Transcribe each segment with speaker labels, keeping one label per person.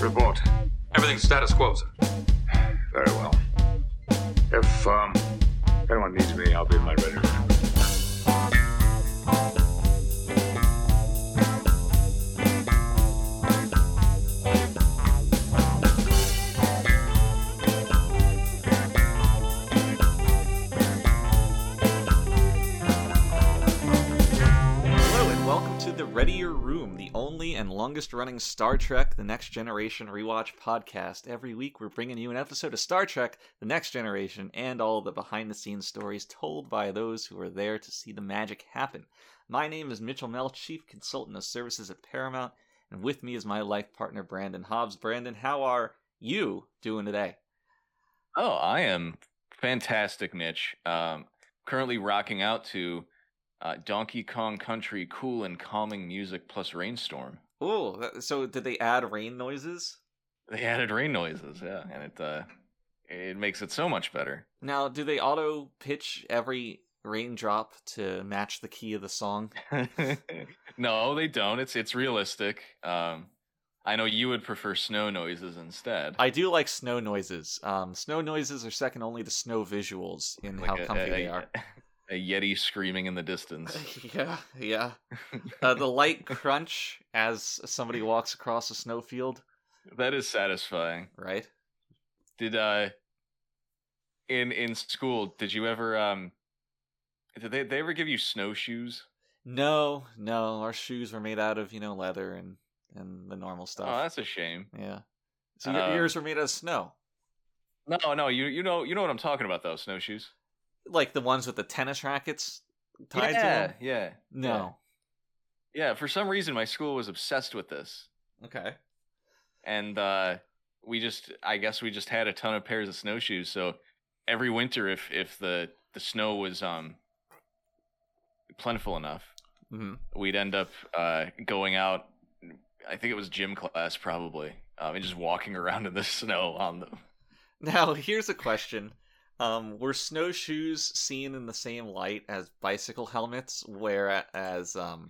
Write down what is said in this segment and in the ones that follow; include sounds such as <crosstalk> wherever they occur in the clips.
Speaker 1: Report.
Speaker 2: Everything's status quo, sir.
Speaker 1: Very well. If um, anyone needs me, I'll be in my ready room.
Speaker 3: Hello, and welcome to The Readier Room, the only and longest running Star Trek The Next Generation rewatch podcast. Every week, we're bringing you an episode of Star Trek The Next Generation and all the behind the scenes stories told by those who are there to see the magic happen. My name is Mitchell Mell, Chief Consultant of Services at Paramount, and with me is my life partner, Brandon Hobbs. Brandon, how are you doing today?
Speaker 4: Oh, I am fantastic, Mitch. Um, currently rocking out to uh, Donkey Kong Country cool and calming music plus rainstorm. <laughs>
Speaker 3: Oh, so did they add rain noises?
Speaker 4: They added rain noises, yeah, and it uh, it makes it so much better. <laughs>
Speaker 3: Now, do they auto pitch every raindrop to match the key of the song?
Speaker 4: <laughs> no, they don't. It's it's realistic. Um, I know you would prefer snow noises instead.
Speaker 3: I do like snow noises. Um, snow noises are second only to snow visuals in
Speaker 4: Like
Speaker 3: how
Speaker 4: a-
Speaker 3: comfy
Speaker 4: a-
Speaker 3: they
Speaker 4: a- <laughs>
Speaker 3: are.
Speaker 4: A yeti screaming in the distance.
Speaker 3: <laughs> yeah, yeah. Uh, the light crunch as somebody walks across a snowfield,
Speaker 4: <laughs> that is satisfying.
Speaker 3: right?
Speaker 4: did uh in in school did you ever um did they, they ever give you snowshoes
Speaker 3: No, no. Our shoes were made out of you know leather and and the normal stuff.
Speaker 4: oh that's a shame
Speaker 3: yeah. So your
Speaker 4: Um,
Speaker 3: yours were made out of snow,
Speaker 4: no no you you know you know what i'm talking about though snowshoes
Speaker 3: like the ones with the tennis rackets tied
Speaker 4: yeah
Speaker 3: to them.
Speaker 4: yeah
Speaker 3: No.
Speaker 4: yeah for some reason my school was obsessed with this
Speaker 3: Okay.
Speaker 4: and uh we just i guess we just had a ton of pairs of snowshoes so every winter if if the the snow was um plentiful enough
Speaker 3: hmm
Speaker 4: we'd end up uh, going out. I think it was gym class, probably, um, and just walking <laughs> around in the snow on them.
Speaker 3: <laughs> Now, here's a question. Um, were snowshoes seen in the same light as bicycle helmets? Whereas,
Speaker 4: <laughs>
Speaker 3: um,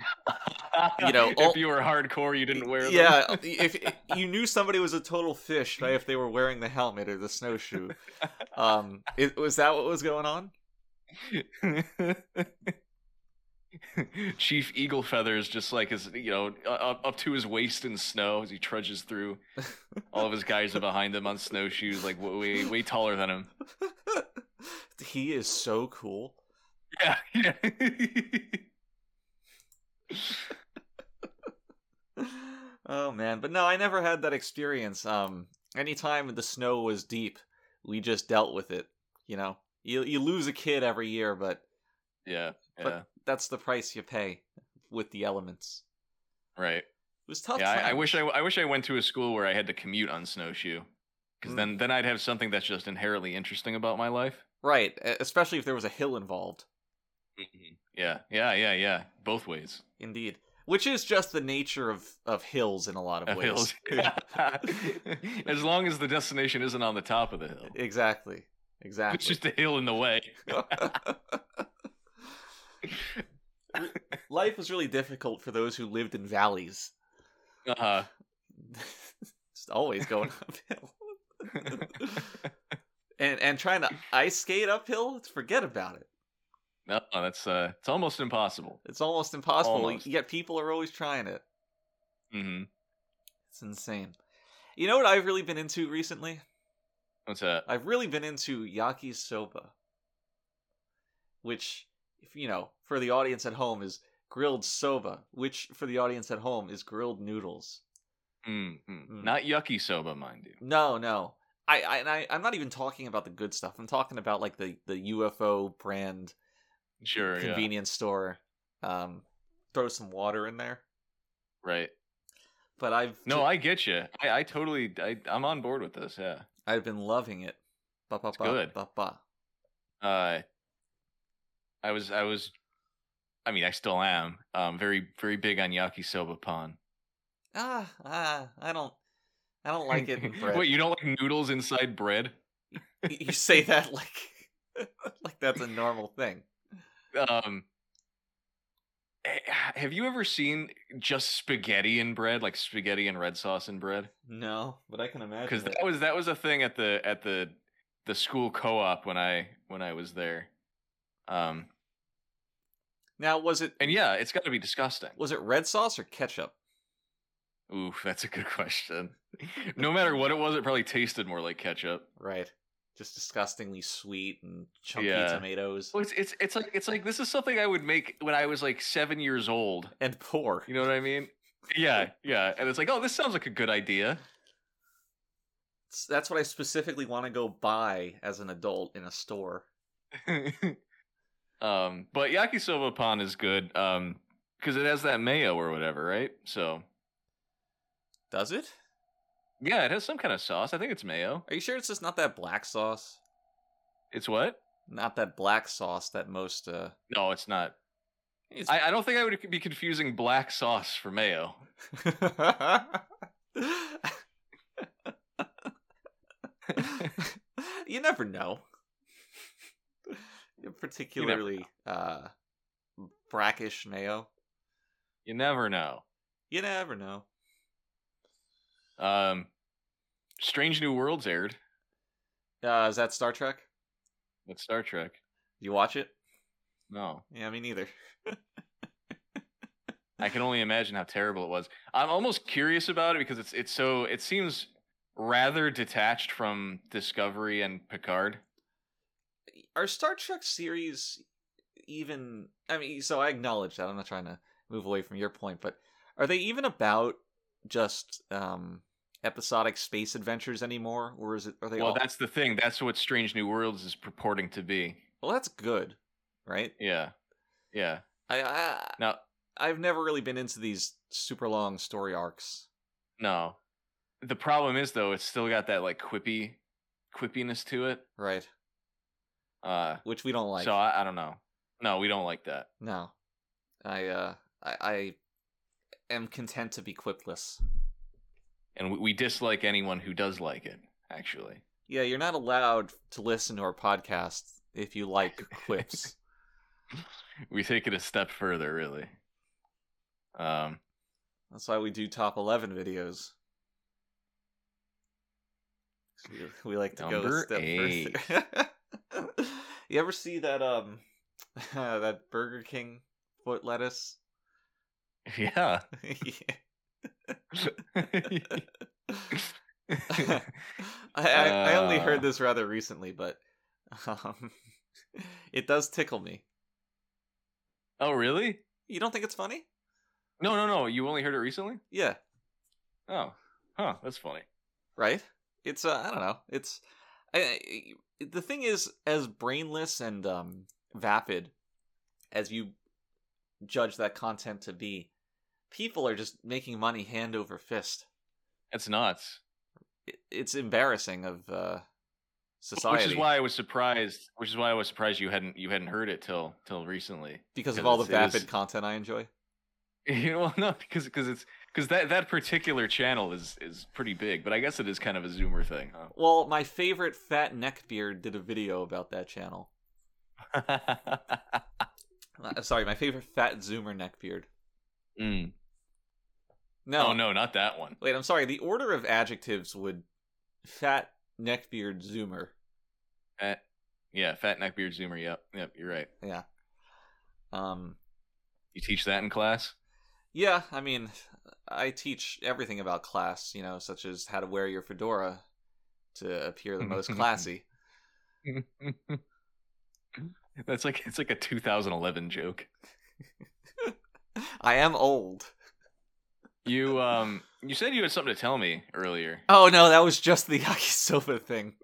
Speaker 3: You know, all-
Speaker 4: if you were hardcore, you didn't wear them. <laughs>
Speaker 3: yeah, if you knew somebody was a total fish by if they were wearing the helmet or the
Speaker 4: <laughs>
Speaker 3: snowshoe, um, it, was that what was going on? <laughs>
Speaker 4: Chief Eagle Feathers, just like his, you know, u- up, up to his waist in snow as he
Speaker 3: <laughs>
Speaker 4: trudges through. All of his guys are behind him on snowshoes, like w- way way taller than him.
Speaker 3: he is so cool.
Speaker 4: Yeah, yeah.
Speaker 3: Oh man, but no, I never had that experience. Um, anytime the snow was deep, we just dealt with it. You know, you you lose a kid every year, but
Speaker 4: <laughs> yeah, yeah.
Speaker 3: But- that's the price you pay with the elements.
Speaker 4: Right.
Speaker 3: It was tough.
Speaker 4: Yeah, I, I
Speaker 3: times.
Speaker 4: wish I, I wish I went to a school where I had to commute on snowshoe, because
Speaker 3: Mm.
Speaker 4: then then I'd have something that's just inherently interesting about my life.
Speaker 3: right, e- especially if there was a hill involved. Mm-hmm.
Speaker 4: Yeah, yeah, yeah, yeah. Both ways.
Speaker 3: Indeed, which is just the nature of of hills in a lot of,
Speaker 4: Of
Speaker 3: ways.
Speaker 4: <laughs> hills. <laughs> as long as the destination isn't on the top of the hill,
Speaker 3: <laughs> exactly,
Speaker 4: it's
Speaker 3: exactly.
Speaker 4: just a hill in the way.
Speaker 3: <laughs> Life was really difficult for those who lived in valleys. <laughs>
Speaker 4: Uh-huh.
Speaker 3: just always
Speaker 4: <laughs>
Speaker 3: going uphill. and and trying to ice skate uphill, forget about it.
Speaker 4: No, that's uh, it's almost impossible.
Speaker 3: It's almost impossible.
Speaker 4: Almost.
Speaker 3: Yet people are always trying it.
Speaker 4: hmm
Speaker 3: It's insane. You know what I've really been into recently?
Speaker 4: What's that?
Speaker 3: I've really been into yakisoba, which, if you know, for the audience at home is grilled soba, which for the audience at home is grilled noodles.
Speaker 4: mm
Speaker 3: Mm.
Speaker 4: mm. Not yucky soba, mind you.
Speaker 3: No, no. I, I, and I I'm not even talking about the good stuff. I'm talking about like the the UFO brand
Speaker 4: Sure. Yeah.
Speaker 3: convenience store. Um, throw some water in there.
Speaker 4: Right.
Speaker 3: But I've
Speaker 4: No, I get you. I, I totally. I, I'm on board with this. Yeah.
Speaker 3: I've been loving it. Ba, ba,
Speaker 4: It's
Speaker 3: ba,
Speaker 4: good.
Speaker 3: Ba, ba.
Speaker 4: uh i was i was i mean i still am um very very big on yakisoba pan
Speaker 3: Ah, ah, I don't, I don't like
Speaker 4: <laughs>
Speaker 3: it in bread.
Speaker 4: wait you don't like noodles inside bread
Speaker 3: Y- you say that <laughs> like like that's a normal thing.
Speaker 4: um eh, have you ever seen just spaghetti and bread, like spaghetti and red sauce and bread?
Speaker 3: No, but I can imagine.
Speaker 4: Because
Speaker 3: it.
Speaker 4: that was that was a thing at the at the the school co-op when I when I was there. Um,
Speaker 3: now was it
Speaker 4: and yeah, it's got to be disgusting.
Speaker 3: was it red sauce or ketchup?
Speaker 4: Ooh, that's a good <laughs> question. no matter what it was, it probably tasted more like ketchup.
Speaker 3: Right, just disgustingly sweet and chunky
Speaker 4: Yeah.
Speaker 3: tomatoes
Speaker 4: Well, it's it's it's like it's like this is something I would make when I was like seven years old.
Speaker 3: and poor.
Speaker 4: You know what I mean? Yeah, yeah. And it's like, oh, this sounds like a good idea. <laughs>
Speaker 3: It's- That's what I specifically want to go buy as an adult in a store.
Speaker 4: um, but yakisoba pan is good um, because it has that mayo or whatever, right? So
Speaker 3: Does it?
Speaker 4: yeah, it has some kind of sauce. I think it's mayo.
Speaker 3: Are you sure it's just not that black sauce?
Speaker 4: It's what?
Speaker 3: Not that black sauce that most uh
Speaker 4: No, it's not.
Speaker 3: it's-
Speaker 4: I, I don't think I would be confusing black sauce for mayo.
Speaker 3: you never know. Particularly uh brackish mayo.
Speaker 4: You never know.
Speaker 3: You never know.
Speaker 4: Um, Strange New Worlds aired.
Speaker 3: Uh is that Star Trek?
Speaker 4: That's Star Trek.
Speaker 3: You watch it?
Speaker 4: No,
Speaker 3: Yeah, me neither.
Speaker 4: I can only imagine how terrible it was. I'm almost curious about it because it's it's so it seems rather detached from Discovery and Picard.
Speaker 3: Are Star Trek series even I mean, so I acknowledge that. I'm not trying to move away from your point, but are they even about just um episodic space adventures anymore or is it are they
Speaker 4: well,
Speaker 3: all
Speaker 4: that's the thing. That's what Strange New Worlds is purporting to be.
Speaker 3: Well, that's good, right?
Speaker 4: Yeah, yeah.
Speaker 3: I, I
Speaker 4: No,
Speaker 3: I've never really been into these super long story arcs.
Speaker 4: no. The problem is though, it's still got that like quippy, quippiness to it.
Speaker 3: Right.
Speaker 4: Uh,
Speaker 3: Which we don't like.
Speaker 4: so I, I don't know. No, we don't like that.
Speaker 3: no. I uh I, I am content to be quipless.
Speaker 4: and we, we dislike anyone who does like it actually
Speaker 3: Yeah, you're not allowed to listen to our podcast if you
Speaker 4: <laughs>
Speaker 3: like quips.
Speaker 4: we take it a step further really um <laughs>
Speaker 3: That's why we do top eleven videos. We, we like to go a
Speaker 4: Number
Speaker 3: step
Speaker 4: eight.
Speaker 3: further. <laughs> you ever see that um <laughs> that Burger King foot lettuce?
Speaker 4: yeah
Speaker 3: <laughs> I, I, I only
Speaker 4: Uh.
Speaker 3: heard this rather recently, but um, <laughs> it does tickle me.
Speaker 4: oh really
Speaker 3: You don't think it's funny?
Speaker 4: no no no you only heard it recently
Speaker 3: Yeah,
Speaker 4: oh huh that's funny
Speaker 3: right. It's uh, I don't know. It's I, I- the thing is as brainless and um, vapid as you judge that content to be. People are just making money hand over fist.
Speaker 4: that's nuts
Speaker 3: It, it's embarrassing of uh, society
Speaker 4: which is why i was surprised which is why i was surprised you hadn't you hadn't heard it till till recently <laughs>
Speaker 3: because of
Speaker 4: 'cause
Speaker 3: all the
Speaker 4: it's- it is-
Speaker 3: vapid content I enjoy.
Speaker 4: You know, well, no, because because it's because that that particular channel is is pretty big, but I guess it is kind of a Zoomer thing,
Speaker 3: Well, my favorite fat neckbeard did a video about that channel.
Speaker 4: huh?
Speaker 3: Uh, Sorry, my favorite fat zoomer neckbeard.
Speaker 4: mm.
Speaker 3: No,
Speaker 4: Oh no, not that one.
Speaker 3: Wait, I'm sorry. The order of adjectives would fat neckbeard zoomer.
Speaker 4: Fat, yeah, fat neck beard zoomer. Yep, yep, you're right.
Speaker 3: Um,
Speaker 4: You teach that in class?
Speaker 3: yeah, I mean, I teach everything about class, you know, such as how to wear your fedora to appear the <laughs> most classy.
Speaker 4: That's like it's like a 2011 joke.
Speaker 3: I am old.
Speaker 4: You um, you said you had something to tell me earlier. <laughs>
Speaker 3: Oh no, that was just the <laughs> yakisoba thing.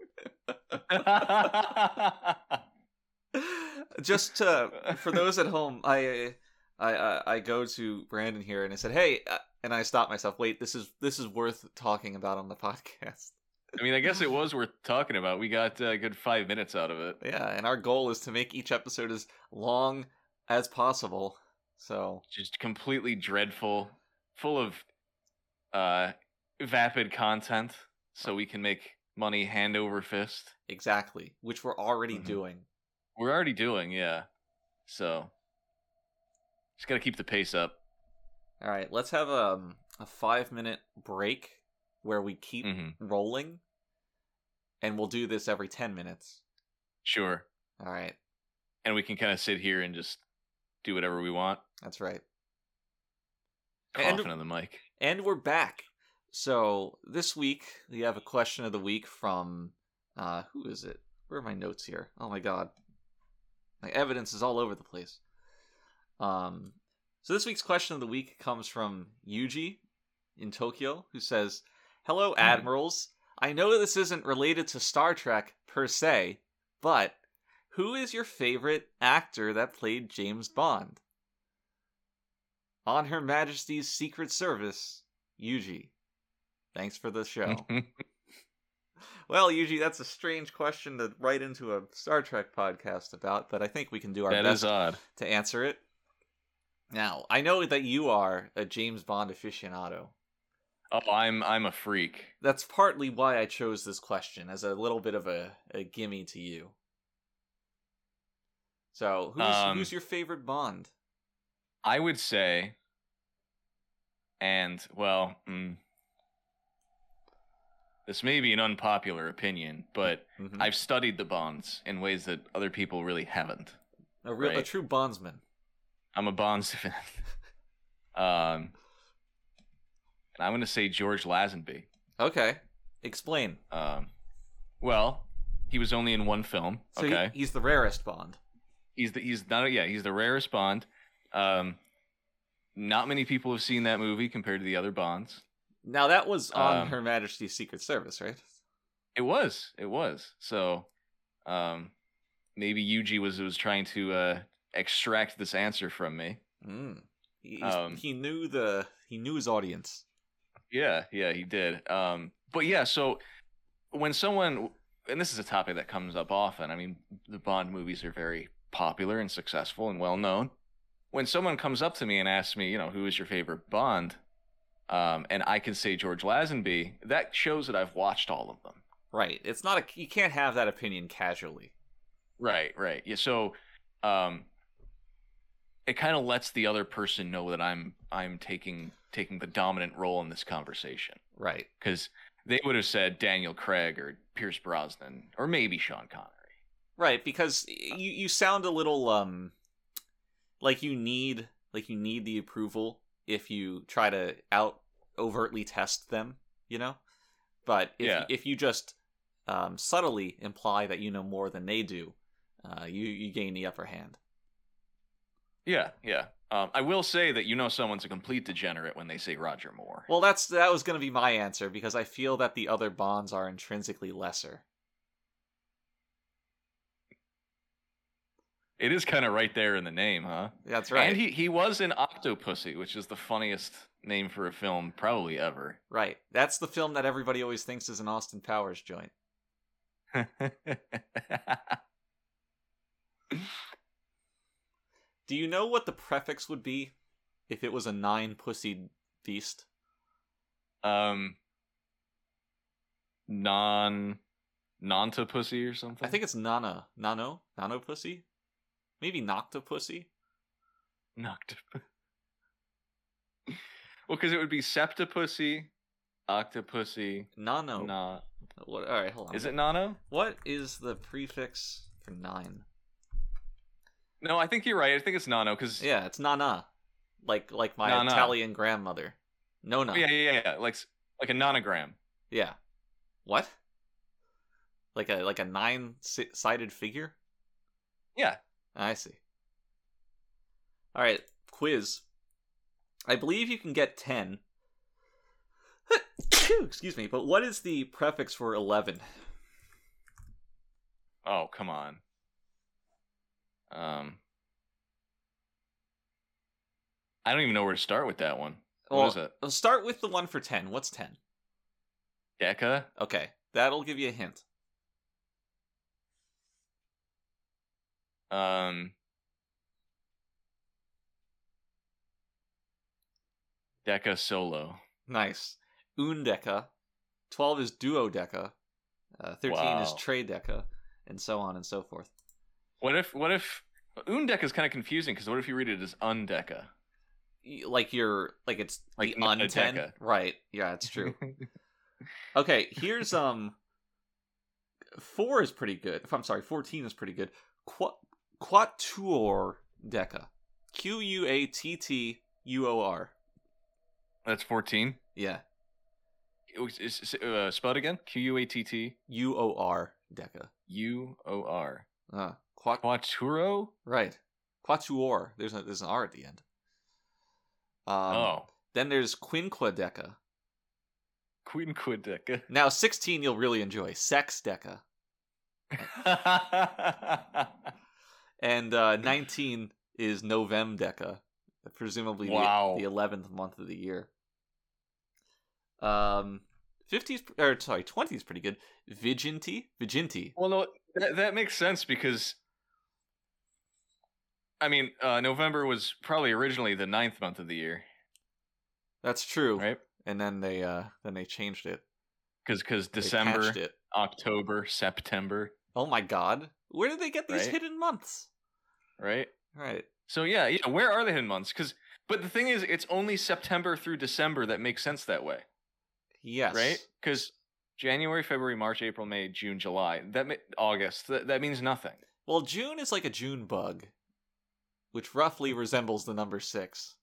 Speaker 3: just to, for those at home, I, I I I go to Brandon here and I said, "Hey," uh, and I stopped myself. Wait, this is this is worth talking about on the <laughs> podcast.
Speaker 4: I mean, I guess it was worth talking about. We got uh, a good five minutes out of it.
Speaker 3: Yeah, and our goal is to make each episode as long as possible. So
Speaker 4: Just completely dreadful, full of uh, vapid content, so we can make money hand over fist.
Speaker 3: exactly, which we're already
Speaker 4: Mhm.
Speaker 3: doing.
Speaker 4: We're already doing, yeah. So Just got to keep the pace up.
Speaker 3: All right, let's have um, a five minute break where we keep
Speaker 4: hmm
Speaker 3: rolling, and we'll do this every 10 minutes.
Speaker 4: Sure.
Speaker 3: All right,
Speaker 4: And we can kind of sit here and just do whatever we want.
Speaker 3: that's right. And-
Speaker 4: Coughing on
Speaker 3: <laughs>
Speaker 4: the mic.
Speaker 3: And we're back. So this week, we have a question of the week from uh, who is it? Where are my notes here? Oh my God. My evidence is all over the place. Um, so this week's question of the week comes from Yuji in Tokyo, who says, Hello, Admirals. I know this isn't related to Star Trek per se, but who is your favorite actor that played James Bond? On Her Majesty's Secret Service, Yuji. Thanks for the
Speaker 4: <laughs>
Speaker 3: show. Well, Yuji, that's a strange question to write into a Star Trek podcast about, but I think we can do our
Speaker 4: that
Speaker 3: best
Speaker 4: is odd.
Speaker 3: to answer it. Now, I know that you are a James Bond aficionado.
Speaker 4: Oh, I'm I'm a freak.
Speaker 3: That's partly why I chose this question as a little bit of a, a gimme to you. So, who's,
Speaker 4: Um,
Speaker 3: who's your favorite Bond?
Speaker 4: I would say, and well, mm, this may be an unpopular opinion, but
Speaker 3: Mhm.
Speaker 4: I've studied the bonds in ways that other people really haven't.
Speaker 3: a, real, a
Speaker 4: right.
Speaker 3: true bondsman.
Speaker 4: I'm a Bonds <laughs> fan. um, and I'm going to say George Lazenby.
Speaker 3: Okay, explain.
Speaker 4: Um, well, he was only in one film.
Speaker 3: So he-
Speaker 4: okay,
Speaker 3: he's the rarest Bond.
Speaker 4: he's the he's not yeah he's the rarest Bond. Um, not many people have seen that movie compared to the other Bonds.
Speaker 3: Now, that was on
Speaker 4: Um,
Speaker 3: Her Majesty's Secret Service, right?
Speaker 4: It was. It was. So um maybe Yuji was was trying to uh extract this answer from me.
Speaker 3: Mm. He, he's-
Speaker 4: Um,
Speaker 3: he knew the he knew his audience.
Speaker 4: Yeah, yeah, he did. Um but yeah, so when someone and this is a topic that comes up often. I mean, the Bond movies are very popular and successful and well known. When someone comes up to me and asks me, you know, who is your favorite Bond? Um, and I can say George Lazenby, that shows that I've watched all of them.
Speaker 3: Right. It's not a you can't have that opinion casually.
Speaker 4: Right, right. Yeah, so um it kind of lets the other person know that I'm I'm taking taking the dominant role in this conversation
Speaker 3: Right.
Speaker 4: cuz they would have said Daniel Craig or Pierce Brosnan or maybe Sean Connery.
Speaker 3: Right, because you you sound a little um like you need like you need the approval if you try to out overtly test them, you know? But if
Speaker 4: Yeah.
Speaker 3: if you just um, subtly imply that you know more than they do, uh, you you gain the upper hand.
Speaker 4: Yeah, yeah. Um, I will say that you know someone's a complete degenerate when they say Roger Moore.
Speaker 3: Well, that's that was going to be my answer because I feel that the other bonds are intrinsically lesser.
Speaker 4: it is kind of right there in the name, huh?
Speaker 3: That's right.
Speaker 4: And he he was in Octopussy, which is the funniest name for a film probably <laughs> ever.
Speaker 3: Right. That's the film that everybody always thinks is an Austin Powers joint. Do you know what the prefix would be if it was a nine pussied beast?
Speaker 4: um non nanta pussy or something
Speaker 3: I think it's Nana. Nano? Nano pussy? Maybe Nocta pussy?
Speaker 4: knocked <laughs> well because it would be septipussy octopussy
Speaker 3: Nano.
Speaker 4: na
Speaker 3: What, all right, hold on.
Speaker 4: is it nano
Speaker 3: What is the prefix for nine?
Speaker 4: no i think you're right i think it's nano because
Speaker 3: Yeah, it's Nana. Like like my
Speaker 4: Nana.
Speaker 3: Italian grandmother. Nona.
Speaker 4: yeah, yeah yeah like s- like a nonogram
Speaker 3: Yeah. What? Like a like a nine si- sided figure?
Speaker 4: Yeah.
Speaker 3: I see. All right, quiz. I believe you can get <coughs> 10. Excuse me, but what is the prefix for 11?
Speaker 4: oh come on um i don't even know where to start with that one what is it
Speaker 3: Well, start with the one for 10. What's 10?
Speaker 4: deca
Speaker 3: Okay, that'll give you a hint.
Speaker 4: Um, Deca Solo.
Speaker 3: Nice. Undeca. 12 is duodeca. Uh, 13 is
Speaker 4: Wow.
Speaker 3: trideca, and so on and so forth.
Speaker 4: What if? What if? But Undeka is kind of confusing because what if you read it as Undeka?
Speaker 3: <laughs> Y- Like you're like it's
Speaker 4: Like
Speaker 3: the
Speaker 4: not a
Speaker 3: unten.
Speaker 4: deca.
Speaker 3: Right. Yeah, it's
Speaker 4: <laughs>
Speaker 3: true. Okay, here's um four is pretty good. If I'm sorry, fourteen is pretty good. Qua quattuor deca. Q U A T T U O R.
Speaker 4: That's 14.
Speaker 3: Yeah.
Speaker 4: It was- is- is- uh, spelled again? Q U A T T
Speaker 3: U O R deca.
Speaker 4: U O R.
Speaker 3: Uh quat
Speaker 4: Quatturo?
Speaker 3: right. Quatuor. There's a, there's an R at the end. Um,
Speaker 4: oh.
Speaker 3: Then there's quinquadeca. <laughs>
Speaker 4: Quinquadeca.
Speaker 3: Now sixteen you'll really enjoy. Sexdeca. And uh,
Speaker 4: Mm.
Speaker 3: 19 is Novemdeca, presumably the-
Speaker 4: Wow.
Speaker 3: the 11th month of the year. Um, 50s, or sorry, 20 is pretty good. Viginti? Viginti.
Speaker 4: well, no, that, that makes sense because, I mean, uh, November was probably originally the ninth month of the year,
Speaker 3: That's true.
Speaker 4: right?
Speaker 3: And then they uh then they changed it.
Speaker 4: Because
Speaker 3: They
Speaker 4: December,
Speaker 3: patched it.
Speaker 4: October, September,
Speaker 3: Oh my god. Where did they get these
Speaker 4: Right?
Speaker 3: hidden months?
Speaker 4: right?
Speaker 3: Right.
Speaker 4: So yeah, yeah. Where are the hidden months? Because but the thing is, it's only September through December that makes sense that way,
Speaker 3: Yes.
Speaker 4: right? Because January, February, March, April, May, June, July, that ma- August, that, that means nothing.
Speaker 3: Well, June is like a June bug, which roughly
Speaker 4: Mm.
Speaker 3: resembles the number 6.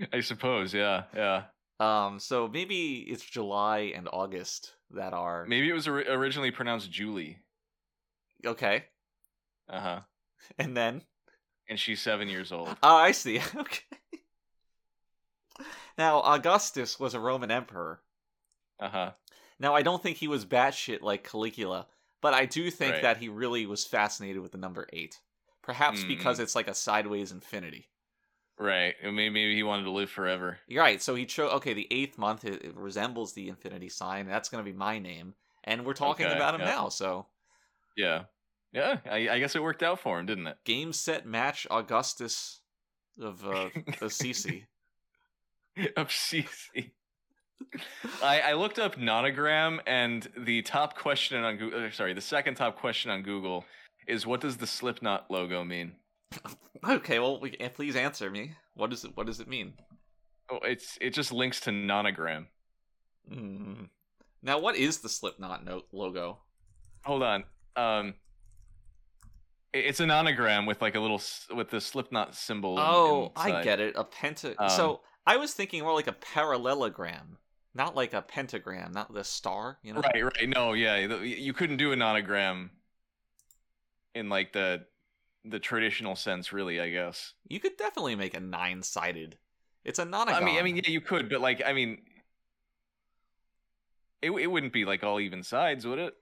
Speaker 4: <laughs> I suppose. Yeah, yeah.
Speaker 3: Um so maybe it's July and August that are
Speaker 4: Maybe it was ori- originally pronounced Julie.
Speaker 3: Okay.
Speaker 4: Uh huh.
Speaker 3: And then
Speaker 4: And she's seven years <laughs> old.
Speaker 3: Oh, I see. <laughs> okay. Now, Augustus was a Roman emperor.
Speaker 4: Uh huh.
Speaker 3: Now, I don't think he was batshit like Caligula, but I do think
Speaker 4: Right.
Speaker 3: that he really was fascinated with the number 8. Perhaps
Speaker 4: Mm.
Speaker 3: because it's like a sideways infinity.
Speaker 4: Right. And may- Maybe he wanted to live forever.
Speaker 3: You're right. So he chose, okay, the eighth month, it, it resembles the infinity sign. and That's going to be my name. And we're talking
Speaker 4: Okay,
Speaker 3: about him
Speaker 4: yeah.
Speaker 3: now. So,
Speaker 4: Yeah. Yeah. I, I guess it worked out for him, didn't it?
Speaker 3: game, set, match, Augustus of
Speaker 4: <laughs>
Speaker 3: uh, Assisi.
Speaker 4: Obscene. I, I looked up nonogram, and the top question on Google, sorry, the second top question on Google is what does the Slipknot logo mean?
Speaker 3: okay, well, we, eh, please answer me. What, is it, what does it mean?
Speaker 4: Oh, it's it just links to nonogram.
Speaker 3: Mm. Now, what is the Slipknot note logo?
Speaker 4: Hold on. Um, it- it's a nonogram with like a little s- with the Slipknot symbol. in-
Speaker 3: Oh, I
Speaker 4: inside.
Speaker 3: get it. A penta.
Speaker 4: Um,
Speaker 3: so I was thinking more like a parallelogram, not like a pentagram, not the star. You know?
Speaker 4: Right, right. No, yeah, the- you couldn't do a nonogram in like the the traditional sense, really. I guess.
Speaker 3: You could definitely make a nine-sided. It's a nonagon.
Speaker 4: I mean, I mean, yeah, you could, but like, I mean, it it wouldn't be like all even sides, would it?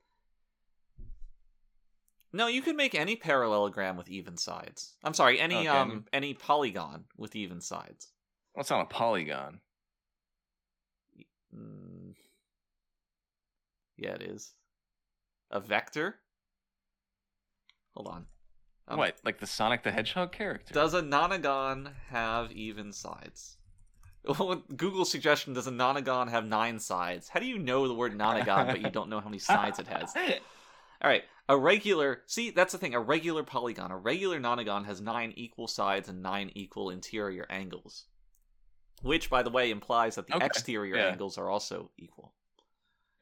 Speaker 3: no, you could make any parallelogram with even sides. I'm sorry, any
Speaker 4: Okay.
Speaker 3: um, any polygon with even sides.
Speaker 4: Well, it's not a polygon.
Speaker 3: Mm. Yeah, it is. A vector. Hold on. Um,
Speaker 4: what, like the Sonic the Hedgehog character? <laughs>
Speaker 3: Does a nonagon have even sides? <laughs> Well, Google's suggestion does a nonagon have nine sides? How do you know the word nonagon but you don't know how many sides it
Speaker 4: <laughs>
Speaker 3: has? All right, a regular. See, that's the thing. A regular polygon, a regular nonagon has nine equal sides and nine equal interior angles, which, by the way, implies that the
Speaker 4: Okay,
Speaker 3: exterior
Speaker 4: yeah.
Speaker 3: angles are also equal.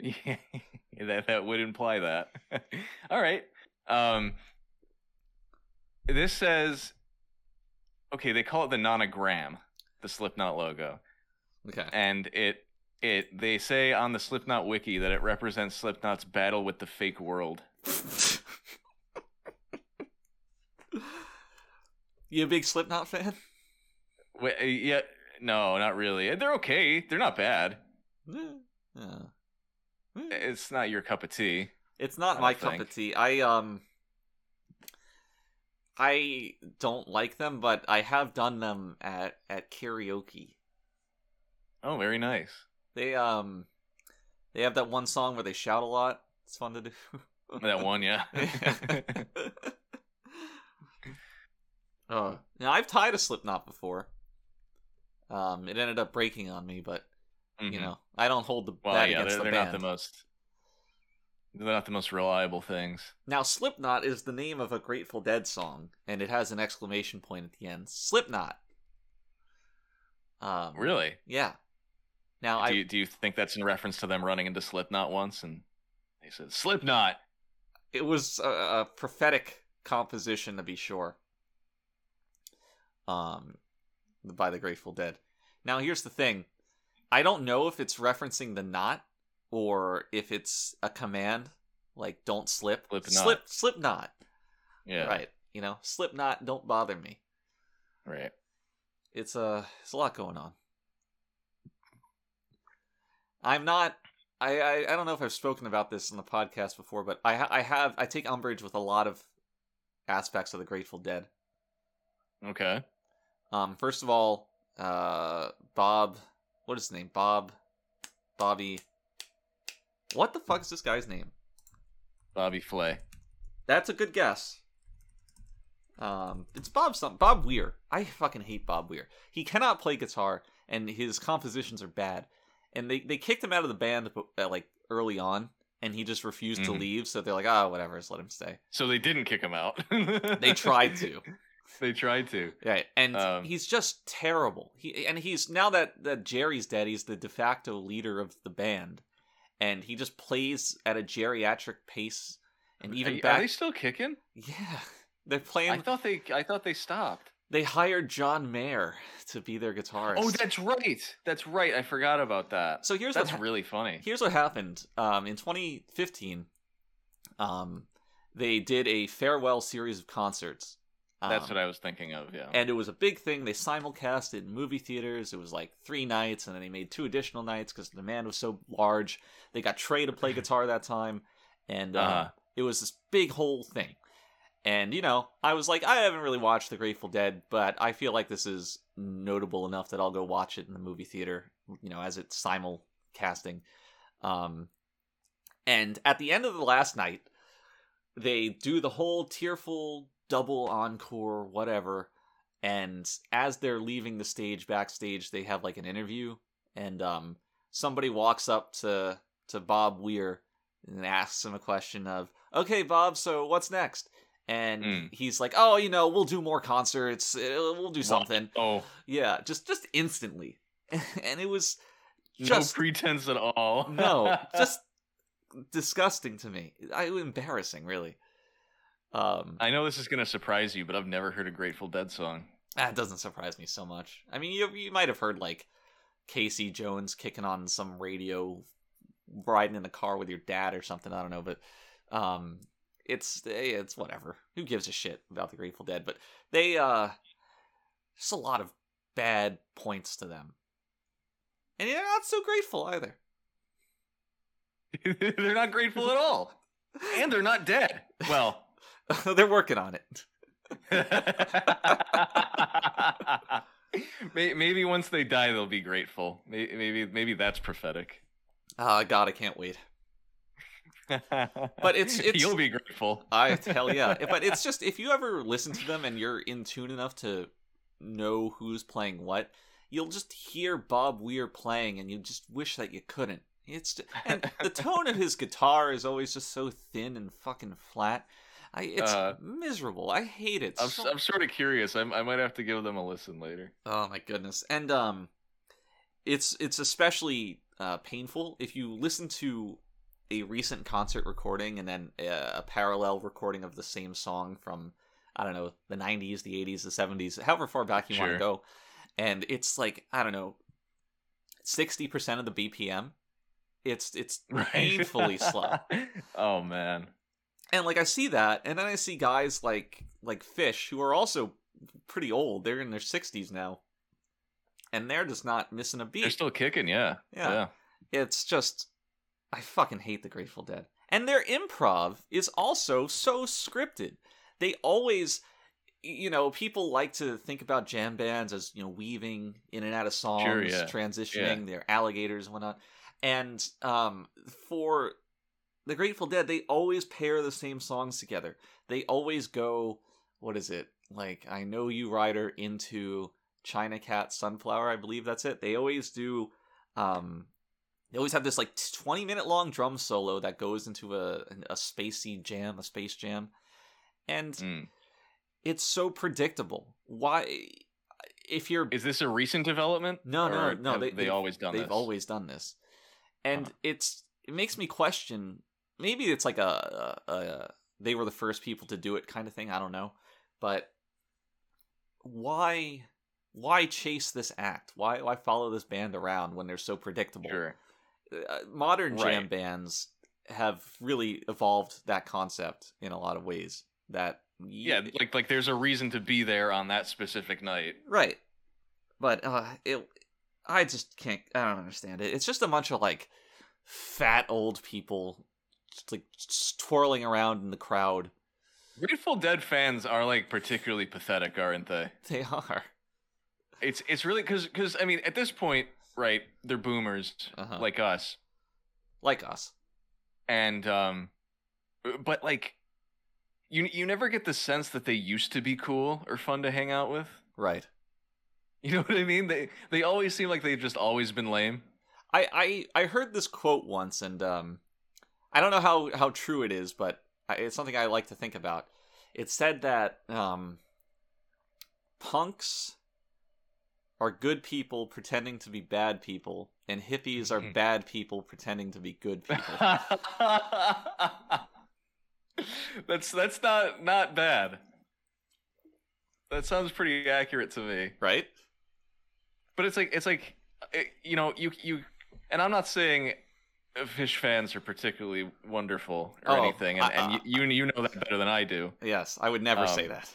Speaker 4: Yeah, <laughs> that that would imply that. <laughs> All right. Um, this says, okay, they call it the nonogram, the Slipknot logo,
Speaker 3: Okay.
Speaker 4: and it it they say on the Slipknot wiki that it represents Slipknot's battle with the fake world.
Speaker 3: <laughs> you a big Slipknot fan? <laughs>
Speaker 4: Wait, uh, yeah, no, not really. They're okay. They're not bad.
Speaker 3: Yeah.
Speaker 4: It's not your cup of tea.
Speaker 3: It's
Speaker 4: I
Speaker 3: not
Speaker 4: don't
Speaker 3: my cup
Speaker 4: think.
Speaker 3: of tea. I um I don't like them, but I have done them at at karaoke.
Speaker 4: Oh, very nice.
Speaker 3: They um they have that one song where they shout a lot. It's fun to do. <laughs>
Speaker 4: That one, yeah. <laughs>
Speaker 3: Uh, now I've tied a Slipknot before. Um, it ended up breaking on me, but
Speaker 4: Mhm.
Speaker 3: you know I don't hold the
Speaker 4: well,
Speaker 3: that
Speaker 4: yeah,
Speaker 3: against the
Speaker 4: they're, they're
Speaker 3: band.
Speaker 4: not the most. They're not the most reliable things.
Speaker 3: Now, Slipknot is the name of a Grateful Dead song, and it has an exclamation point at the end. Slipknot. Um,
Speaker 4: Really?
Speaker 3: Yeah. Now I
Speaker 4: do, you, do you think that's in reference to them running into Slipknot once and they said Slipknot?
Speaker 3: it was a, a prophetic composition to be sure. Um, by the Grateful Dead. Now here's the thing, I don't know if it's referencing the knot or if it's a command like don't slip,
Speaker 4: Slip knot.
Speaker 3: slip, slip knot.
Speaker 4: Yeah.
Speaker 3: Right. You know, slip knot. Don't bother me.
Speaker 4: Right.
Speaker 3: It's a it's a lot going on. I'm not. I, I I don't know if I've spoken about this on the podcast before, but I ha- I have I take umbrage with a lot of aspects of the Grateful Dead.
Speaker 4: Okay.
Speaker 3: Um, first of all, uh, Bob, what is his name? Bob, Bobby. What the fuck is this guy's name?
Speaker 4: Bobby Flay.
Speaker 3: That's a good guess. Um, it's Bob something. Bob Weir. I fucking hate Bob Weir. He cannot play guitar, and his compositions are bad. And they they kicked him out of the band uh, like early on, and he just refused to
Speaker 4: Mhm.
Speaker 3: leave. So they're like, ah, whatever, just let him stay.
Speaker 4: So they didn't kick him out.
Speaker 3: They tried to,
Speaker 4: <laughs> They tried to.
Speaker 3: right? And
Speaker 4: Um.
Speaker 3: he's just terrible. He and he's now that that Jerry's dead, he's the de facto leader of the band, and he just plays at a geriatric pace. And even
Speaker 4: are,
Speaker 3: back,
Speaker 4: are they still kicking?
Speaker 3: <laughs> yeah, they're
Speaker 4: I
Speaker 3: playing
Speaker 4: thought they I thought they stopped.
Speaker 3: They hired John Mayer to be their guitarist.
Speaker 4: Oh, that's right. That's right. I forgot about that.
Speaker 3: so here's what
Speaker 4: That's
Speaker 3: ha-
Speaker 4: really funny.
Speaker 3: here's what happened. Um, in 2015, um, they did a farewell series of concerts. Um,
Speaker 4: That's what I was thinking of. Yeah.
Speaker 3: And it was a big thing. They simulcast it in movie theaters. It was like three nights, and then they made two additional nights because the demand was so large. They got Trey to play
Speaker 4: <laughs>
Speaker 3: guitar that time, and uh,
Speaker 4: Uh-huh.
Speaker 3: it was this big whole thing. And you know, I was like, I haven't really watched The Grateful Dead, but I feel like this is notable enough that I'll go watch it in the movie theater. You know, as it's simulcasting. Um, and at the end of the last night, they do the whole tearful double encore, whatever. And as they're leaving the stage backstage, they have like an interview, and um, somebody walks up to to Bob Weir and asks him a question of, "Okay, Bob, so what's next?" And
Speaker 4: Mm.
Speaker 3: he's like, "Oh, you know, we'll do more concerts. uh, We'll do something."
Speaker 4: oh,
Speaker 3: Yeah, just just instantly, <laughs> and it was
Speaker 4: no pretense at
Speaker 3: <laughs>
Speaker 4: all. <laughs>
Speaker 3: no, just disgusting to me. I embarrassing, really. Um,
Speaker 4: I know this is gonna surprise you, but I've never heard a Grateful Dead song. <laughs>
Speaker 3: that Ah, doesn't surprise me so much. I mean, you you might have heard like Casey Jones kicking on some radio, riding in the car with your dad or something. I don't know, but um, it's eh, it's whatever. Who gives a shit about the Grateful Dead? But they uh, just a lot of bad points to them, and they're not so grateful either. <laughs>
Speaker 4: they're not grateful at all, and they're not dead. Well. <laughs>
Speaker 3: they're working on it.
Speaker 4: May- maybe once they die, they'll be grateful. May- Maybe maybe that's prophetic.
Speaker 3: Ah, God, I can't wait.
Speaker 4: But <laughs>
Speaker 3: it's- it's-
Speaker 4: you'll be grateful.
Speaker 3: I hell yeah. But it's just if you ever listen to them and you're in tune enough to know who's playing what, you'll just hear Bob Weir playing and you just wish that you couldn't. It's and the tone of his guitar is always just so thin and fucking flat. I it's
Speaker 4: Uh,
Speaker 3: miserable. I hate it.
Speaker 4: I'm,
Speaker 3: so-
Speaker 4: I'm sort of curious. I, I might have to give them a listen later.
Speaker 3: Oh my goodness. And um it's it's especially uh, painful if you listen to a recent concert recording and then uh, a parallel recording of the same song from I don't know, the 90s, the 80s, the 70s, however far back you want to
Speaker 4: Sure.
Speaker 3: go. And it's like, I don't know, 60% of the BPM. It's it's painfully slow.
Speaker 4: <laughs> oh man.
Speaker 3: And like I see that and then I see guys like like Fish who are also pretty old. They're in their 60s now. And they're just not missing a beat.
Speaker 4: They're still kicking, yeah.
Speaker 3: Yeah. it's just I fucking hate the Grateful Dead. And their improv is also so scripted. They always you know, people like to think about jam bands as, you know, weaving in and out of songs,
Speaker 4: Sure, yeah.
Speaker 3: transitioning, they're alligators and whatnot. And um for the Grateful Dead, they always pair the same songs together. They always go what is it? Like I know you rider into China Cat Sunflower, I believe that's it. They always do um They always have this like 20 minute long drum solo that goes into a a spacey jam, a space jam, and
Speaker 4: Mm.
Speaker 3: it's so predictable. Why, if you're
Speaker 4: Is this a recent development?
Speaker 3: No, no,
Speaker 4: Or
Speaker 3: no,
Speaker 4: have
Speaker 3: they-
Speaker 4: They,
Speaker 3: they've-
Speaker 4: always done
Speaker 3: they've
Speaker 4: this. Uh-huh.
Speaker 3: always done this and
Speaker 4: Huh.
Speaker 3: it's it makes me question maybe it's like a, a, a they were the first people to do it kind of thing i don't know but why why chase this act why why follow this band around when they're so predictable
Speaker 4: Sure.
Speaker 3: Uh, modern jam
Speaker 4: Right.
Speaker 3: bands have really evolved that concept in a lot of ways that
Speaker 4: Yeah,
Speaker 3: you-
Speaker 4: like like there's a reason to be there on that specific night.
Speaker 3: Right. But uh it I just can't I don't understand it. It's just a bunch of like fat old people just like s- twirling around in the crowd. <laughs>
Speaker 4: Grateful Dead fans are like particularly pathetic, aren't they?
Speaker 3: They are.
Speaker 4: It's it's really because because I mean at this point, right? They're boomers
Speaker 3: Uh-huh.
Speaker 4: like us,
Speaker 3: Like us.
Speaker 4: and um, but like, you you never get the sense that they used to be cool or fun to hang out with.
Speaker 3: Right.
Speaker 4: <laughs> You know what I mean? They they always seem like they've just always been lame.
Speaker 3: I I I heard this quote once and um I don't know how how true it is, but I, it's something I like to think about. It said that um punks are good people pretending to be bad people and hippies are
Speaker 4: Mhm.
Speaker 3: bad people pretending to be good
Speaker 4: <laughs>
Speaker 3: people.
Speaker 4: that's that's not not bad. That sounds pretty accurate to me.
Speaker 3: right?
Speaker 4: But it's like it's like eh, you know you you and I'm not saying fish fans are particularly wonderful or
Speaker 3: Oh,
Speaker 4: anything, and,
Speaker 3: I-
Speaker 4: and you you know that better than I do.
Speaker 3: Yes, I would never
Speaker 4: Um,
Speaker 3: say that.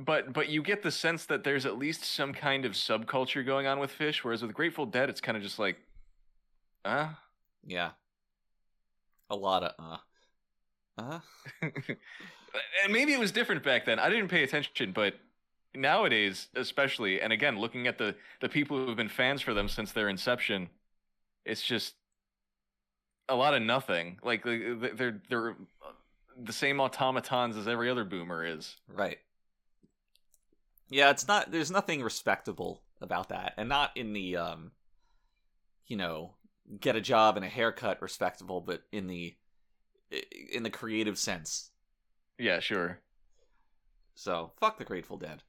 Speaker 4: But but you get the sense that there's at least some kind of subculture going on with fish, whereas with Grateful Dead, it's kind of just like, "Uh, huh?
Speaker 3: Yeah. A lot of uh. Uh,
Speaker 4: <laughs> and maybe it was different back then. I didn't pay attention, but nowadays, especially, and again, looking at the the people who have been fans for them since their inception, it's just a lot of nothing. Like like, they're they're uh, the same automatons as every other boomer is.
Speaker 3: right. Yeah, it's not there's nothing respectable about that. And not in the um you know, get a job and a haircut respectable, but in the in the creative sense.
Speaker 4: Yeah, sure.
Speaker 3: So, fuck the Grateful Dead.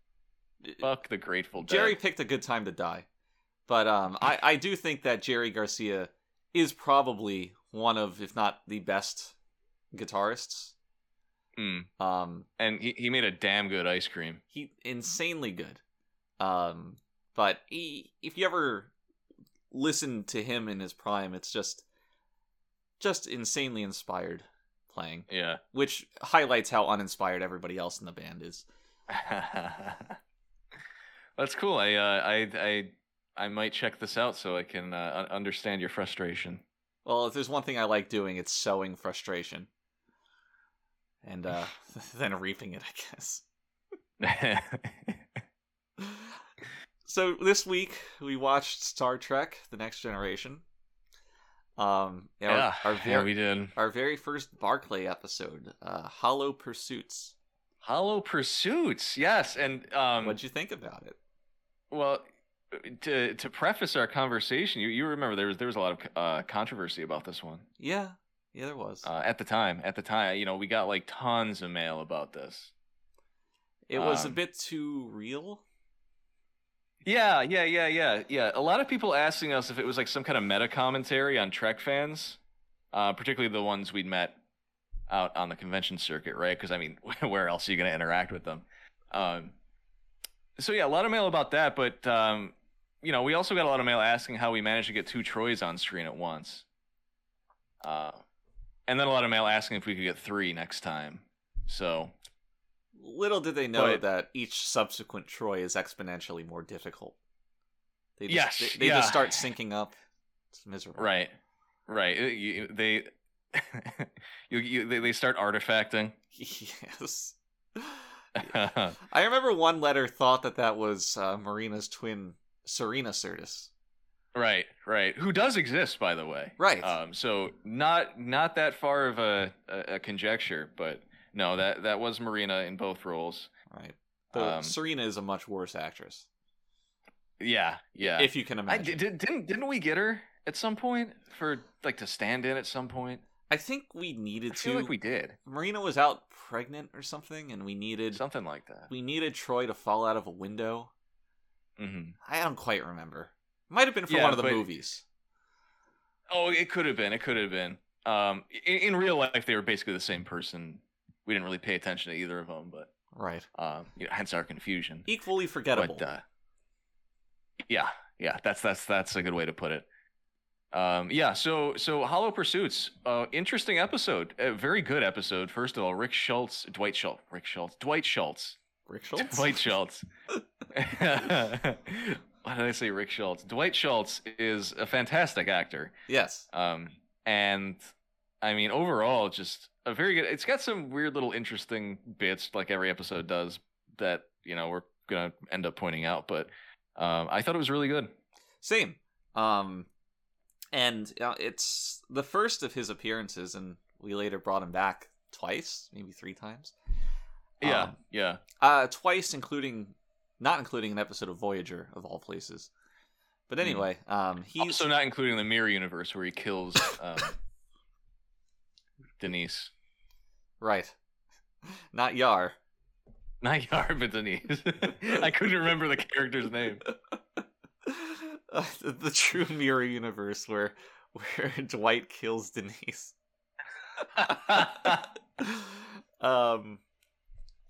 Speaker 4: Fuck the Grateful Dead.
Speaker 3: Jerry picked a good time to die. But um, I, I do think that Jerry Garcia is probably one of, if not the best guitarists.
Speaker 4: Mm.
Speaker 3: Um,
Speaker 4: and he, he made a damn good ice cream.
Speaker 3: he insanely good. Um, but he, if you ever listen to him in his prime, it's just just insanely inspired playing,
Speaker 4: Yeah. <laughs>
Speaker 3: which highlights how uninspired everybody else in the band is.
Speaker 4: That's cool. I uh, I I I might check this out so I can uh, un- understand your frustration.
Speaker 3: Well, if there's one thing I like doing, it's sowing frustration. And
Speaker 4: <laughs>
Speaker 3: uh, <laughs> then reaping it, I guess. So this week we watched Star Trek: The Next Generation. Um, yeah,
Speaker 4: yeah,
Speaker 3: our, our
Speaker 4: yeah,
Speaker 3: very
Speaker 4: we did.
Speaker 3: our very first Barclay episode, uh, Hollow Pursuits.
Speaker 4: Hollow Pursuits, yes, and um,
Speaker 3: What'd you think about it?
Speaker 4: well, to to preface our conversation, you, you remember there was there was a lot of uh, controversy about this one
Speaker 3: Yeah, yeah, there was.
Speaker 4: uh, at the time. At the time, you know, we got like tons of mail about this.
Speaker 3: it was a
Speaker 4: um,
Speaker 3: bit too real.
Speaker 4: Yeah, yeah, yeah, yeah, yeah. A lot of people asking us if it was like some kind of meta commentary on Trek fans, uh, particularly the ones we'd met out on the convention circuit, right? Because I mean, <laughs> where else are you going to interact with them? Um, so yeah, a lot of mail about that, but um, you know, we also got a lot of mail asking how we managed to get two Troys on screen at once, uh, and then a lot of mail asking if we could get three next time. So
Speaker 3: Little did they know
Speaker 4: but-
Speaker 3: that each subsequent Troy is exponentially more difficult. They just,
Speaker 4: Yes,
Speaker 3: they, they
Speaker 4: yeah.
Speaker 3: just start sinking up. It's miserable.
Speaker 4: Right, right. Uh, you- they <laughs> you, you they, they start artifacting.
Speaker 3: <laughs>
Speaker 4: <laughs>
Speaker 3: yes. I remember one letter thought that that was uh, Marina's twin, Serena Sirtis.
Speaker 4: right, right. Who does exist, by the way?
Speaker 3: Right.
Speaker 4: Um. So not not that far of a a, a conjecture, but no, that that was Marina in both roles.
Speaker 3: right. But
Speaker 4: um,
Speaker 3: Serena is a much worse actress,
Speaker 4: Yeah, yeah.
Speaker 3: if you can
Speaker 4: I
Speaker 3: imagine.
Speaker 4: di- did, didn't didn't we get her? at some point for like to stand in at some point?
Speaker 3: I think we needed
Speaker 4: I feel
Speaker 3: to.
Speaker 4: like we did
Speaker 3: Marina was out pregnant or something, and we needed
Speaker 4: something like that.
Speaker 3: we needed Troy to fall out of a window.
Speaker 4: hmm
Speaker 3: I don't quite remember. Might have been for
Speaker 4: Yeah,
Speaker 3: one of the
Speaker 4: but-
Speaker 3: movies.
Speaker 4: Oh, it could have been. It could have been. Um, in, in real life, they were basically the same person. We didn't really pay attention to either of them, but
Speaker 3: Right.
Speaker 4: um, you know, hence our confusion.
Speaker 3: Equally forgettable.
Speaker 4: But, uh, yeah, yeah, that's that's that's a good way to put it. Um, yeah, so so Hollow Pursuits, uh, interesting episode, a very good episode. First of all, Rick Schultz, Dwight Schultz, Rick Schultz, Dwight Schultz,
Speaker 3: Rick
Speaker 4: <laughs>
Speaker 3: Schultz?
Speaker 4: Dwight Schultz. Why did I say Rick Schultz? Dwight Schultz is a fantastic actor.
Speaker 3: Yes.
Speaker 4: Um, and I mean, overall, just a very good. It's got some weird little interesting bits, like every episode does, that you know we're gonna end up pointing out. But um, I thought it was really good.
Speaker 3: Same. Um, and uh, it's the first of his appearances, and we later brought him back twice, maybe three times.
Speaker 4: Yeah,
Speaker 3: Um,
Speaker 4: yeah,
Speaker 3: Uh, twice, including not including an episode of Voyager of all places. But
Speaker 4: Hmm.
Speaker 3: anyway, um, he's
Speaker 4: also not including the mirror universe where he kills um, Denise,
Speaker 3: right. <laughs> Not Yar. <laughs>
Speaker 4: not <laughs> Yar, but Denise. I couldn't remember the character's name.
Speaker 3: Uh, the, the true mirror universe where <laughs> where Dwight kills Denise. <laughs> um,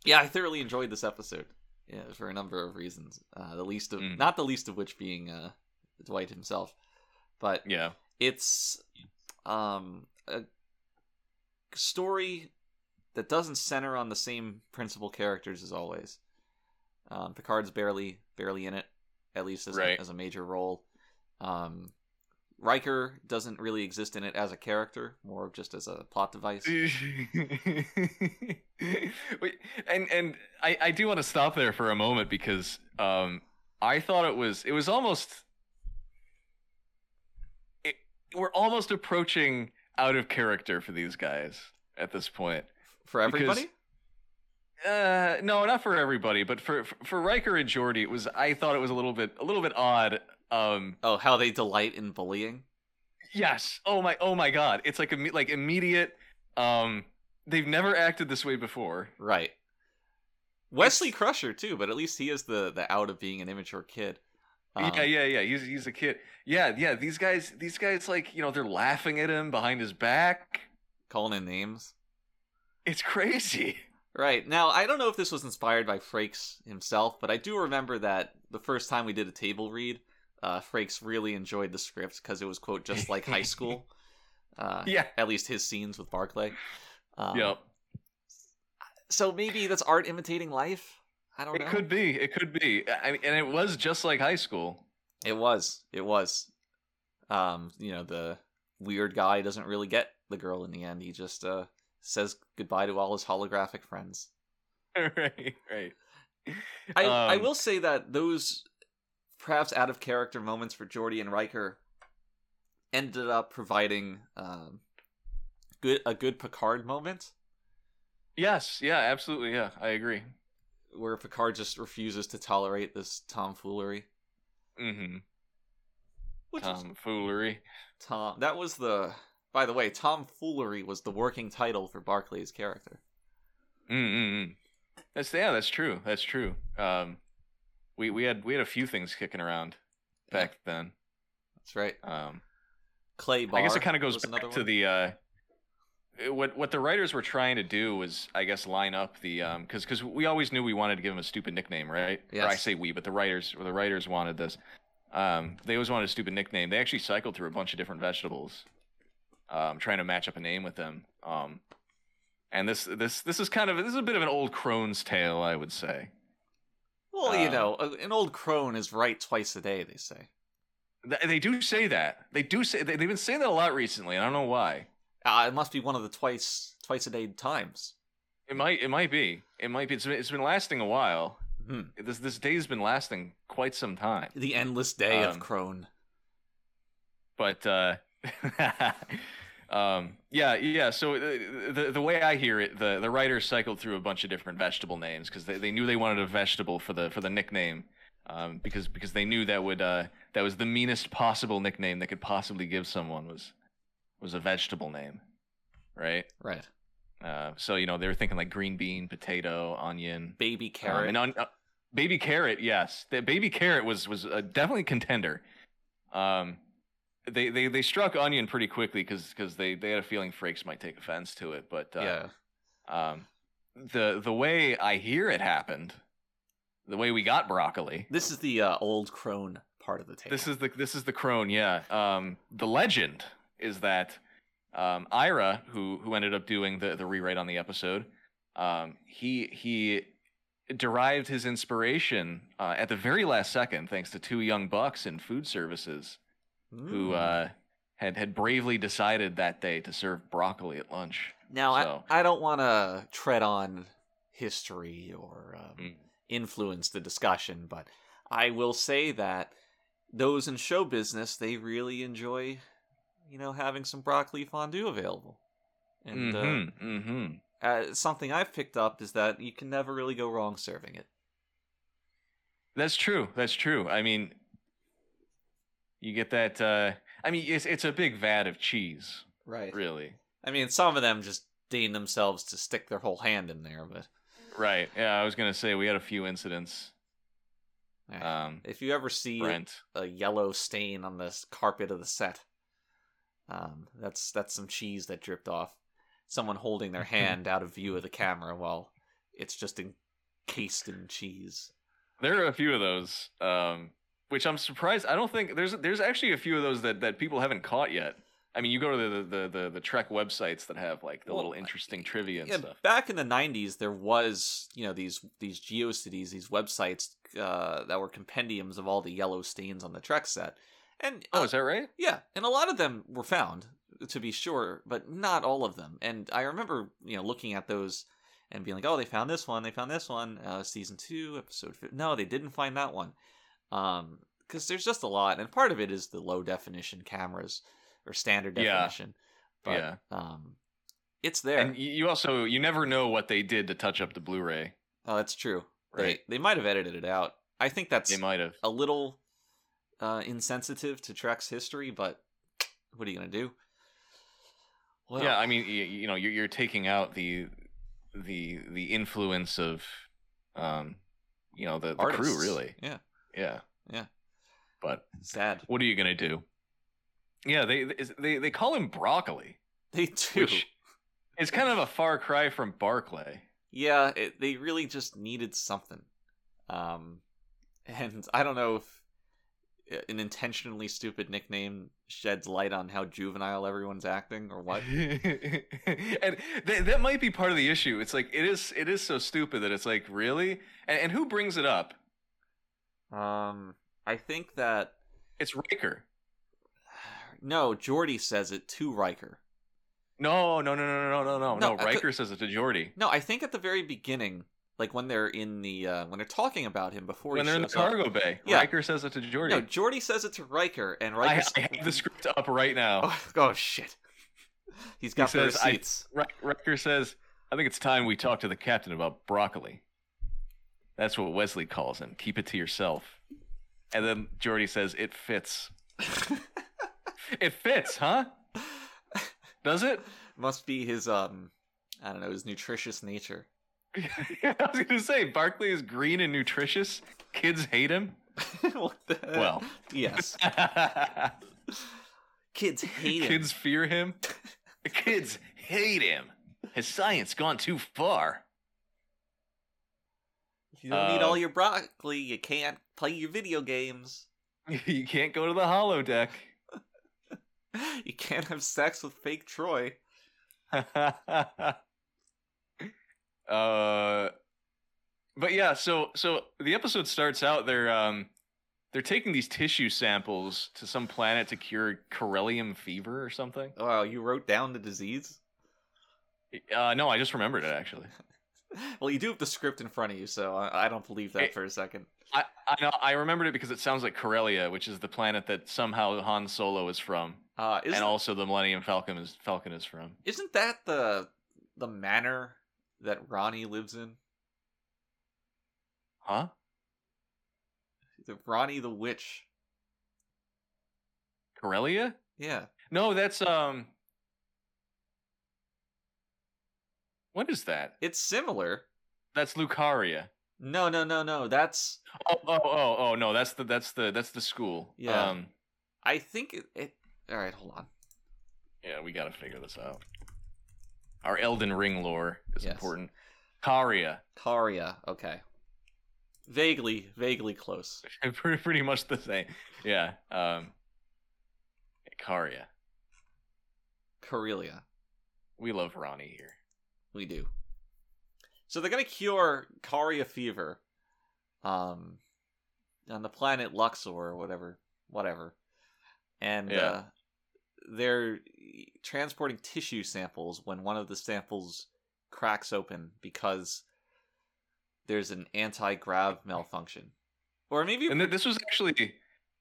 Speaker 3: yeah, I thoroughly enjoyed this episode. Yeah, for a number of reasons. Uh, the least of
Speaker 4: Mm.
Speaker 3: not the least of which being uh, Dwight himself, but
Speaker 4: yeah,
Speaker 3: it's um a story that doesn't center on the same principal characters as always. Um, Picard's barely barely in it, at least as,
Speaker 4: Right.
Speaker 3: a, as a major role. Um, Riker doesn't really exist in it as a character, more of just as a plot
Speaker 4: <laughs>
Speaker 3: device.
Speaker 4: Wait, and and I, I do want to stop there for a moment because um I thought it was it was almost it, we're almost approaching out of character for these guys at this point.
Speaker 3: For everybody,
Speaker 4: Uh no, not for everybody, but for for, for Riker and Geordi, it was I thought it was a little bit a little bit odd um
Speaker 3: oh, how they delight in bullying.
Speaker 4: Yes. Oh my. Oh my God. It's like imme- like immediate. Um, they've never acted this way before.
Speaker 3: Right. Wesley Crusher too, but at least he is the the out of being an immature kid. Um,
Speaker 4: yeah, yeah, yeah. He's he's a kid. Yeah, yeah. These guys, these guys, like you know, they're laughing at him behind his back.
Speaker 3: Calling in names.
Speaker 4: It's crazy. <laughs>
Speaker 3: Right. Now, I don't know if this was inspired by Frakes himself, but I do remember that the first time we did a table read, uh, Frakes really enjoyed the script because it was, quote, just like high
Speaker 4: <laughs>
Speaker 3: school. Uh,
Speaker 4: Yeah.
Speaker 3: At least his scenes with Barclay. Um,
Speaker 4: yep.
Speaker 3: So maybe that's art imitating life? I don't
Speaker 4: It
Speaker 3: know.
Speaker 4: could be. It could be. I mean, and it was just like high school. <laughs>
Speaker 3: It was. It was. Um, you know, the weird guy doesn't really get the girl in the end. He just uh, says goodbye to all his holographic friends.
Speaker 4: right. Right.
Speaker 3: I, I
Speaker 4: Um,
Speaker 3: will say that those perhaps out of character moments for Jordy and Riker ended up providing um, good a good Picard moment
Speaker 4: Yes. Yeah. Absolutely. Yeah. I agree.
Speaker 3: where Picard just refuses to tolerate this tomfoolery.
Speaker 4: Mm-hmm.
Speaker 3: Which was
Speaker 4: Tomfoolery.
Speaker 3: Tom that was the by the way, tomfoolery was the working title for Barclay's character.
Speaker 4: Mm-mm. That's yeah, that's true. That's true. Um, we we had we had a few things kicking around back then.
Speaker 3: That's right.
Speaker 4: Um,
Speaker 3: Clay Bar.
Speaker 4: I guess it kind of goes
Speaker 3: was another
Speaker 4: back to
Speaker 3: one.
Speaker 4: the uh, what what the writers were trying to do was I guess line up the um because because we always knew we wanted to give him a stupid nickname, right? Or I
Speaker 3: Yes.
Speaker 4: say we, but the writers or the writers wanted this. Um, they always wanted a stupid nickname. They actually cycled through a bunch of different vegetables, um, trying to match up a name with them. Um, and this this this is kind of this is a bit of an old crone's tale, I would say.
Speaker 3: Well, you
Speaker 4: uh,
Speaker 3: know, a- an old crone is right twice a day, they say.
Speaker 4: Th- They do say that. They do say they, they've been saying that a lot recently. and I don't know why.
Speaker 3: Uh, it must be one of the twice twice a day times.
Speaker 4: It might. It might be. It might be. It's been, it's been lasting a while.
Speaker 3: Hmm.
Speaker 4: This this day's been lasting quite some time.
Speaker 3: The endless day of
Speaker 4: Um,
Speaker 3: Crone.
Speaker 4: But uh, <laughs> um, yeah, yeah. So uh, the the way I hear it, the the writers cycled through a bunch of different vegetable names because they, they knew they wanted a vegetable for the for the nickname. um, because because they knew that would uh, that was the meanest possible nickname they could possibly give someone was was a vegetable name, right?
Speaker 3: Right.
Speaker 4: Uh, so you know they were thinking like green bean, potato, onion,
Speaker 3: Baby
Speaker 4: um,
Speaker 3: carrot.
Speaker 4: and on, uh, baby carrot. Yes, the baby carrot was was a definitely contender. Um, they they they struck onion pretty quickly because they they had a feeling Frakes might take offense to it, but uh,
Speaker 3: yeah.
Speaker 4: um, the the way I hear it happened, the way we got broccoli.
Speaker 3: This is the uh, old crone part of the table.
Speaker 4: This is the this is the crone. Yeah. Um, the legend is that um, Ira, who who ended up doing the the rewrite on the episode, um, he he derived his inspiration uh, at the very last second, thanks to two young bucks in food services who
Speaker 3: Mm.
Speaker 4: uh, had had bravely decided that day to serve broccoli at lunch.
Speaker 3: now
Speaker 4: so-
Speaker 3: I, I don't want to tread on history or um,
Speaker 4: Mm.
Speaker 3: influence the discussion, but I will say that those in show business they really enjoy, you know, having some broccoli fondue available. And uh,
Speaker 4: mm-hmm, mm-hmm.
Speaker 3: uh, something I've picked up is that you can never really go wrong serving it.
Speaker 4: That's true. That's true. I mean, you get that. Uh, I mean, it's it's a big vat of cheese,
Speaker 3: Right.
Speaker 4: really.
Speaker 3: I mean, some of them just deign themselves to stick their whole hand in there, but
Speaker 4: Right. Yeah, I was gonna say we had a few incidents.
Speaker 3: eh.
Speaker 4: Um,
Speaker 3: if you ever see
Speaker 4: Brent.
Speaker 3: a yellow stain on the carpet of the set. Um, that's that's some cheese that dripped off. Someone holding
Speaker 4: <laughs>
Speaker 3: their hand out of view of the camera while it's just encased in cheese.
Speaker 4: There are a few of those. Um, which I'm surprised. I don't think there's there's actually a few of those that that people haven't caught yet. I mean, you go to the the the, the Trek websites that have like the
Speaker 3: Well,
Speaker 4: little interesting trivia and
Speaker 3: Yeah, uh,
Speaker 4: stuff.
Speaker 3: back in the '90s, there was you know these these GeoCities, these websites uh, that were compendiums of all the yellow stains on the Trek set, and
Speaker 4: Oh,
Speaker 3: uh,
Speaker 4: is that right?
Speaker 3: Yeah, and a lot of them were found, to be sure, but not all of them. And I remember, you know, looking at those and being like, "Oh, they found this one. They found this one. Uh, season two, episode fi No, they didn't find that one. Um, because there's just a lot, and part of it is the low definition cameras or standard
Speaker 4: Yeah.
Speaker 3: definition. But
Speaker 4: Yeah.
Speaker 3: um, it's there.
Speaker 4: And y- you also you never know what they did to touch up the Blu-ray.
Speaker 3: oh, that's true.
Speaker 4: Right.
Speaker 3: They, they might have edited it out. I think that's
Speaker 4: They might have.
Speaker 3: a little uh, insensitive to Trek's history, but what are you gonna do? Well,
Speaker 4: yeah, I mean, you, you know, you're, you're taking out the the the influence of, um, you know, the, the crew
Speaker 3: artists.
Speaker 4: really.
Speaker 3: Yeah,
Speaker 4: Yeah,
Speaker 3: Yeah.
Speaker 4: But
Speaker 3: sad. <laughs>
Speaker 4: what are you gonna do? Yeah, they they they call him broccoli,
Speaker 3: They do.
Speaker 4: which is kind of a far cry from Barclay.
Speaker 3: Yeah, it, they really just needed something. Um, and I don't know if an intentionally stupid nickname sheds light on how juvenile everyone's acting or what.
Speaker 4: <laughs> and th- that might be part of the issue. It's like it is it is so stupid that it's like really, and, and who brings it up?
Speaker 3: Um, I think that
Speaker 4: It's Riker.
Speaker 3: no, Jordy says it to Riker.
Speaker 4: No, no, no, no, no, no, no,
Speaker 3: No,
Speaker 4: no.
Speaker 3: I could-
Speaker 4: Riker says it to Geordi.
Speaker 3: No, I think at the very beginning, like when they're in the uh, when they're talking about him before
Speaker 4: when
Speaker 3: he
Speaker 4: they're in the
Speaker 3: shows up-
Speaker 4: cargo bay.
Speaker 3: Yeah.
Speaker 4: Riker says it to Jordy.
Speaker 3: No, Jordy says it to Riker, and
Speaker 4: I,
Speaker 3: Riker.
Speaker 4: I have the script up right now.
Speaker 3: <laughs> Oh, oh shit! <laughs> He's got the
Speaker 4: says, I-
Speaker 3: receipts.
Speaker 4: Ri- Riker says, "I think it's time we talk to the captain about broccoli." That's what Wesley calls him. Keep it to yourself. And then Jordy says,
Speaker 3: <laughs>
Speaker 4: "It fits. it fits, huh? Does it?" <laughs>
Speaker 3: Must be his um, I don't know, his nutritious nature. <laughs>
Speaker 4: I was gonna say Barkley is green and nutritious. Kids hate him.
Speaker 3: what the heck?
Speaker 4: Well.
Speaker 3: <laughs> yes, kids hate him.
Speaker 4: Kids fear him. The kids hate him. Has science gone too far? <laughs>
Speaker 3: If you don't eat
Speaker 4: uh,
Speaker 3: all your broccoli, you can't play your video games. <laughs>
Speaker 4: you can't go to the hollow deck.
Speaker 3: You can't have sex with fake Troy.
Speaker 4: <laughs> uh, but yeah, so so the episode starts out they're um they're taking these tissue samples to some planet to cure corellium fever or something.
Speaker 3: Wow, you wrote down the disease.
Speaker 4: Uh, no, I just remembered it actually.
Speaker 3: <laughs> Well, you do have the script in front of you, so I, I don't believe that
Speaker 4: It-
Speaker 3: for a second.
Speaker 4: I I, know, I remembered it because it sounds like Corellia, which is the planet that somehow Han Solo is from,
Speaker 3: Uh, isn't
Speaker 4: and also the Millennium Falcon is Falcon is from.
Speaker 3: isn't that the the manor that Ronnie lives in?
Speaker 4: Huh?
Speaker 3: the Ronnie the Witch.
Speaker 4: Corellia?
Speaker 3: Yeah,
Speaker 4: No, that's um. What is that?
Speaker 3: it's similar.
Speaker 4: That's Lucaria.
Speaker 3: No, no, no, no. That's
Speaker 4: Oh, oh, oh, oh, no, that's the that's the that's the school.
Speaker 3: Yeah.
Speaker 4: Um,
Speaker 3: I think it. it all right, hold on.
Speaker 4: yeah, we gotta figure this out. Our Elden Ring lore is
Speaker 3: Yes.
Speaker 4: important. <laughs> Caria,
Speaker 3: Taria. Okay. Vaguely, vaguely close.
Speaker 4: pretty pretty much the same. Yeah. Um. Caria,
Speaker 3: Corelia.
Speaker 4: we love Ronnie here.
Speaker 3: We do. So they're gonna cure Karia fever, um, on the planet Luxor or whatever, whatever, and
Speaker 4: Yeah.
Speaker 3: uh, they're transporting tissue samples when one of the samples cracks open because there's an anti-grav malfunction, or maybe
Speaker 4: and th- this was actually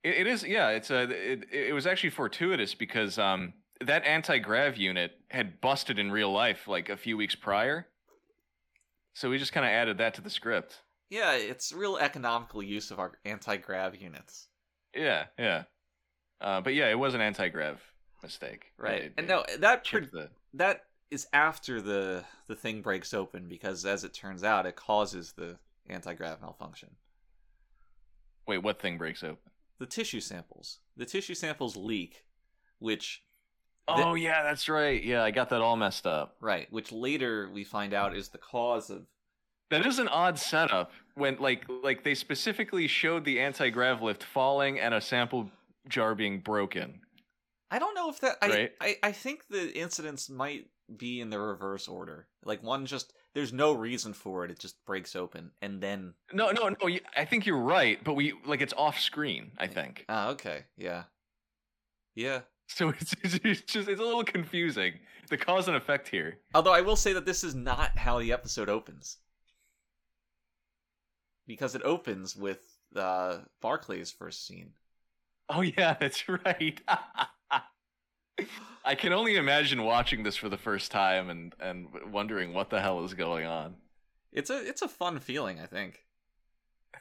Speaker 4: it, it is yeah it's a it, it was actually fortuitous because um that anti-grav unit had busted in real life like a few weeks prior so we just kind of added that to the script
Speaker 3: yeah, it's real economical use of our anti-grav units.
Speaker 4: yeah yeah uh, but yeah it was an anti-grav mistake
Speaker 3: Right,
Speaker 4: It-
Speaker 3: and
Speaker 4: it
Speaker 3: no, that pro-
Speaker 4: chipped the-
Speaker 3: that is after the the thing breaks open because as it turns out it causes the anti-grav malfunction
Speaker 4: wait what thing breaks open
Speaker 3: the tissue samples the tissue samples leak which
Speaker 4: oh yeah that's right yeah i got that all messed up
Speaker 3: right which later we find out is the cause of
Speaker 4: That is an odd setup when like like they specifically showed the anti-grav lift falling and a sample jar being broken.
Speaker 3: i don't know if that I,
Speaker 4: Right.
Speaker 3: I i think the incidents might be in the reverse order like one just there's no reason for it it just breaks open and then
Speaker 4: No, no, no, you- I think you're right, but we like it's off screen, I think.
Speaker 3: ah okay yeah yeah
Speaker 4: So it's, <laughs> it's it's just it's a little confusing. The cause and effect here.
Speaker 3: Although I will say that this is not how the episode opens. Because it opens with uh, Barclay's first scene.
Speaker 4: Oh yeah, <laughs> that's right. I can only imagine watching this for the first time and and wondering what the hell is going on. <laughs>
Speaker 3: It's a it's a fun feeling, I think.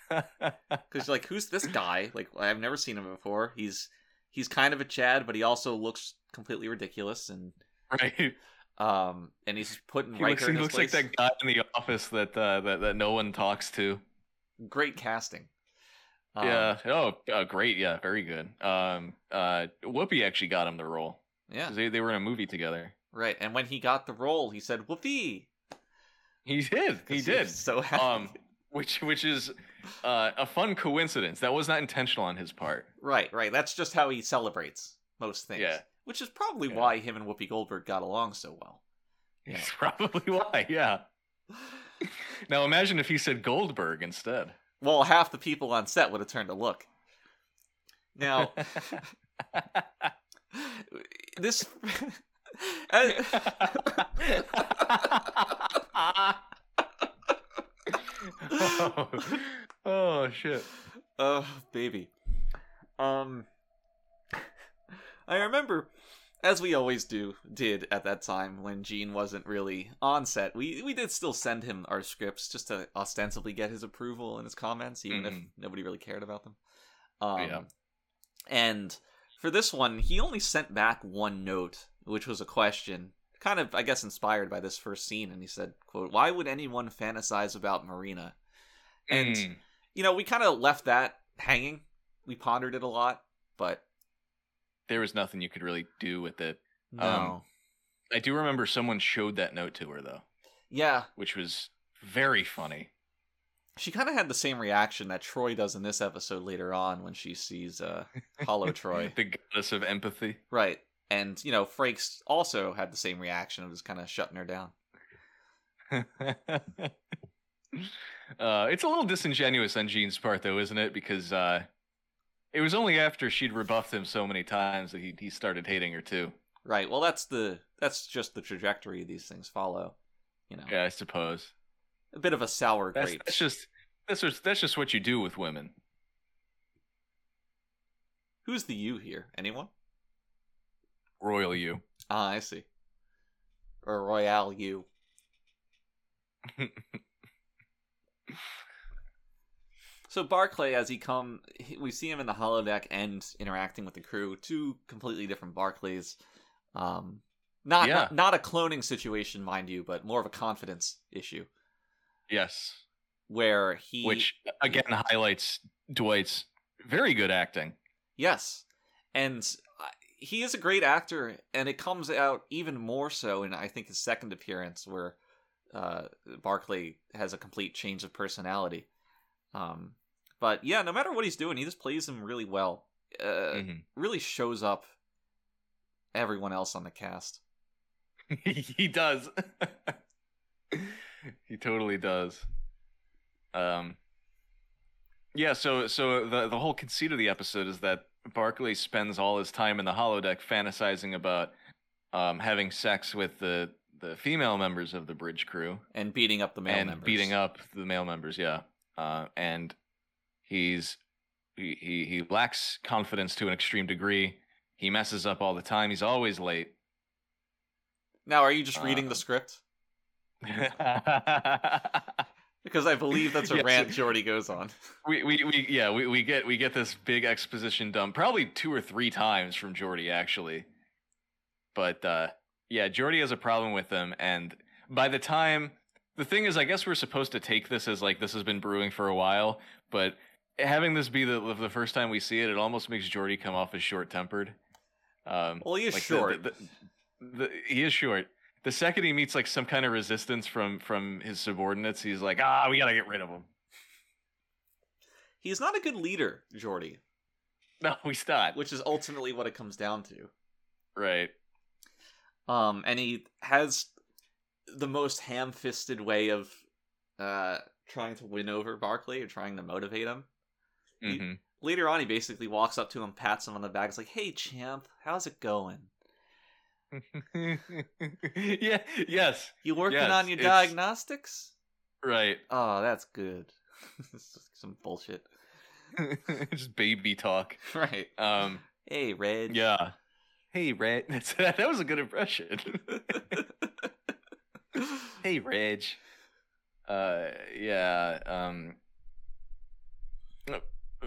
Speaker 3: Because like, who's this guy? Like, I've never seen him before. He's he's kind of a Chad, but he also looks completely ridiculous, and
Speaker 4: right.
Speaker 3: um, and he's putting
Speaker 4: He
Speaker 3: Riker
Speaker 4: looks,
Speaker 3: in
Speaker 4: he
Speaker 3: his
Speaker 4: looks like
Speaker 3: place.
Speaker 4: that guy in the office that uh, that that no one talks to.
Speaker 3: Great casting. Um,
Speaker 4: yeah. Oh, uh, great. Yeah, very good. Um, uh, Whoopi actually got him the role.
Speaker 3: yeah,
Speaker 4: 'Cause They they were in a movie together.
Speaker 3: right. And when he got the role, he said, "Whoopee!"
Speaker 4: He did.
Speaker 3: 'Cause
Speaker 4: He
Speaker 3: was
Speaker 4: did.
Speaker 3: So happy.
Speaker 4: Um, which which is uh, a fun coincidence. That was not intentional on his part.
Speaker 3: Right, right. That's just how he celebrates most things.
Speaker 4: Yeah.
Speaker 3: Which is probably
Speaker 4: Yeah.
Speaker 3: why him and Whoopi Goldberg got along so well. Yeah.
Speaker 4: It's <laughs> probably why. Yeah. Now imagine if he said Goldberg instead.
Speaker 3: Well, half the people on set would have turned to look.
Speaker 4: <laughs>
Speaker 3: Now, this. <laughs> and-
Speaker 4: oh, oh shit.
Speaker 3: Oh, baby. Um <laughs> I remember as we always do did at that time when Gene wasn't really on set. We we did still send him our scripts just to ostensibly get his approval and his comments even if
Speaker 4: Mhm.
Speaker 3: nobody really cared about them. Um
Speaker 4: Oh, Yeah.
Speaker 3: and for this one, he only sent back one note, which was a question, kind of I guess inspired by this first scene and he said, quote, "Why would anyone fantasize about Marina?" And
Speaker 4: Mm.
Speaker 3: you know, we kind of left that hanging. We pondered it a lot, but
Speaker 4: there was nothing you could really do with it.
Speaker 3: no.
Speaker 4: I do remember someone showed that note to her though,
Speaker 3: yeah,
Speaker 4: which was very funny.
Speaker 3: she kind of had the same reaction that Troy does in this episode later on when she sees uh,
Speaker 4: <laughs>
Speaker 3: Hollow Troy.
Speaker 4: the goddess of empathy. <laughs>
Speaker 3: Right. And, you know, Frakes also had the same reaction of just kind of shutting her down.
Speaker 4: uh, it's a little disingenuous on Gene's part, though, isn't it? Because uh, it was only after she'd rebuffed him so many times that he he started hating her too.
Speaker 3: Right. Well, that's the that's just the trajectory these things follow. You know,
Speaker 4: Yeah, I suppose.
Speaker 3: a bit of a sour
Speaker 4: That's,
Speaker 3: grape.
Speaker 4: that's just that's just that's just what you do with women.
Speaker 3: Who's the you here? Anyone?
Speaker 4: Royal you.
Speaker 3: Ah, I see. Or Royale
Speaker 4: <laughs>
Speaker 3: you. So Barclay, as he come, he- we see him in the holodeck and interacting with the crew. Two completely different Barclays. Um, not,
Speaker 4: Yeah.
Speaker 3: not not a cloning situation, mind you, but more of a confidence issue
Speaker 4: Yes.
Speaker 3: where he,
Speaker 4: Which again highlights Dwight's very good acting.
Speaker 3: yes, and uh, he is a great actor, and it comes out even more so in I think his second appearance, where uh, Barclay has a complete change of personality. Um, but yeah, no matter what he's doing, he just plays him really well. Uh,
Speaker 4: Mhm.
Speaker 3: really shows up everyone else on the cast.
Speaker 4: <laughs> he does. <laughs> he totally does. Um. Yeah. So so the the whole conceit of the episode is that Barclay spends all his time in the holodeck fantasizing about um, having sex with the the female members of the bridge crew
Speaker 3: And beating up the male
Speaker 4: and
Speaker 3: members.
Speaker 4: beating up the male members. Yeah. Uh, and he's he, he he lacks confidence to an extreme degree. He messes up all the time. He's
Speaker 3: <laughs>
Speaker 4: always late. <laughs>
Speaker 3: Now, are you just reading
Speaker 4: Uh,
Speaker 3: the script? Because I believe
Speaker 4: <laughs>
Speaker 3: that's a
Speaker 4: Yes.
Speaker 3: rant Jordy goes
Speaker 4: <laughs>
Speaker 3: on.
Speaker 4: we, we, we yeah we, we get we get this big exposition dump probably two or three times from Jordy actually, but uh, yeah Jordy has a problem with them and by the time the thing is I guess we're supposed to take this as like this has been brewing for a while but having this be the the first time we see it it almost makes Jordy come off as short tempered. Um,
Speaker 3: Well, he is
Speaker 4: like, the-
Speaker 3: short.
Speaker 4: the- the, he is short. The second he meets like some kind of resistance from from his subordinates, he's like, ah, we gotta get rid of him. <laughs>
Speaker 3: He's not a good leader, Jordy,
Speaker 4: No, he's not.
Speaker 3: which is ultimately what it comes down to.
Speaker 4: Right.
Speaker 3: Um, and he has the most ham-fisted way of uh, trying to win over Barkley or trying to motivate him. You-
Speaker 4: Mhm.
Speaker 3: Later on, he basically walks up to him, pats him on the back. It's like, "Hey, champ, how's it going?
Speaker 4: Mm-hmm. <laughs> yeah. Yes.
Speaker 3: You working
Speaker 4: Yes,
Speaker 3: on your
Speaker 4: it's-
Speaker 3: diagnostics?"
Speaker 4: Right.
Speaker 3: Oh, that's good. <laughs> It's just Some
Speaker 4: <laughs>
Speaker 3: bullshit.
Speaker 4: Just baby talk.
Speaker 3: Right.
Speaker 4: Um.
Speaker 3: Hey, Red.
Speaker 4: Yeah. Hey, Red. That's, <laughs> that was a good impression. <laughs> hey, Reg. Uh. Yeah. Um.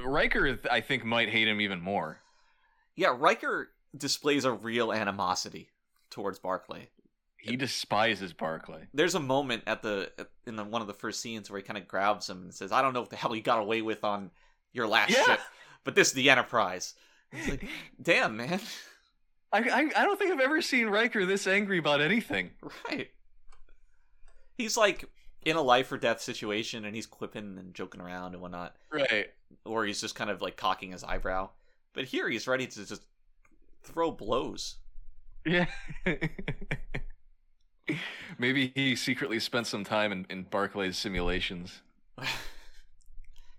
Speaker 4: Riker, th- I think, might hate him even more.
Speaker 3: <laughs> yeah, Riker displays a real animosity towards Barclay.
Speaker 4: He despises Barclay.
Speaker 3: There's a moment at the at- in the, one of the first scenes where he kind of grabs him and says, "I don't know what the hell you got away with on your last
Speaker 4: Yeah.
Speaker 3: ship, but this is the Enterprise."
Speaker 4: I,
Speaker 3: like- Damn, man.
Speaker 4: <laughs>
Speaker 3: <laughs>
Speaker 4: I I don't think I've ever seen Riker this angry about anything.
Speaker 3: right. He's like in a life or death situation, and he's quipping and joking around and whatnot.
Speaker 4: Right.
Speaker 3: or he's just kind of like cocking his eyebrow. But here he's ready to just throw blows. <laughs>
Speaker 4: Yeah. <laughs> Maybe he secretly spent some time in, in Barclay's simulations.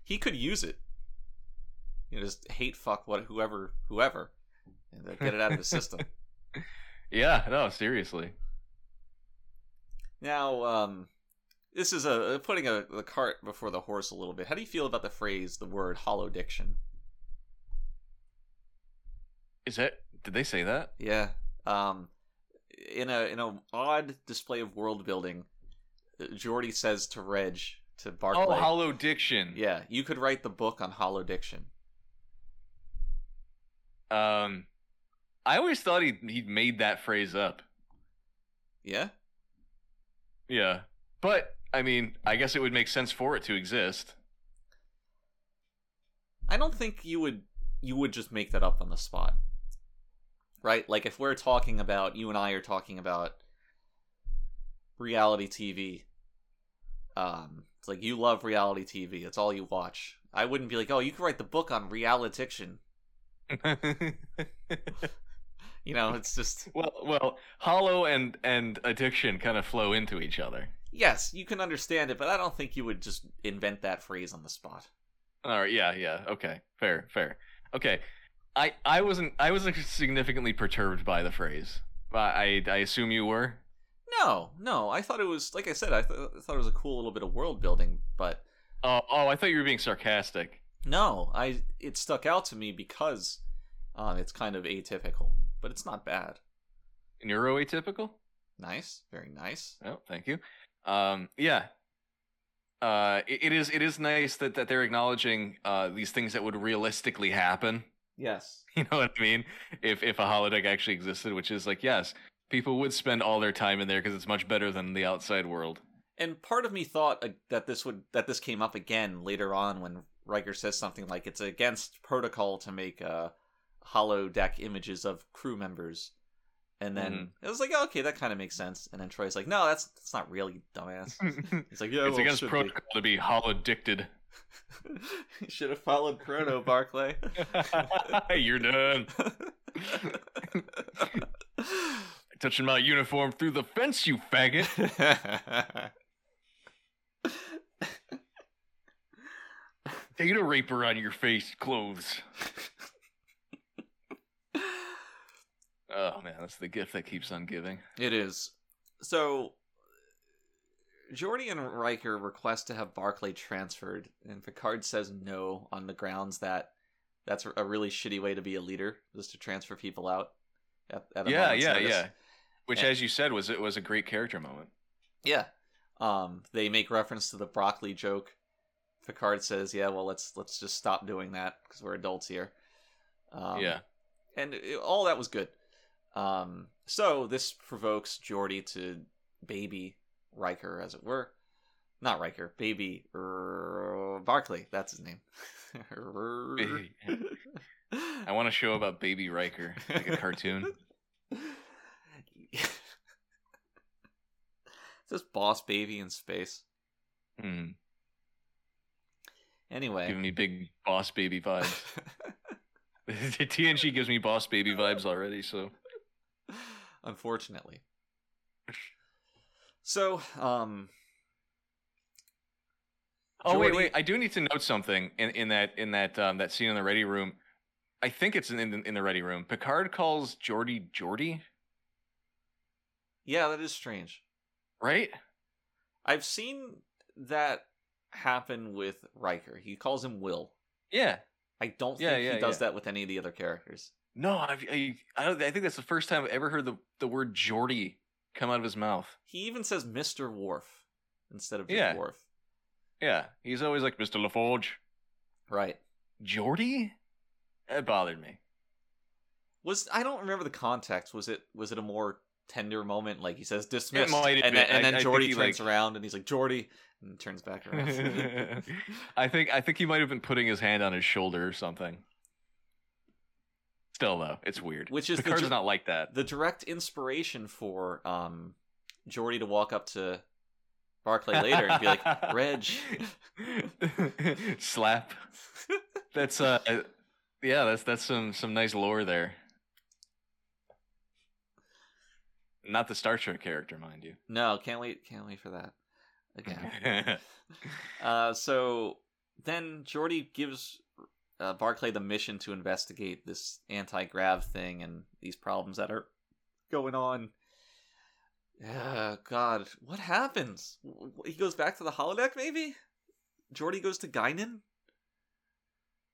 Speaker 3: he could use it. You know, just hate fuck what whoever whoever and uh, get it out of his system.
Speaker 4: Yeah, no, seriously.
Speaker 3: Now, um this is a uh, putting a the cart before the horse a little bit. How do you feel about the phrase, the word hollow diction?
Speaker 4: Is that did they say that?
Speaker 3: Yeah. Um, in a in a odd display of world building, uh, Geordi says to Reg to Barclay.
Speaker 4: Oh, hollow diction.
Speaker 3: Yeah, you could write the book on hollow diction.
Speaker 4: Um I always thought he he made that phrase up.
Speaker 3: Yeah,
Speaker 4: Yeah. But I mean, I guess it would make sense for it to exist. <laughs>
Speaker 3: I don't think you would you would just make that up on the spot, right? Like if we're talking about you and I are talking about reality TV. Um, it's like you love reality TV. It's all you watch. I wouldn't be like, oh, you could write the book on realitiction. You know, it's just
Speaker 4: well, well, hollow and and addiction kind of flow into each other.
Speaker 3: yes, you can understand it, but I don't think you would just invent that phrase on the spot.
Speaker 4: All right. Yeah. Yeah. Okay. Fair. Fair. Okay. I I wasn't I was like, significantly perturbed by the phrase. I I, I assume you were.
Speaker 3: No, no, I thought it was like I said. I, th- I thought it was a cool little bit of world building, but
Speaker 4: Oh, oh, I thought you were being sarcastic.
Speaker 3: No, I it stuck out to me because um, it's kind of atypical, but it's not bad.
Speaker 4: Neuroatypical?
Speaker 3: Nice, very nice.
Speaker 4: Oh, thank you. Um, yeah. uh, it, it is it is nice that, that they're acknowledging uh, these things that would realistically happen. <laughs>
Speaker 3: Yes.
Speaker 4: You know what I mean? If if a holodeck actually existed, which is like yes, people would spend all their time in there because it's much better than the
Speaker 3: <laughs>
Speaker 4: outside world.
Speaker 3: And part of me thought uh, that this would that this came up again later on when Riker says something like it's against protocol to make uh, hollow deck images of crew members. And then it was like, oh, okay, that kind of makes sense. And then Troy's like, no, that's that's not real, you <laughs> dumbass. He's like, yeah,
Speaker 4: it's
Speaker 3: well, it
Speaker 4: against
Speaker 3: should be."
Speaker 4: protocol to be holodicted.
Speaker 3: <laughs> you should have followed Proto Barclay. <laughs>
Speaker 4: <laughs> You're done. Touching my uniform through the fence, you faggot. Data raper on your face, clothes. Oh man, that's the gift that keeps on giving.
Speaker 3: <laughs> it is. So Jordy and Riker request to have Barclay transferred, and Picard says no on the grounds that that's a really shitty way to be a leader, is to transfer people out. At, at a
Speaker 4: Yeah,
Speaker 3: moment's
Speaker 4: yeah,
Speaker 3: notice.
Speaker 4: yeah. Which,
Speaker 3: Yeah.
Speaker 4: as you said, was it was a great character moment.
Speaker 3: Yeah. Um, they make reference to the broccoli joke. Picard says, "Yeah, well, let's let's just stop doing that because we're adults here." Um,
Speaker 4: <laughs> yeah,
Speaker 3: and it, all that was good. Um, so this provokes Geordi to baby Riker, as it were. Not Riker, baby er, Barclay. That's his name. <laughs>
Speaker 4: I want a show about Baby Riker, like a cartoon. <laughs>
Speaker 3: Is this boss baby in space?
Speaker 4: Hmm,
Speaker 3: Anyway,
Speaker 4: giving me big boss baby vibes. <laughs> TNG gives me boss baby vibes already, so
Speaker 3: <laughs> unfortunately. So, um,
Speaker 4: Oh wait,
Speaker 3: Jordy-
Speaker 4: wait! I do need to note something in, in that in that um, that scene in the ready room. I think it's in in, in the ready room. Picard calls Jordy Jordy,
Speaker 3: yeah, that is strange.
Speaker 4: right?
Speaker 3: I've seen that happen with Riker. He calls him Will.
Speaker 4: Yeah.
Speaker 3: I don't
Speaker 4: Yeah,
Speaker 3: think
Speaker 4: yeah,
Speaker 3: he does
Speaker 4: yeah.
Speaker 3: that with any of the other characters.
Speaker 4: No, I've, I I don't. I think that's the first time I've ever heard the the word Jordy come out of his mouth.
Speaker 3: He even says Mr. Worf instead of just
Speaker 4: Yeah.
Speaker 3: Worf.
Speaker 4: Yeah, he's always like Mister LaForge.
Speaker 3: Right.
Speaker 4: Jordy, that bothered <laughs> me.
Speaker 3: Was I don't remember the context. Was it was it a more tender moment? Like he says dismissed,
Speaker 4: might have
Speaker 3: and then,
Speaker 4: been.
Speaker 3: and
Speaker 4: I-
Speaker 3: then
Speaker 4: I think
Speaker 3: Jordy
Speaker 4: he,
Speaker 3: turns
Speaker 4: like-
Speaker 3: around and he's like Jordy and turns back
Speaker 4: <laughs>
Speaker 3: around.
Speaker 4: I think I think he might have been putting his hand on his shoulder or something. Still though, it's weird.
Speaker 3: Which is the
Speaker 4: Picard's
Speaker 3: Jo-
Speaker 4: not like that. <laughs>
Speaker 3: the direct inspiration for um Jordy to walk up to Barclay later and be like, Reg.
Speaker 4: Slap. That's uh yeah, that's that's some some nice lore there. Not the Star Trek character, mind you.
Speaker 3: No, can't wait can't wait for that. Again.
Speaker 4: <laughs>
Speaker 3: Uh, so then Jordy gives uh, Barclay the mission to investigate this anti-grav thing and these problems that are going on. Uh, God, what happens? W- He goes back to the holodeck, maybe. Jordy goes to Guinan.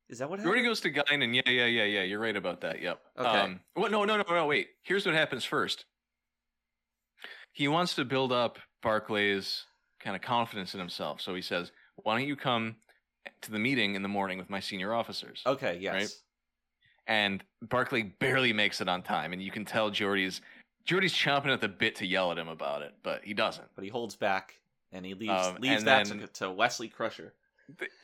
Speaker 3: Is that what
Speaker 4: Jordy
Speaker 3: happens?
Speaker 4: goes to Guinan. Yeah, yeah, yeah, yeah. You're right about that. Yep.
Speaker 3: Okay.
Speaker 4: Um, what? No, no, no, no. Wait. Here's what happens first. He wants to build up Barclay's kind of confidence in himself, so he says, "Why don't you come to the meeting in the morning with my senior officers?"
Speaker 3: okay, yes.
Speaker 4: Right? and Barkley barely makes it on time, and you can tell Jordy's Jordy's chomping at the bit to yell at him about it, but he doesn't.
Speaker 3: But he holds back and he leaves
Speaker 4: Um,
Speaker 3: leaves
Speaker 4: and
Speaker 3: that
Speaker 4: then-
Speaker 3: to, to Wesley Crusher.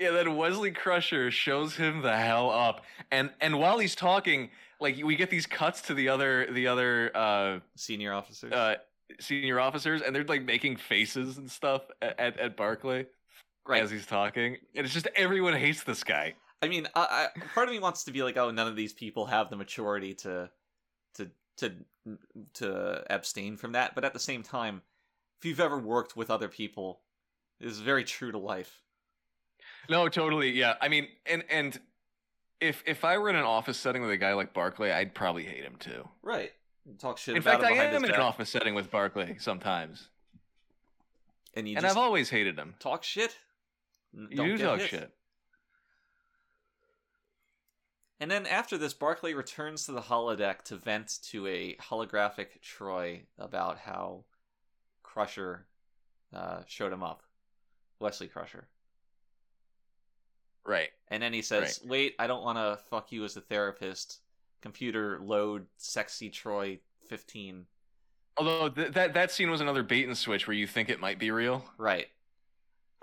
Speaker 4: Yeah, then Wesley Crusher shows him the hell up, and and while he's talking, like we get these cuts to the other the other uh,
Speaker 3: Senior officer.
Speaker 4: uh, senior officers, and they're like making faces and stuff at at, at Barkley
Speaker 3: right.
Speaker 4: as he's talking, and it's just everyone hates this guy.
Speaker 3: I mean, I, I, part of me wants to be like, oh, none of these people have the maturity to, to, to, to abstain from that. But at the same time, if you've ever worked with other people, it is very true to life.
Speaker 4: No, totally. Yeah, I mean, and and if if I were in an office setting with a guy like Barkley, I'd probably hate him too.
Speaker 3: Right. Talk shit
Speaker 4: In
Speaker 3: about
Speaker 4: fact,
Speaker 3: him
Speaker 4: I
Speaker 3: behind
Speaker 4: am
Speaker 3: his
Speaker 4: in an
Speaker 3: back,
Speaker 4: office setting with Barkley sometimes,
Speaker 3: and you
Speaker 4: and
Speaker 3: just
Speaker 4: I've always hated him.
Speaker 3: talk shit. N-
Speaker 4: You
Speaker 3: don't
Speaker 4: do
Speaker 3: get
Speaker 4: talk
Speaker 3: hit.
Speaker 4: shit.
Speaker 3: And then after this, Barclay returns to the holodeck to vent to a holographic Troy about how Crusher uh, showed him up Wesley Crusher.
Speaker 4: Right.
Speaker 3: And then he says, "Wait, I don't want to fuck you as the therapist. Computer load sexy Troy 15."
Speaker 4: Although th- that that scene was another bait and switch where you think it might be real.
Speaker 3: Right.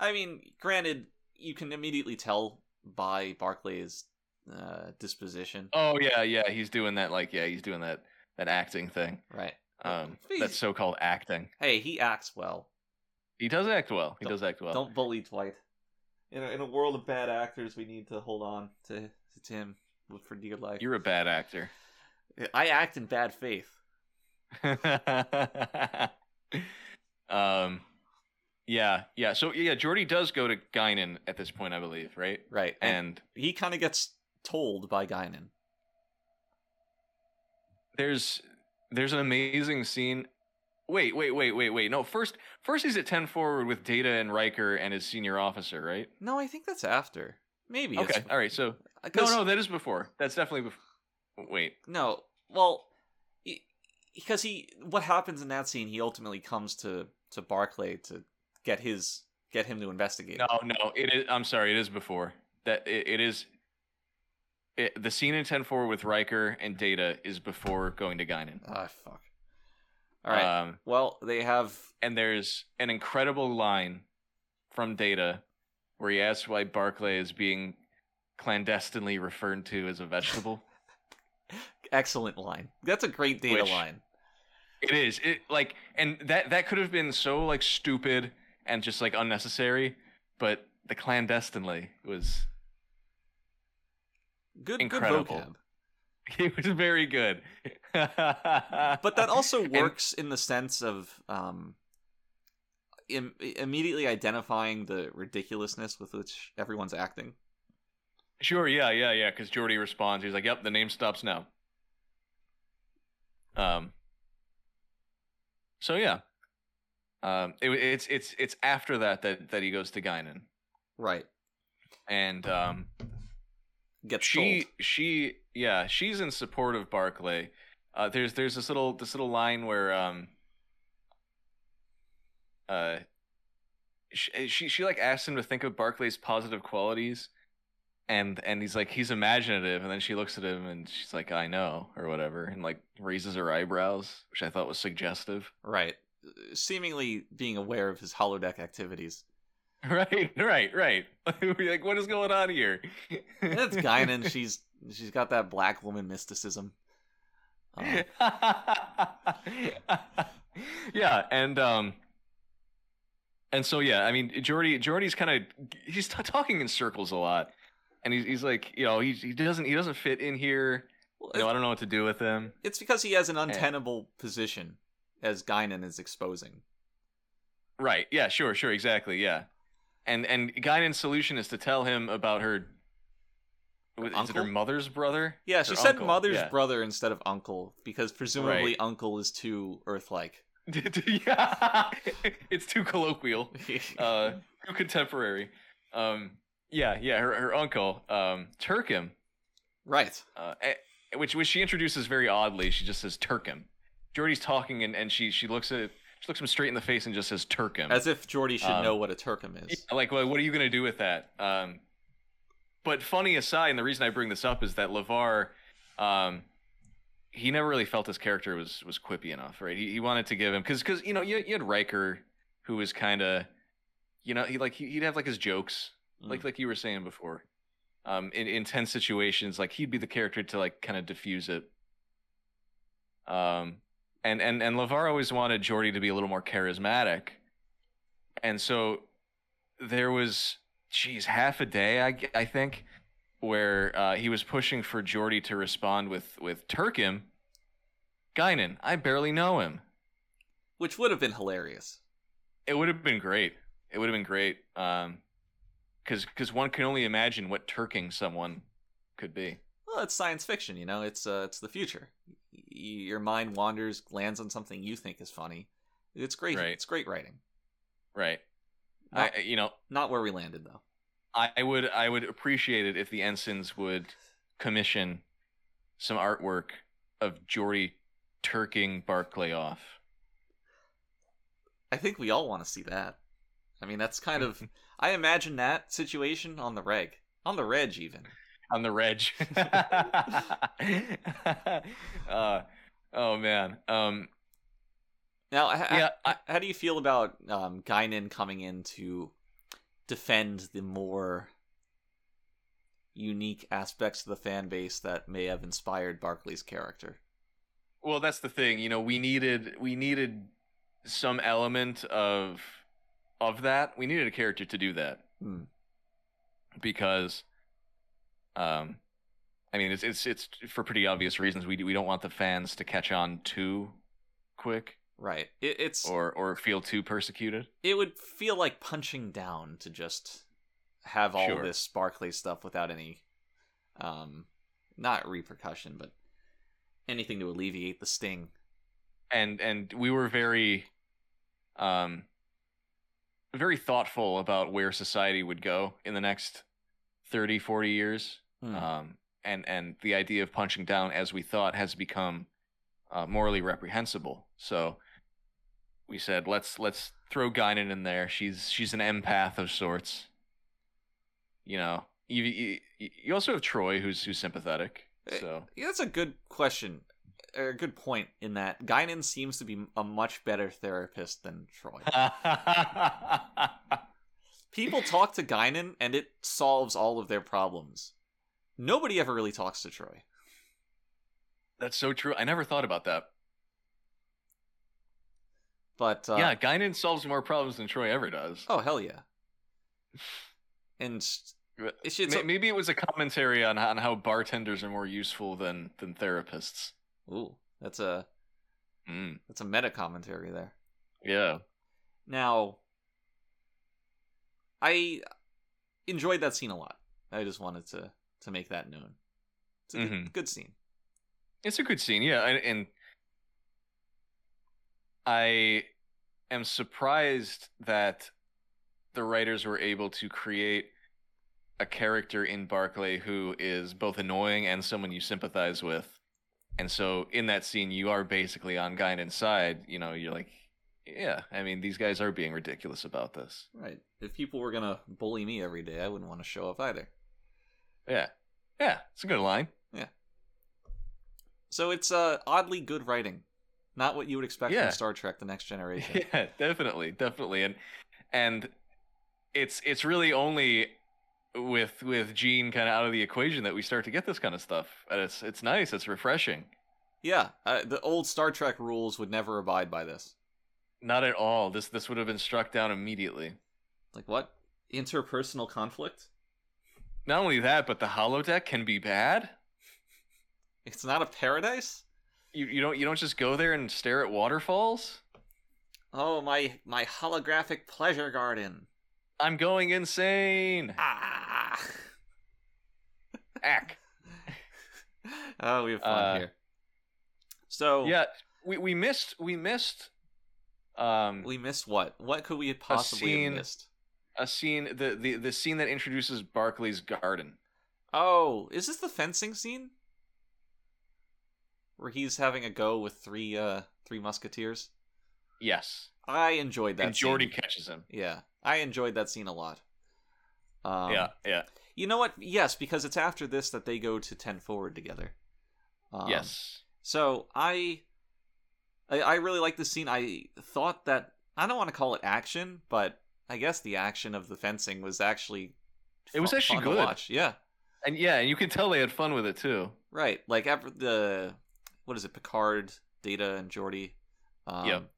Speaker 3: I mean, granted, you can immediately tell by Barclay's uh, disposition.
Speaker 4: Oh yeah, yeah, he's doing that like yeah, he's doing that that acting thing.
Speaker 3: Right.
Speaker 4: Um
Speaker 3: Please.
Speaker 4: that so-called acting.
Speaker 3: Hey, he acts well.
Speaker 4: He does act well. He
Speaker 3: Don't-
Speaker 4: does act well.
Speaker 3: Don't bully Dwight. In a, in a world of bad actors, we need to hold on to, to him for dear life.
Speaker 4: You're a bad actor. <laughs>
Speaker 3: I act in bad faith.
Speaker 4: um yeah, yeah. So yeah, Jordy does go to Guinan at this point, I believe, right?
Speaker 3: Right. And,
Speaker 4: And
Speaker 3: he kind of gets told by Guinan.
Speaker 4: there's there's an amazing scene. Wait, wait, wait, wait, wait. No, first first he's at 10 forward with Data and Riker and his senior officer, right?
Speaker 3: No, I think that's after. Maybe. it's-
Speaker 4: Okay. All right. So No,
Speaker 3: 'cause-
Speaker 4: no, that is before. That's definitely before. Wait.
Speaker 3: No, well, because he, what happens in that scene, he ultimately comes to to Barclay to get his get him to investigate.
Speaker 4: No, no. It is. I'm sorry. It is before. That it, it is. It, the scene in 10-4 with Riker and Data is before going to Guinan.
Speaker 3: Ah, fuck. All right.
Speaker 4: Um,
Speaker 3: well, they have
Speaker 4: and there's an incredible line from Data where he asks why Barclay is being clandestinely referred to as a vegetable.
Speaker 3: excellent line. That's a great data
Speaker 4: Which-
Speaker 3: line.
Speaker 4: It is. It like and that that could have been so like stupid and just like unnecessary, but the clandestinely was
Speaker 3: Good,
Speaker 4: incredible.
Speaker 3: good vocab.
Speaker 4: <laughs> it was very good. <laughs> but
Speaker 3: But
Speaker 4: <laughs>
Speaker 3: that also works in the sense of um, Im- immediately identifying the ridiculousness with which everyone's acting.
Speaker 4: sure, yeah, yeah, yeah. Because Jordy responds, he's like, "Yep, the name stops now." Um. So yeah, um, it, it's it's it's after that that that he goes to Guinan
Speaker 3: Right.
Speaker 4: and um.
Speaker 3: Gets
Speaker 4: she
Speaker 3: sold.
Speaker 4: she yeah she's in support of Barclay. Uh, there's there's this little this little line where um uh she, she she like asks him to think of Barclay's positive qualities, and and he's like he's imaginative, and then she looks at him and she's like I know or whatever, and like raises her eyebrows, which I thought was suggestive. <laughs>
Speaker 3: Right. Seemingly being aware of his holodeck activities.
Speaker 4: Right, right, right. <laughs> We're like what is going on here?
Speaker 3: And That's
Speaker 4: <laughs>
Speaker 3: Guinan. She's she's got that black woman mysticism.
Speaker 4: Oh.
Speaker 3: Um,
Speaker 4: <laughs> yeah, and um, and so yeah, I mean, Jordy, Jordy's kind of he's t- talking in circles a lot, and he's he's like, you know, he he doesn't he doesn't fit in here.
Speaker 3: well,
Speaker 4: You know, I don't know what Eh. to do with him.
Speaker 3: it's because he has an untenable position, as Guinan is exposing.
Speaker 4: Right? Yeah. Sure. Sure. Exactly. Yeah. And and Guinan's solution is to tell him about her. Is it
Speaker 3: uncle?
Speaker 4: her mother's brother? <laughs>
Speaker 3: Yeah, she
Speaker 4: Her
Speaker 3: said
Speaker 4: uncle,
Speaker 3: mother's
Speaker 4: yeah.
Speaker 3: brother instead of uncle because presumably uncle is too Earth-like.
Speaker 4: yeah. <laughs> it's too colloquial. uh,
Speaker 3: <laughs>
Speaker 4: too contemporary. Um, yeah, yeah, her, her uncle, um, Turkim,
Speaker 3: right.
Speaker 4: uh, eh, which which she introduces very oddly. She just says Turkim. Jordy's talking, and, and she she looks at she looks him straight in the face and just says Turkim.
Speaker 3: As if Jordy should
Speaker 4: Um,
Speaker 3: know what a Turkum is.
Speaker 4: Yeah, like, well, what are you gonna do with that? Um, but funny aside, and the reason I bring this up is that Levar, um, he never really felt his character was was quippy enough, right? He, he wanted to give him because because you know you, you had Riker, who was kind of, you know, he like he, he'd have like his jokes,
Speaker 3: Mm.
Speaker 4: like like you were saying before, um, in in tense situations, like he'd be the character to like kind of diffuse it. Um, and and and Levar always wanted Jordy to be a little more charismatic, and so there was, geez, half a day I g- I think, where uh, he was pushing for Jordy to respond with with Turkim. Guinan, I barely know him.
Speaker 3: Which would have been hilarious.
Speaker 4: It would have been great. It would have been great. Um, because one can only imagine what turking someone could be.
Speaker 3: Well, it's science fiction, you know. It's uh, it's the future. Y- your mind wanders, lands on something you think is funny. It's great.
Speaker 4: Right.
Speaker 3: It's great writing.
Speaker 4: Right. I
Speaker 3: Not,
Speaker 4: I you know
Speaker 3: not where we landed though.
Speaker 4: I I would I would appreciate it if the ensigns would commission some artwork of Jordy turking Barclay off.
Speaker 3: I think we all want to see that. I mean, that's kind <laughs> of I imagine that situation on the reg, on the reg even.
Speaker 4: on the reg. <laughs> uh, oh man. Um,
Speaker 3: Now, h- h-
Speaker 4: yeah, I,
Speaker 3: how do you feel about um, Guinan coming in to defend the more unique aspects of the fan base that may have inspired Barkley's character?
Speaker 4: well, that's the thing. You know, we needed we needed some element of of that. We needed a character to do that
Speaker 3: Hmm.
Speaker 4: because, um, I mean, it's it's it's for pretty obvious reasons. We we don't want the fans to catch on too quick
Speaker 3: Right. It, it's
Speaker 4: or or feel too persecuted.
Speaker 3: it would feel like punching down to just have all
Speaker 4: Sure.
Speaker 3: this Barkley stuff without any, um, not repercussion, but anything to alleviate the sting.
Speaker 4: and and we were very um very thoughtful about where society would go in the next 30 40 years
Speaker 3: Hmm.
Speaker 4: um and and the idea of punching down as we thought has become uh, morally reprehensible so we said let's let's throw Guinan in there she's she's an empath of sorts you know you you, you also have Troy who's who's sympathetic
Speaker 3: Eh,
Speaker 4: so <laughs>
Speaker 3: Yeah, that's a good question, or a good point. In that, Guinan seems to be a much better therapist than Troy.
Speaker 4: <laughs>
Speaker 3: People talk to Guinan, and it solves all of their problems. Nobody ever really talks to Troy.
Speaker 4: That's so true. I never thought about that.
Speaker 3: But uh,
Speaker 4: yeah, Guinan solves more problems than Troy ever does.
Speaker 3: oh hell
Speaker 4: <laughs>
Speaker 3: yeah, and s- it's, it's
Speaker 4: May- Maybe it was a commentary on, on how bartenders are more useful than than therapists.
Speaker 3: ooh, that's a
Speaker 4: Mm,
Speaker 3: that's a meta commentary there.
Speaker 4: yeah,
Speaker 3: Now, I enjoyed that scene a lot. I just wanted to to make that known. It's a good,
Speaker 4: Mhm.
Speaker 3: good scene.
Speaker 4: it's a good scene. Yeah, and, and I am surprised that the writers were able to create a character in Barclay who is both annoying and someone you sympathize with. And so in that scene, you are basically on Guinan's side. You know, you're like, yeah, I mean, these guys are being ridiculous about this.
Speaker 3: Right. If people were gonna bully me every day, I wouldn't want to show up either.
Speaker 4: Yeah. Yeah, it's a good line.
Speaker 3: So it's uh, oddly good writing, not what you would expect
Speaker 4: Yeah.
Speaker 3: from Star Trek: The Next Generation.
Speaker 4: <laughs> Yeah, definitely, definitely, and and it's it's really only with with Gene kind of out of the equation that we start to get this kind of stuff, and it's it's nice, it's refreshing.
Speaker 3: yeah, uh, the old Star Trek rules would never abide by this.
Speaker 4: Not at all. This this would have been struck down immediately.
Speaker 3: Like what? Interpersonal conflict?
Speaker 4: Not only that, but the holodeck can be bad.
Speaker 3: It's not a paradise.
Speaker 4: You you don't you don't just go there and stare at waterfalls.
Speaker 3: Oh my my holographic pleasure garden.
Speaker 4: I'm going insane.
Speaker 3: Ah. <laughs>
Speaker 4: Ack.
Speaker 3: oh, we have fun
Speaker 4: Uh,
Speaker 3: here. So
Speaker 4: Yeah, we we missed we missed um
Speaker 3: we missed what? What could we have possibly have
Speaker 4: scene-
Speaker 3: missed?
Speaker 4: a scene the the the scene that introduces Barclay's garden.
Speaker 3: Oh, is this the fencing scene? Where he's having a go with three uh three musketeers?
Speaker 4: Yes.
Speaker 3: I enjoyed that
Speaker 4: and Jordy
Speaker 3: scene.
Speaker 4: catches him.
Speaker 3: Yeah. I enjoyed that scene a lot. Um,
Speaker 4: yeah, yeah,
Speaker 3: You know what? Yes, because it's after this that they go to ten forward together. Um,
Speaker 4: yes.
Speaker 3: So I, I, I really like this scene. I thought that I don't want to call it action, but I guess the action of the fencing was actually
Speaker 4: It was
Speaker 3: fu-
Speaker 4: actually
Speaker 3: fun to
Speaker 4: good.
Speaker 3: watch. Yeah,
Speaker 4: And yeah, and you can tell they had fun with it too.
Speaker 3: right. Like after the what is it? Picard, Data, and Geordi. Um,
Speaker 4: Yep.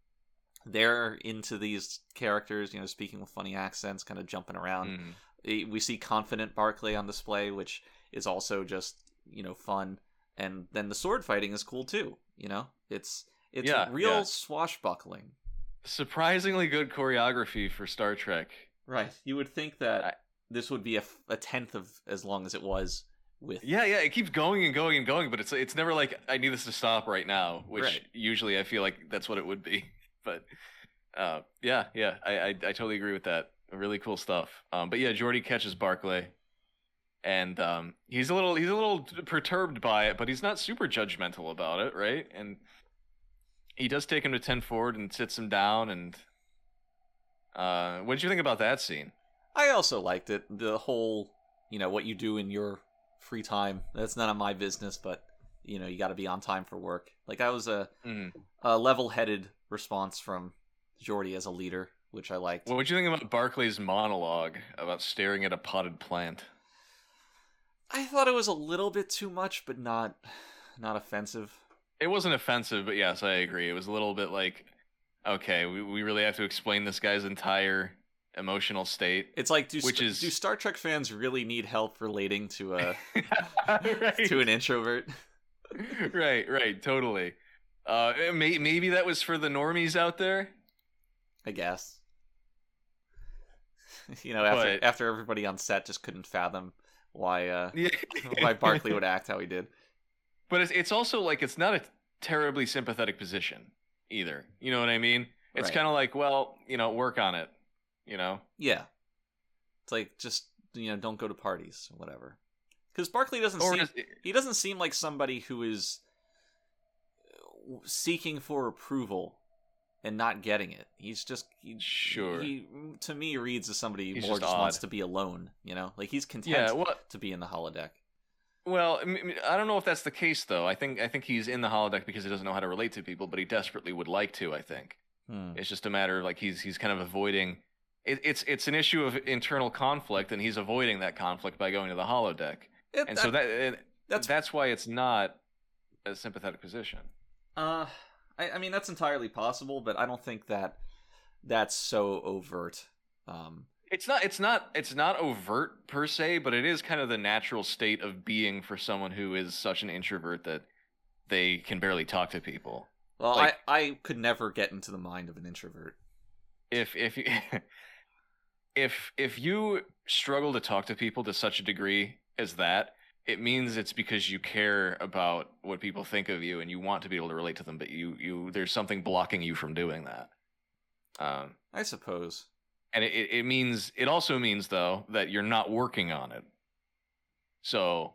Speaker 3: They're into these characters, you know, speaking with funny accents, kind of jumping around.
Speaker 4: Mhm.
Speaker 3: Eh, we see confident Barclay on display, which is also just you know fun. And then the sword fighting is cool too. You know, it's it's
Speaker 4: Yeah,
Speaker 3: real
Speaker 4: yeah.
Speaker 3: swashbuckling.
Speaker 4: Surprisingly good choreography for Star Trek.
Speaker 3: Right. You would think that
Speaker 4: I-
Speaker 3: this would be a, f- a tenth of as long as it was with.
Speaker 4: Yeah, yeah, it keeps going and going and going, but it's it's never like I need this to stop right now, which
Speaker 3: Right.
Speaker 4: usually I feel like that's what it would be. <laughs> But uh, yeah, yeah, I, I I totally agree with that. Really cool stuff. Um, but yeah, Jordy catches Barclay, and um, he's a little he's a little perturbed by it, but he's not super judgmental about it, right? And he does take him to ten forward and sits him down, and Uh, what did you think about that scene?
Speaker 3: I also liked it. The whole, you know, what you do in your free time. That's none of my business, but you know, you got to be on time for work. Like I was a,
Speaker 4: Mm.
Speaker 3: a level-headed response from Jordy as a leader, which I liked.
Speaker 4: What would you think about Barclay's monologue about staring at a potted plant?
Speaker 3: I thought it was a little bit too much, but not not offensive.
Speaker 4: It wasn't offensive, but yes, I agree. It was a little bit like, okay, we, we really have to explain this guy's entire emotional state. <laughs>
Speaker 3: It's like do
Speaker 4: Which
Speaker 3: Sta-
Speaker 4: is-
Speaker 3: do Star Trek fans really need help relating to a
Speaker 4: <laughs> right.
Speaker 3: to an introvert?
Speaker 4: right, right, totally. Uh, may, maybe that was for the normies out there. <laughs>
Speaker 3: I guess. <laughs> You know, after
Speaker 4: But-
Speaker 3: after everybody on set just couldn't fathom why uh,
Speaker 4: Yeah.
Speaker 3: <laughs> why Barkley
Speaker 4: <laughs>
Speaker 3: would act how he did.
Speaker 4: But it's, it's also like it's not a terribly sympathetic position either. You know what I mean? It's
Speaker 3: Right.
Speaker 4: kind of like, well, you know, work on it. You know,
Speaker 3: Yeah, it's like just you know don't go to parties or whatever. Because Barkley doesn't
Speaker 4: or
Speaker 3: seem
Speaker 4: is it-
Speaker 3: he doesn't seem like somebody who is uh, seeking for approval and not getting it. He's just he,
Speaker 4: Sure.
Speaker 3: He to me reads as somebody who
Speaker 4: He's
Speaker 3: more
Speaker 4: just
Speaker 3: just, wants
Speaker 4: odd.
Speaker 3: to be alone. You know, like he's content
Speaker 4: yeah. Well,
Speaker 3: to be in the holodeck.
Speaker 4: well, I mean, I don't know if that's the case though. I think I think he's in the holodeck because he doesn't know how to relate to people, but he desperately would like to. I think
Speaker 3: Hmm.
Speaker 4: it's just a matter of like he's he's kind of avoiding. It, it's it's an issue of internal conflict, and he's avoiding that conflict by going to the holodeck.
Speaker 3: It-
Speaker 4: And so that and
Speaker 3: that's
Speaker 4: that's that's why it's not a sympathetic position.
Speaker 3: Uh, I, I mean that's entirely possible, but I don't think that that's so overt. Um,
Speaker 4: It's not it's not it's not overt per se, but it is kind of the natural state of being for someone who is such an introvert that they can barely talk to people.
Speaker 3: well,
Speaker 4: Like-
Speaker 3: I I could never get into the mind of an introvert.
Speaker 4: If if you <laughs> if if you struggle to talk to people to such a degree as that, it means it's because you care about what people think of you and you want to be able to relate to them, but you you there's something blocking you from doing that. Um
Speaker 3: I suppose.
Speaker 4: and it, it it means it also means though that you're not working on it so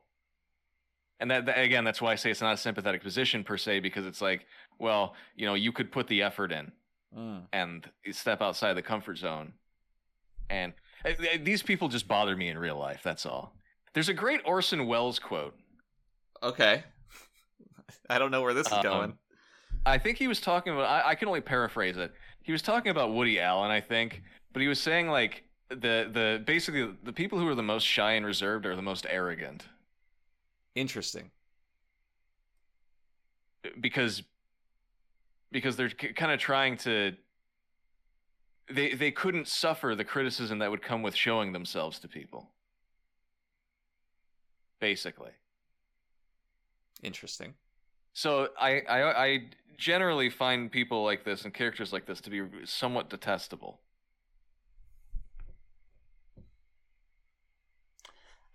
Speaker 4: and that, that again that's why i say it's not a sympathetic position per se because it's like well you know you could put the effort in
Speaker 3: Mm.
Speaker 4: and step outside the comfort zone and eh, eh, these people just bother me in real life that's all there's a great orson welles quote
Speaker 3: Okay. <laughs> I don't know where this is
Speaker 4: Um,
Speaker 3: going.
Speaker 4: I think he was talking about. I, I can only paraphrase it. He was talking about Woody Allen, I think, but he was saying like the the basically the people who are the most shy and reserved are the most arrogant
Speaker 3: Interesting.
Speaker 4: because because they're c- kind of trying to they they couldn't suffer the criticism that would come with showing themselves to people. Basically.
Speaker 3: Interesting.
Speaker 4: So I, I I generally find people like this and characters like this to be somewhat detestable.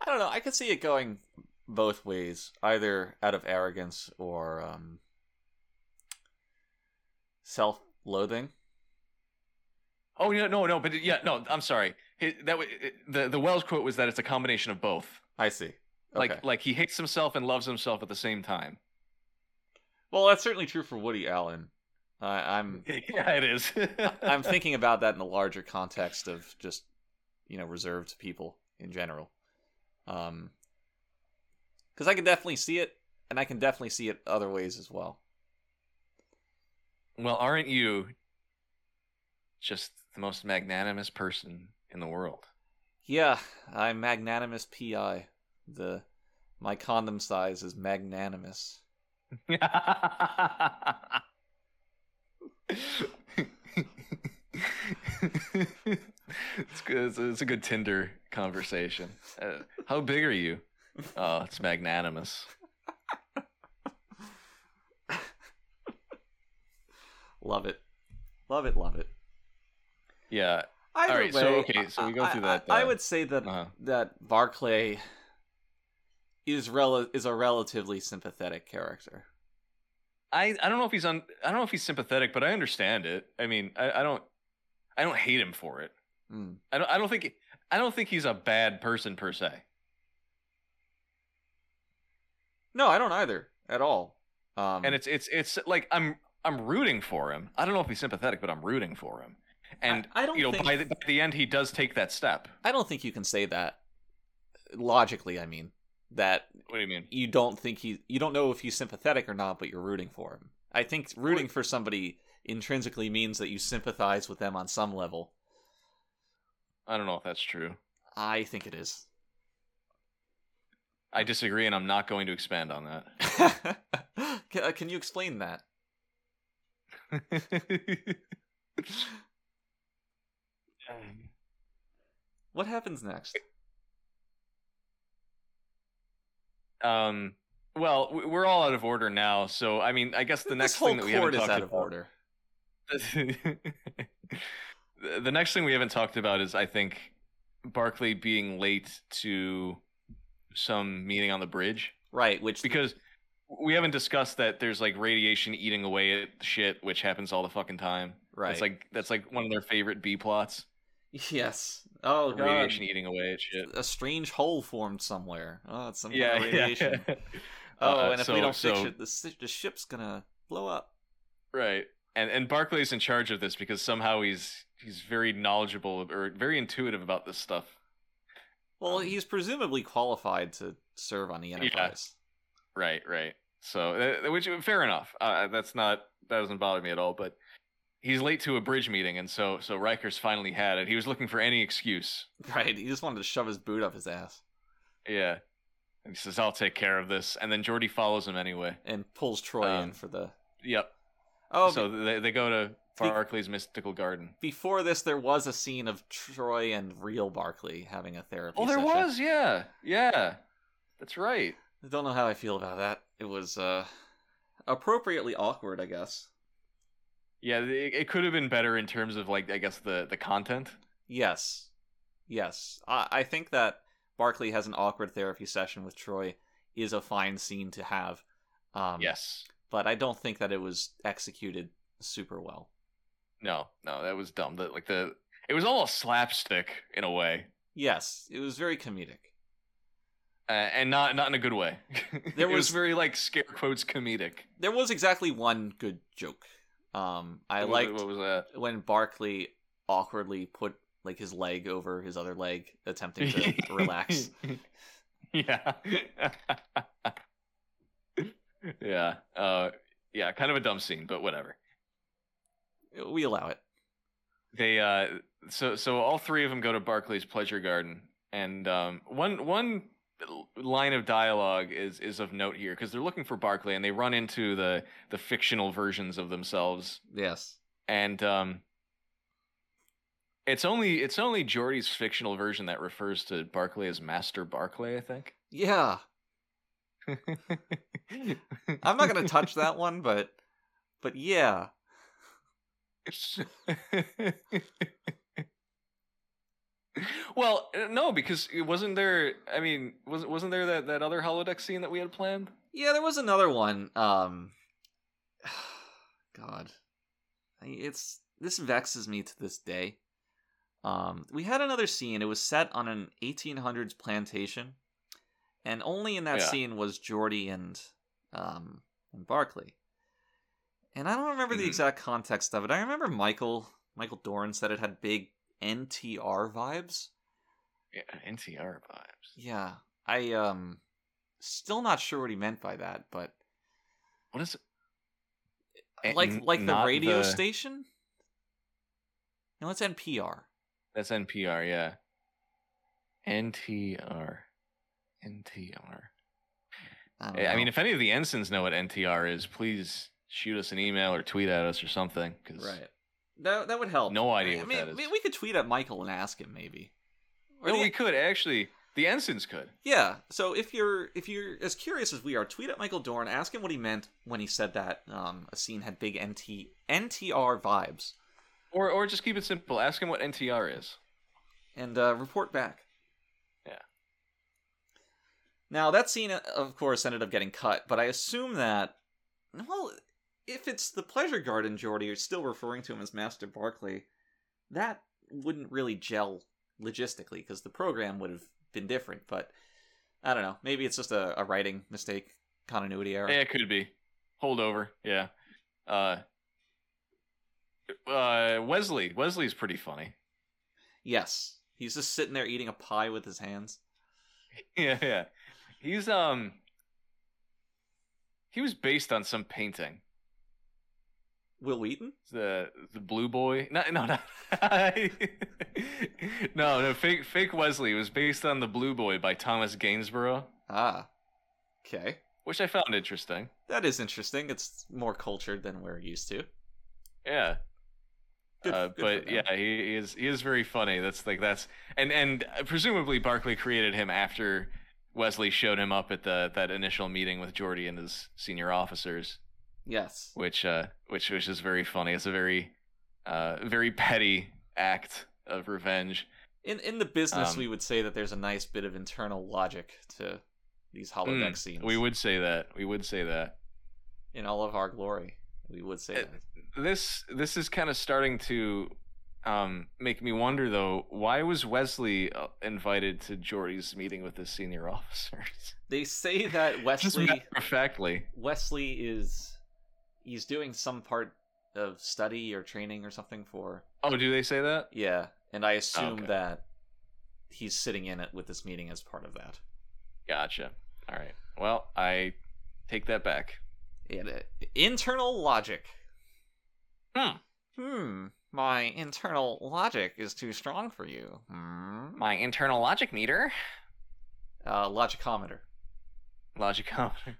Speaker 3: I don't know. I could see it going both ways, either out of arrogance or um, self-loathing.
Speaker 4: Oh yeah, no, no, but it- yeah, no. I'm sorry. It, that wa- it, the the Wells quote was that it's a combination of both.
Speaker 3: I see.
Speaker 4: Like
Speaker 3: Okay.
Speaker 4: like he hates himself and loves himself at the same time.
Speaker 3: well, that's certainly true for Woody Allen. I I'm
Speaker 4: <laughs> Yeah, it <laughs> is.
Speaker 3: I'm thinking about that in the larger context of just you know reserved people in general, um, because I can definitely see it, and I can definitely see it other ways as well.
Speaker 4: well, aren't you just the most magnanimous person in the world? <laughs>
Speaker 3: Yeah, I'm magnanimous PI. The my condom size is magnanimous.
Speaker 4: it's good. It's, it's a good Tinder conversation. Uh, how big are you? Oh, it's magnanimous.
Speaker 3: Love it, love it, love it.
Speaker 4: Yeah.
Speaker 3: Either
Speaker 4: right, so,
Speaker 3: way,
Speaker 4: okay, so we go
Speaker 3: I-
Speaker 4: through
Speaker 3: I-
Speaker 4: that,
Speaker 3: I, I
Speaker 4: uh,
Speaker 3: would say that
Speaker 4: uh-huh.
Speaker 3: that Barclay is rel- is a relatively sympathetic character.
Speaker 4: I, I don't know if he's on I don't know if he's sympathetic, but I understand it. I mean, I, I don't I don't hate him for it.
Speaker 3: Mm.
Speaker 4: I don't I don't think I don't think he's a bad person per se.
Speaker 3: No, I don't either at all. Um,
Speaker 4: And it's it's it's like I'm I'm rooting for him. I don't know if he's sympathetic, but I'm rooting for him. And
Speaker 3: I- I don't
Speaker 4: you know,
Speaker 3: think-
Speaker 4: by, the, by the end, he does take that step.
Speaker 3: I don't think you can say that logically. I mean that
Speaker 4: What do you mean?
Speaker 3: you don't think he you don't know if he's sympathetic or not, but you're rooting for him. I think rooting for somebody intrinsically means that you sympathize with them on some level.
Speaker 4: I don't know if that's true.
Speaker 3: I think it is. <laughs>
Speaker 4: I disagree, and I'm not going to expand on that.
Speaker 3: can, uh, can you explain that? What happens next?
Speaker 4: um, well, we- we're all out of order now, so I mean, I guess the next
Speaker 3: this whole
Speaker 4: thing that we haven't
Speaker 3: court is
Speaker 4: talked
Speaker 3: out of
Speaker 4: about-
Speaker 3: order.
Speaker 4: <laughs> the the next thing we haven't talked about is I think Barkley being late to some meeting on the bridge
Speaker 3: Right, which
Speaker 4: because we haven't discussed that there's like radiation eating away at shit which happens all the fucking time.
Speaker 3: right.
Speaker 4: It's like that's like one of their favorite B plots.
Speaker 3: yes. Oh god.
Speaker 4: Radiation eating away at shit.
Speaker 3: A strange hole formed somewhere. Oh, it's some
Speaker 4: <laughs> Yeah,
Speaker 3: kind of radiation.
Speaker 4: yeah.
Speaker 3: Oh,
Speaker 4: Uh,
Speaker 3: and if
Speaker 4: so-
Speaker 3: we don't fix
Speaker 4: so-
Speaker 3: it, the, si- the ship's gonna blow up.
Speaker 4: Right. And and Barclay's in charge of this because somehow he's he's very knowledgeable or very intuitive about this stuff.
Speaker 3: Well,
Speaker 4: Um,
Speaker 3: he's presumably qualified to serve on the Enterprise. <laughs>
Speaker 4: Right, right. So, uh, which fair enough. Uh, that's not that doesn't bother me at all. But he's late to a bridge meeting, and so so Riker's finally had it. He was looking for any excuse.
Speaker 3: Right? He just wanted to shove his boot up his ass
Speaker 4: Yeah, and he says, "I'll take care of this," and then Jordy follows him anyway.
Speaker 3: and pulls Troy in
Speaker 4: Um,
Speaker 3: for the.
Speaker 4: Yep.
Speaker 3: Oh,
Speaker 4: so
Speaker 3: be-
Speaker 4: they they go to
Speaker 3: Be-
Speaker 4: Barclay's mystical garden.
Speaker 3: before this, there was a scene of Troy and real Barkley having a therapy.
Speaker 4: Oh, there
Speaker 3: session.
Speaker 4: was. Yeah, yeah. That's right.
Speaker 3: I don't know how I feel about that. It was uh, appropriately awkward, I guess.
Speaker 4: Yeah, it, it could have been better in terms of like I guess the the content.
Speaker 3: Yes. Yes. I, I think that Barkley has an awkward therapy session with Troy is a fine scene to have. Um,
Speaker 4: yes.
Speaker 3: But I don't think that it was executed super well.
Speaker 4: No, no, that was dumb. That like the it was almost slapstick in a way.
Speaker 3: Yes, it was very comedic.
Speaker 4: uh, and not not in a good way. <laughs>
Speaker 3: There
Speaker 4: it was
Speaker 3: was-
Speaker 4: very like scare quotes comedic.
Speaker 3: There was exactly one good joke. Um, I
Speaker 4: What was-
Speaker 3: liked
Speaker 4: what was that?
Speaker 3: when Barkley awkwardly put like his leg over his other leg, attempting
Speaker 4: <laughs>
Speaker 3: to relax.
Speaker 4: Yeah, yeah, uh, yeah. Kind of a dumb scene, but whatever.
Speaker 3: We allow it.
Speaker 4: They uh, so so all three of them go to Barclay's Pleasure Garden, and um, one one line of dialogue is is of note here because they're looking for Barclay and they run into the the fictional versions of themselves
Speaker 3: Yes.
Speaker 4: and um it's only it's only Jordy's fictional version that refers to Barclay as Master Barclay, I think.
Speaker 3: Yeah. I'm not gonna touch that one, but but yeah.
Speaker 4: <laughs> well, uh, no, because it wasn't there. I mean, wasn't wasn't there that that other holodeck scene that we had planned?
Speaker 3: Yeah, there was another one. Um, <sighs> God, I- it's this vexes me to this day. Um, we had another scene. It was set on an 1800s plantation, and only in that
Speaker 4: Yeah.
Speaker 3: scene was Geordie and um and Barkley. And I don't remember the
Speaker 4: Mhm.
Speaker 3: exact context of it. I remember Michael Michael Doran said it had big NTR vibes.
Speaker 4: Yeah, NTR vibes.
Speaker 3: Yeah, I um still not sure what he meant by that, but
Speaker 4: What is it?
Speaker 3: like
Speaker 4: Eh, N-
Speaker 3: like the
Speaker 4: not
Speaker 3: radio station. No, it's NPR.
Speaker 4: That's NPR, yeah. NTR, NTR.
Speaker 3: I, don't
Speaker 4: Eh, I I
Speaker 3: know.
Speaker 4: mean, if any of the ensigns know what NTR is, please shoot us an email or tweet at us or something. 'cause-
Speaker 3: right, that that would help.
Speaker 4: No idea
Speaker 3: I
Speaker 4: what
Speaker 3: mean,
Speaker 4: that is.
Speaker 3: we- we could tweet at Michael and ask him maybe. Or
Speaker 4: No,
Speaker 3: the-
Speaker 4: we could actually. The ensigns could.
Speaker 3: yeah. So if you're if you're as curious as we are, tweet at Michael Dorn. Ask him what he meant when he said that um, a scene had big NT NTR vibes,
Speaker 4: Or, or just keep it simple. Ask him what NTR is.
Speaker 3: and uh, report back.
Speaker 4: Yeah.
Speaker 3: Now that scene, uh, of course, ended up getting cut, but I assume that well, if it's the pleasure garden, Jordy, you're still referring to him as Master Barkley. That wouldn't really gel logistically because the program would have been different. But I don't know. Maybe it's just a, a writing mistake, continuity error.
Speaker 4: Yeah, it could be. Hold over. Yeah. Uh, Uh, Wesley. Wesley's pretty funny.
Speaker 3: Yes, he's just sitting there eating a pie with his hands.
Speaker 4: <laughs> Yeah, yeah. He's um. He was based on some painting.
Speaker 3: Will Wheaton?
Speaker 4: The the blue boy. No, no, <laughs> no. no, no. Fake fake Wesley was based on the blue boy by Thomas Gainsborough,
Speaker 3: Ah, okay.
Speaker 4: which I found interesting.
Speaker 3: That is interesting. It's more cultured than we're used to.
Speaker 4: Yeah.
Speaker 3: Good- <laughs>
Speaker 4: uh,
Speaker 3: good for
Speaker 4: but
Speaker 3: them.
Speaker 4: yeah, he, he is he is very funny. That's like that's and and uh, presumably Barkley created him after Wesley showed him up at the that initial meeting with Jordy and his senior officers,
Speaker 3: Yes.
Speaker 4: which uh which which is very funny. It's a very uh very petty act of revenge.
Speaker 3: In in the business,
Speaker 4: Um,
Speaker 3: we would say that there's a nice bit of internal logic to these holodeck
Speaker 4: Mm,
Speaker 3: scenes.
Speaker 4: We would say that. We would say that.
Speaker 3: in all of our glory, we would say
Speaker 4: It-
Speaker 3: that.
Speaker 4: This this is kind of starting to um make me wonder though, why was Wesley uh, invited to Jordy's meeting with the senior <laughs> officers?
Speaker 3: They
Speaker 4: <laughs>
Speaker 3: say that
Speaker 4: Just
Speaker 3: Wesley
Speaker 4: matter of factly.
Speaker 3: Wesley is he's doing some part of study or training or something for
Speaker 4: Oh, do they say that?
Speaker 3: yeah, and I assume
Speaker 4: Okay.
Speaker 3: that he's sitting in it with this meeting as part of that.
Speaker 4: Gotcha. All right. Well, I take that back.
Speaker 3: And, uh, internal logic.
Speaker 4: Hmm.
Speaker 3: Hmm. My internal logic is too strong for you. Hmm.
Speaker 4: My internal logic meter.
Speaker 3: Uh, logicometer.
Speaker 4: <laughs> Logicometer.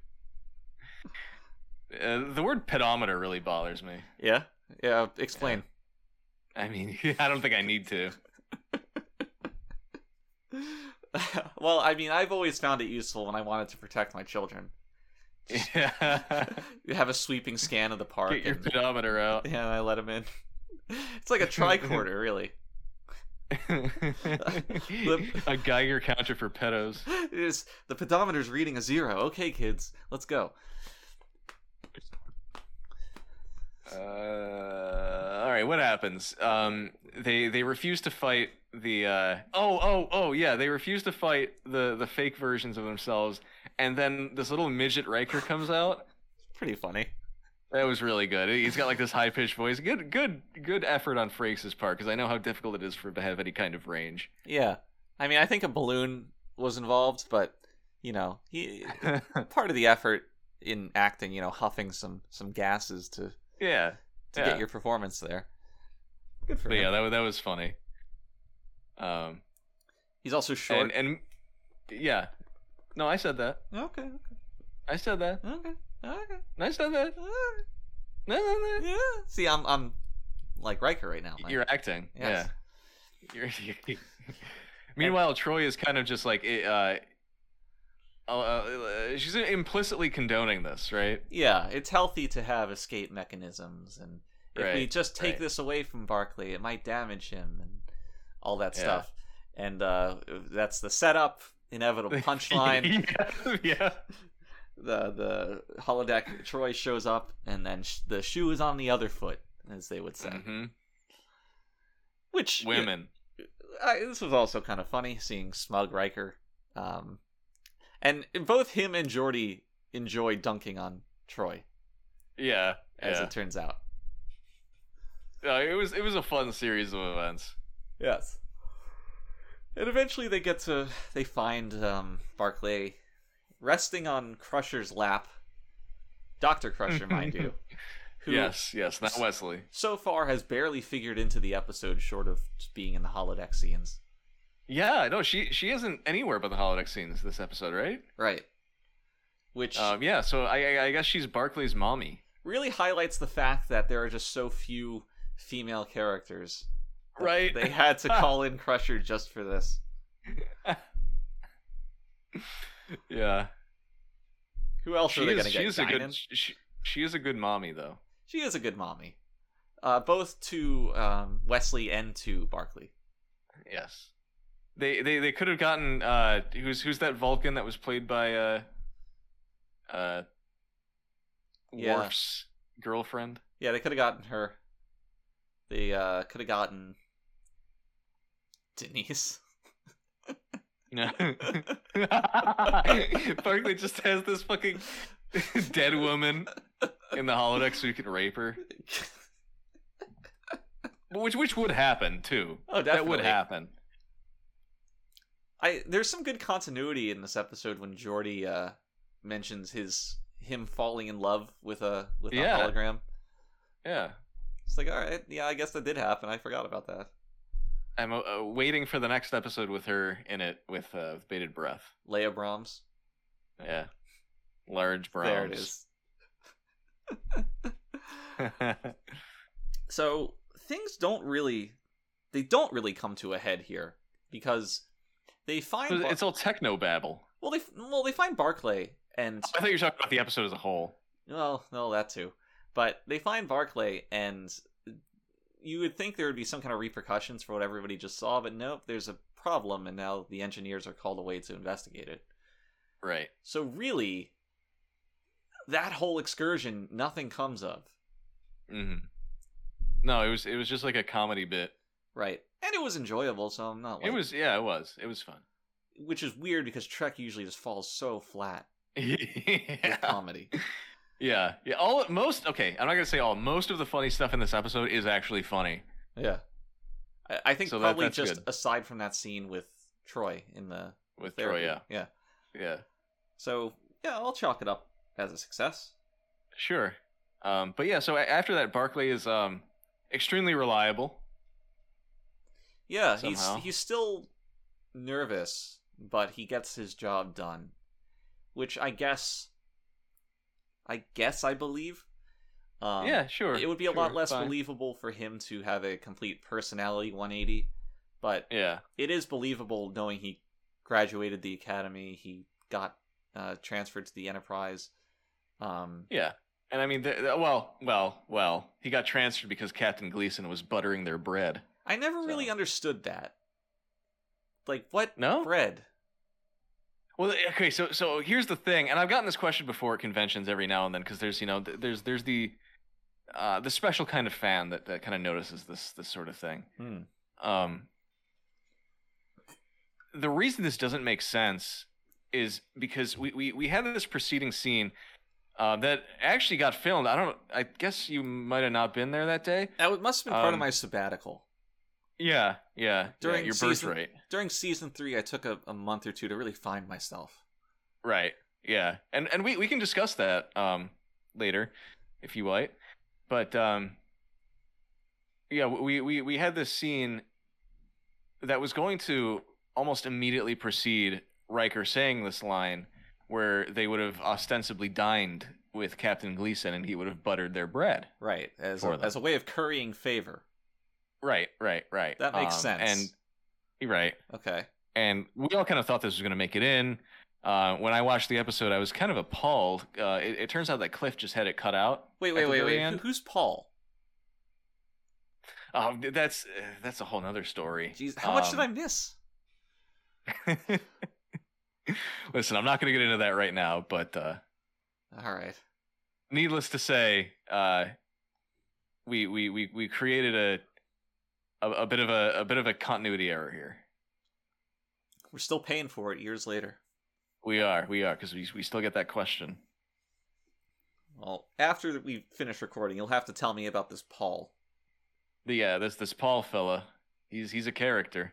Speaker 4: Uh, the word pedometer really bothers me.
Speaker 3: Yeah. Yeah. Explain.
Speaker 4: I mean, <laughs> I don't think I need <laughs> to.
Speaker 3: <laughs> well, I mean, I've always found it useful when I wanted to protect my children.
Speaker 4: Yeah.
Speaker 3: You have a sweeping scan of the park.
Speaker 4: Get your
Speaker 3: and- <laughs>
Speaker 4: pedometer <laughs> out.
Speaker 3: Yeah, I let him in. <laughs> It's like a <laughs> tricorder, really.
Speaker 4: A Geiger counter for pedos.
Speaker 3: It is the pedometer's reading a zero. Okay, kids, let's go.
Speaker 4: Uh, all right, what happens? Um, they they refuse to fight the. Uh, oh oh oh yeah, they refuse to fight the the fake versions of themselves, and then this little midget Riker comes out.
Speaker 3: Pretty funny.
Speaker 4: That was really good. He's got like this high pitched voice. Good good good effort on Frakes' part because I know how difficult it is for him to have any kind of range.
Speaker 3: Yeah, I mean, I think a balloon was involved, but you know, <laughs> he part of the effort in acting, you know, huffing some some gases to
Speaker 4: yeah.
Speaker 3: to
Speaker 4: yeah.
Speaker 3: get your performance there. Good for
Speaker 4: But
Speaker 3: him.
Speaker 4: yeah, that wa- that was funny. Um,
Speaker 3: He's also short.
Speaker 4: and and yeah, no, I said that.
Speaker 3: Okay,
Speaker 4: I said that.
Speaker 3: okay, okay, okay.
Speaker 4: I said that. Ah.
Speaker 3: alright,
Speaker 4: No, no, no.
Speaker 3: Yeah. See, I'm I'm like Riker right now. man.
Speaker 4: You're acting.
Speaker 3: Yes.
Speaker 4: Yeah. <laughs>
Speaker 3: <laughs>
Speaker 4: You're- Meanwhile, Troy is kind of just like eh, uh, uh, uh, she's implicitly condoning this, right?
Speaker 3: Yeah, it's healthy to have escape mechanisms, and if we
Speaker 4: Right,
Speaker 3: just take
Speaker 4: right.
Speaker 3: this away from Barkley, it might damage him and all that
Speaker 4: Yeah.
Speaker 3: stuff. And uh, that's the setup,
Speaker 4: <laughs>
Speaker 3: inevitable punchline.
Speaker 4: yeah. yeah.
Speaker 3: the the holodeck Troy shows up, and then sh- the shoe is on the other foot, as they would say.
Speaker 4: Mhm.
Speaker 3: Which you-
Speaker 4: Women.
Speaker 3: I, this was also kind of funny seeing Smug Riker, um, and both him and Jordy enjoy dunking on Troy,
Speaker 4: Yeah.
Speaker 3: as
Speaker 4: yeah.
Speaker 3: it turns out.
Speaker 4: Uh, it was it was a fun series of events.
Speaker 3: Yes. And eventually they get to they find um Barclay resting on Crusher's lap. Dr. Crusher, mind
Speaker 4: <laughs>
Speaker 3: you. Who
Speaker 4: yes, yes, not Wesley.
Speaker 3: so far has barely figured into the episode short of just being in the holodeck scenes.
Speaker 4: Yeah, no, she she isn't anywhere but the holodeck scenes this episode, right?
Speaker 3: Right. Which
Speaker 4: Um, yeah, so I I- I guess she's Barclay's mommy.
Speaker 3: really highlights the fact that there are just so few female characters. that
Speaker 4: Right.
Speaker 3: They had
Speaker 4: <laughs>
Speaker 3: to call in Crusher just for this.
Speaker 4: Yeah.
Speaker 3: Who else are
Speaker 4: She
Speaker 3: they
Speaker 4: is,
Speaker 3: gonna get?
Speaker 4: she is a
Speaker 3: Guinan?
Speaker 4: good she, she is a good mommy though.
Speaker 3: She is a good mommy, uh, both to um, Wesley and to Barkley.
Speaker 4: Yes. They they they could have gotten uh who's who's that Vulcan that was played by uh uh
Speaker 3: Yeah.
Speaker 4: Worf's girlfriend?
Speaker 3: Yeah, they could have gotten her. They uh, could have gotten Denise. <laughs>
Speaker 4: No. <laughs> Barkley just has this fucking <laughs> dead woman in the holodeck so you can rape her. which which would happen too.
Speaker 3: Oh,
Speaker 4: That would
Speaker 3: definitely.
Speaker 4: happen.
Speaker 3: I there's some good continuity in this episode when Jordy uh, mentions his him falling in love with a with a
Speaker 4: Yeah.
Speaker 3: hologram.
Speaker 4: Yeah.
Speaker 3: It's like all right, yeah, I guess that did happen. I forgot about that.
Speaker 4: I'm uh, waiting for the next episode with her in it with uh, bated breath.
Speaker 3: Leia Brahms.
Speaker 4: Yeah. Large brows.
Speaker 3: There it is. <laughs>
Speaker 4: <laughs>
Speaker 3: so things don't really they don't really come to a head here because they find Bar-
Speaker 4: it's all techno babble.
Speaker 3: well they well they find Barclay and
Speaker 4: I thought you were talking about the episode as a whole.
Speaker 3: Well, no, that too. But they find Barclay, and you would think there would be some kind of repercussions for what everybody just saw, but nope, there's a problem, and now the engineers are called away to investigate it.
Speaker 4: Right.
Speaker 3: So, really, that whole excursion, nothing comes of,
Speaker 4: hmm No, it was it was just like a comedy bit.
Speaker 3: right? And it was enjoyable, so I'm not like.
Speaker 4: It was yeah, it was. It
Speaker 3: <laughs>
Speaker 4: was fun.
Speaker 3: Which is weird because Trek usually just falls so flat with
Speaker 4: yeah. <laughs>
Speaker 3: comedy.
Speaker 4: yeah. Yeah. All most okay, I'm not gonna say all. Most of the funny stuff in this episode is actually funny.
Speaker 3: Yeah. I, I think
Speaker 4: So that-
Speaker 3: probably
Speaker 4: that's
Speaker 3: just
Speaker 4: good.
Speaker 3: aside from that scene with Troy in the
Speaker 4: With
Speaker 3: therapy.
Speaker 4: Troy, yeah.
Speaker 3: Yeah.
Speaker 4: Yeah.
Speaker 3: So yeah, I'll chalk it up as a success.
Speaker 4: Sure. Um, but yeah, so a- after that, Barkley is um, extremely reliable.
Speaker 3: Yeah,
Speaker 4: Somehow.
Speaker 3: he's he's still nervous, but he gets his job done, which I guess, I guess I believe. Um,
Speaker 4: yeah, sure.
Speaker 3: it would be a lot
Speaker 4: sure,
Speaker 3: less
Speaker 4: fine.
Speaker 3: believable for him to have a complete personality 180, but
Speaker 4: Yeah,
Speaker 3: it is believable knowing he graduated the academy, he got uh, transferred to the Enterprise. Um,
Speaker 4: yeah. And I mean, th- th- well, well, well. He got transferred because Captain Gleason was buttering their bread.
Speaker 3: I never
Speaker 4: So-
Speaker 3: really understood that. Like what
Speaker 4: No.
Speaker 3: bread?
Speaker 4: Well, okay. So, so here's the thing, and I've gotten this question before at conventions every now and then because there's, you know, th- there's, there's the, uh, the special kind of fan that that kind of notices this this sort of thing.
Speaker 3: Hmm.
Speaker 4: Um, the reason this doesn't make sense is because we we, we had this preceding scene uh, that actually got filmed. I don't. I guess you might have not been there that day.
Speaker 3: That would- must have been part of
Speaker 4: Um,
Speaker 3: my sabbatical.
Speaker 4: Yeah, yeah.
Speaker 3: During
Speaker 4: yeah, your
Speaker 3: season-
Speaker 4: birthright.
Speaker 3: During season three, I took a, a month or two to really find myself.
Speaker 4: Right. Yeah. And and we, we can discuss that um later if you like. But um yeah, we we we had this scene that was going to almost immediately precede Riker saying this line where they would have ostensibly dined with Captain Gleason and he would have buttered their bread.
Speaker 3: Right, as
Speaker 4: For
Speaker 3: a,
Speaker 4: them.
Speaker 3: as a way of currying favor.
Speaker 4: Right, right, right.
Speaker 3: That makes
Speaker 4: Um,
Speaker 3: sense.
Speaker 4: And right.
Speaker 3: Okay.
Speaker 4: and we all kind of thought this was going to make it in. Uh, when I watched the episode, I was kind of appalled. Uh, it, it turns out that Cliff just had it cut out.
Speaker 3: Wait,
Speaker 4: At
Speaker 3: wait,
Speaker 4: the
Speaker 3: wait,
Speaker 4: very
Speaker 3: wait. Who,
Speaker 4: end?
Speaker 3: who's Paul?
Speaker 4: Um, that's uh, that's a whole nother story.
Speaker 3: Jeez, how much did I
Speaker 4: Um,
Speaker 3: miss?
Speaker 4: Um, <laughs> Listen, I'm not going to get into that right now, but uh,
Speaker 3: All right.
Speaker 4: needless to say, uh, we, we we we created a, a a bit of a a bit of a continuity error here.
Speaker 3: We're still paying for it years later.
Speaker 4: We are, we are, because we we still get that question.
Speaker 3: Well, after we finish recording, you'll have to tell me about this Paul.
Speaker 4: The, yeah, this this Paul fella, he's he's a character.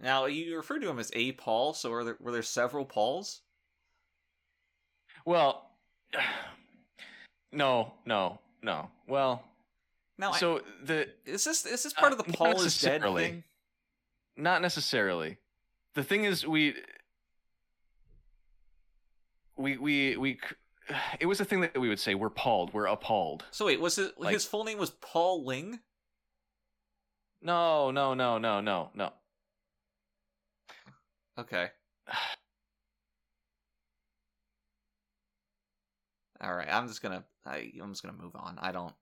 Speaker 3: Now, you referred to him as a Paul, so are there, were there several Pauls?
Speaker 4: Well, <sighs> no, no, no. Well,
Speaker 3: Now, so,
Speaker 4: so the
Speaker 3: is this is this part
Speaker 4: Uh,
Speaker 3: of the
Speaker 4: not
Speaker 3: Paul is dead
Speaker 4: necessarily.
Speaker 3: thing?
Speaker 4: not necessarily. The thing is, we we we we. c- <sighs> It was a thing that we would say. We're palled. We're appalled.
Speaker 3: So wait, was it
Speaker 4: Like-
Speaker 3: his full name was Paul Ling?
Speaker 4: No, no, no, no, no, no.
Speaker 3: Okay. <sighs> All right, I'm just gonna I, I'm just gonna move on. I don't.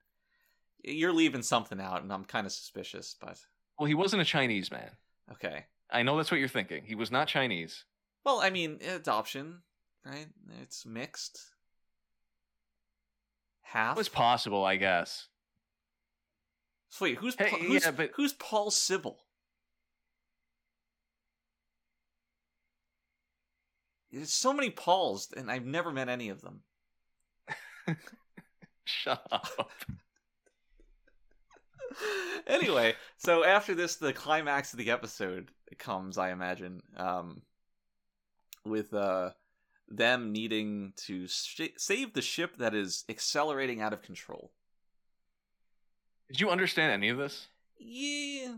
Speaker 3: You're leaving something out, and I'm kind of suspicious. But
Speaker 4: Well, he wasn't a Chinese man.
Speaker 3: okay.
Speaker 4: I know that's what you're thinking. He was not Chinese.
Speaker 3: Well, I mean, adoption, right? It's mixed. Half.
Speaker 4: It was possible, I guess. <laughs>
Speaker 3: So wait, who's
Speaker 4: Hey,
Speaker 3: Pa- who's,
Speaker 4: yeah, but-
Speaker 3: who's Paul Sybil? There's so many Pauls, and I've never met any of them. <laughs>
Speaker 4: Shut up.
Speaker 3: anyway, so after this, the climax of the episode comes, I imagine, um, with uh, them needing to sh- save the ship that is accelerating out of control.
Speaker 4: Did you understand any of this?
Speaker 3: Yeah,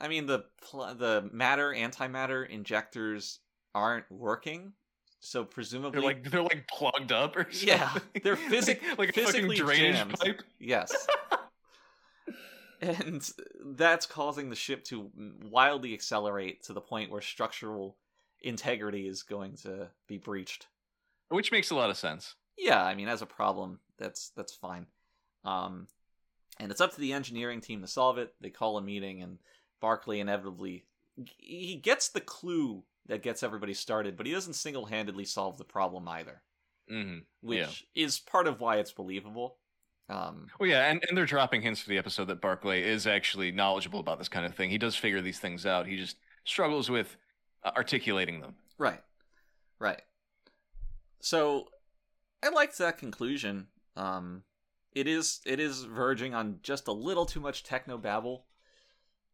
Speaker 3: I mean the pl- the matter antimatter injectors aren't working, so presumably
Speaker 4: They're like they're like plugged up or something.
Speaker 3: Yeah, they're physic-
Speaker 4: <laughs> like, like a fucking
Speaker 3: physically
Speaker 4: drainage
Speaker 3: jammed.
Speaker 4: pipe. <laughs>
Speaker 3: Yes. and that's causing the ship to wildly accelerate to the point where structural integrity is going to be breached.
Speaker 4: Which makes a lot of sense.
Speaker 3: Yeah, I mean, as a problem, that's that's fine. Um, and it's up to the engineering team to solve it. They call a meeting, and Barclay inevitably he gets the clue that gets everybody started, but he doesn't single-handedly solve the problem either,
Speaker 4: hmm
Speaker 3: which is part of why it's believable. Um,
Speaker 4: Well, yeah, and, and they're dropping hints for the episode that Barclay is actually knowledgeable about this kind of thing. He does figure these things out. He just struggles with uh, articulating them.
Speaker 3: Right. Right. So I liked that conclusion. Um it is it is verging on just a little too much techno babble.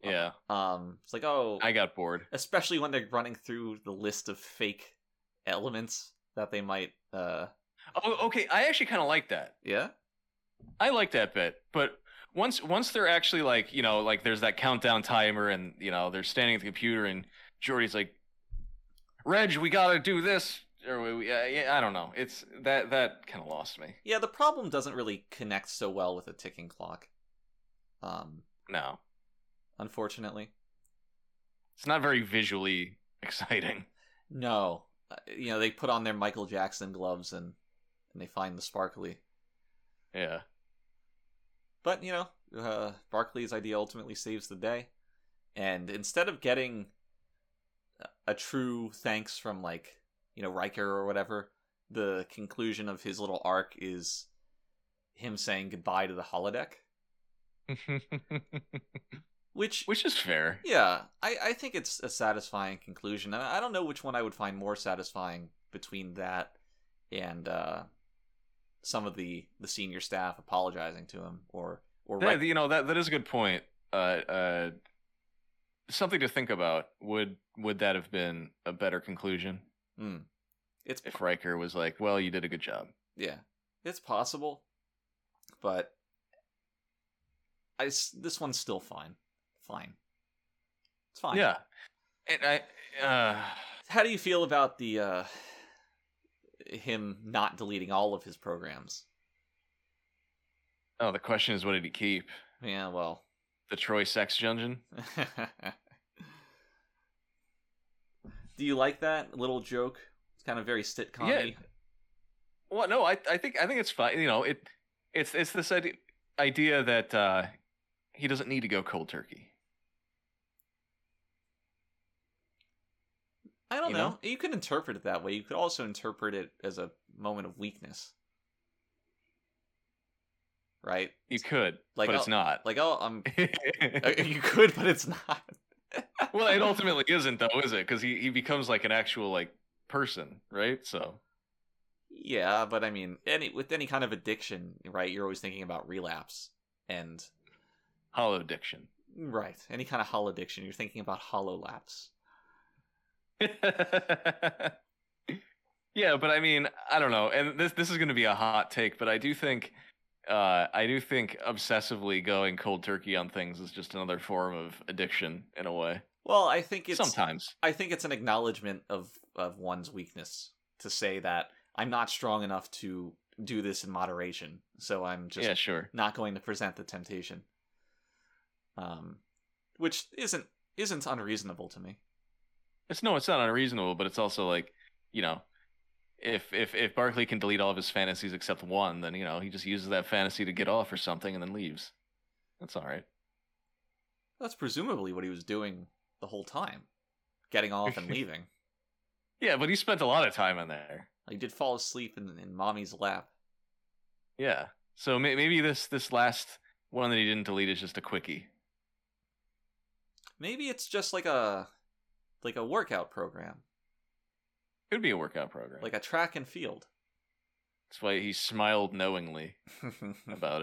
Speaker 4: Yeah,
Speaker 3: Um it's like oh
Speaker 4: I got bored.
Speaker 3: especially when they're running through the list of fake elements that they might uh
Speaker 4: Oh, okay. I actually kind of like that.
Speaker 3: yeah.
Speaker 4: I like that bit, but once once they're actually like you know like there's that countdown timer and you know they're standing at the computer and Jordy's like, Reg, we gotta do this or we, we, uh, yeah, I don't know. It's that that kind of lost me.
Speaker 3: Yeah, the problem doesn't really connect so well with a ticking clock. Um
Speaker 4: No,
Speaker 3: unfortunately.
Speaker 4: it's not very visually <laughs> exciting.
Speaker 3: No. Uh, You know, they put on their Michael Jackson gloves and and they find the sparkly
Speaker 4: <laughs> Yeah,
Speaker 3: But you know, uh, Barkley's idea ultimately saves the day, and instead of getting a- a true thanks from like you know Riker or whatever, the conclusion of his little arc is him saying goodbye to the holodeck, which,
Speaker 4: which is fair.
Speaker 3: yeah, I I think it's a satisfying conclusion, and I don't know which one I would find more satisfying between that and uh, some of the the senior staff apologizing to him or or
Speaker 4: Yeah,
Speaker 3: Riker-
Speaker 4: you know that that is a good point. Uh, uh, something to think about. Would would that have been a better conclusion
Speaker 3: Hmm. It's
Speaker 4: if Riker was like, "Well, you did a good job."
Speaker 3: yeah, it's possible, but I s- this one's still fine, fine. It's fine.
Speaker 4: Yeah, and I, uh,
Speaker 3: How do you feel about the uh him not deleting all of his programs?
Speaker 4: oh, the question is, what did he keep?
Speaker 3: Yeah, well, <laughs>
Speaker 4: The Troy sex dungeon?
Speaker 3: do you like that little joke? It's kind of very sitcom.
Speaker 4: Well, no, I, I think, I think it's fine. You know, it, it's, it's this idea, idea that uh, he doesn't need to go cold turkey.
Speaker 3: I don't
Speaker 4: You
Speaker 3: know.
Speaker 4: know?
Speaker 3: You could interpret it that way. You could also interpret it as a moment of weakness, right?
Speaker 4: You could,
Speaker 3: Like,
Speaker 4: but
Speaker 3: oh,
Speaker 4: it's not.
Speaker 3: <laughs> Like, oh,
Speaker 4: <laughs>
Speaker 3: I'm Uh, <laughs> you could, but it's not.
Speaker 4: well, it ultimately isn't, though, is it? Because he, he becomes like an actual like person, right? So
Speaker 3: <laughs> Yeah, but I mean, any with any kind of addiction, right? You're always thinking about relapse and
Speaker 4: hollow addiction. <laughs>
Speaker 3: right. Any kind of hollow addiction, you're thinking about hollow lapse.
Speaker 4: yeah, but I mean, I don't know. And this this is going to be a hot take, but I do think uh, I do think obsessively going cold turkey on things is just another form of addiction in a way.
Speaker 3: Well, I think it's
Speaker 4: Sometimes.
Speaker 3: I think it's an acknowledgement of of one's weakness to say that I'm not strong enough to do this in moderation, so I'm just
Speaker 4: yeah, sure.
Speaker 3: not going to present the temptation. Um, which isn't isn't unreasonable to me.
Speaker 4: It's no, it's not unreasonable, but it's also like, you know, if if if Barkley can delete all of his fantasies except one, then you know he just uses that fantasy to get off or something and then leaves. That's all right.
Speaker 3: That's presumably what he was doing the whole time, getting off and leaving.
Speaker 4: Yeah, but he spent a lot of time in there.
Speaker 3: He did fall asleep in, in mommy's lap.
Speaker 4: Yeah. So may- maybe this this last one that he didn't delete is just a quickie.
Speaker 3: Maybe it's just like a like a workout program,
Speaker 4: Could be a workout program.
Speaker 3: like a track and field.
Speaker 4: that's why he smiled knowingly about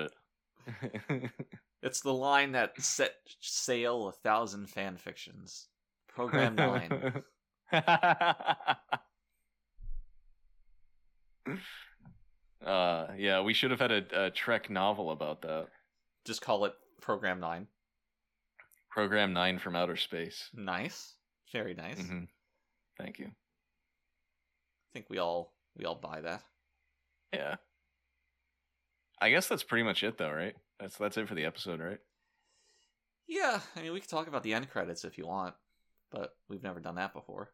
Speaker 4: it. <laughs>
Speaker 3: It's the line that set sail a thousand fan fictions. Programmed
Speaker 4: <laughs>
Speaker 3: line.
Speaker 4: uh, Uh, yeah, we should have had a, a Trek novel about that.
Speaker 3: Just call it Program Nine.
Speaker 4: Program Nine from Outer Space.
Speaker 3: Nice, very nice. I
Speaker 4: Mhm. Thank you.
Speaker 3: think we all we all buy that.
Speaker 4: Yeah. I guess that's pretty much it, though, right? That's that's it for the episode, right?
Speaker 3: Yeah, I mean we could talk about the end credits if you want, but we've never done that before.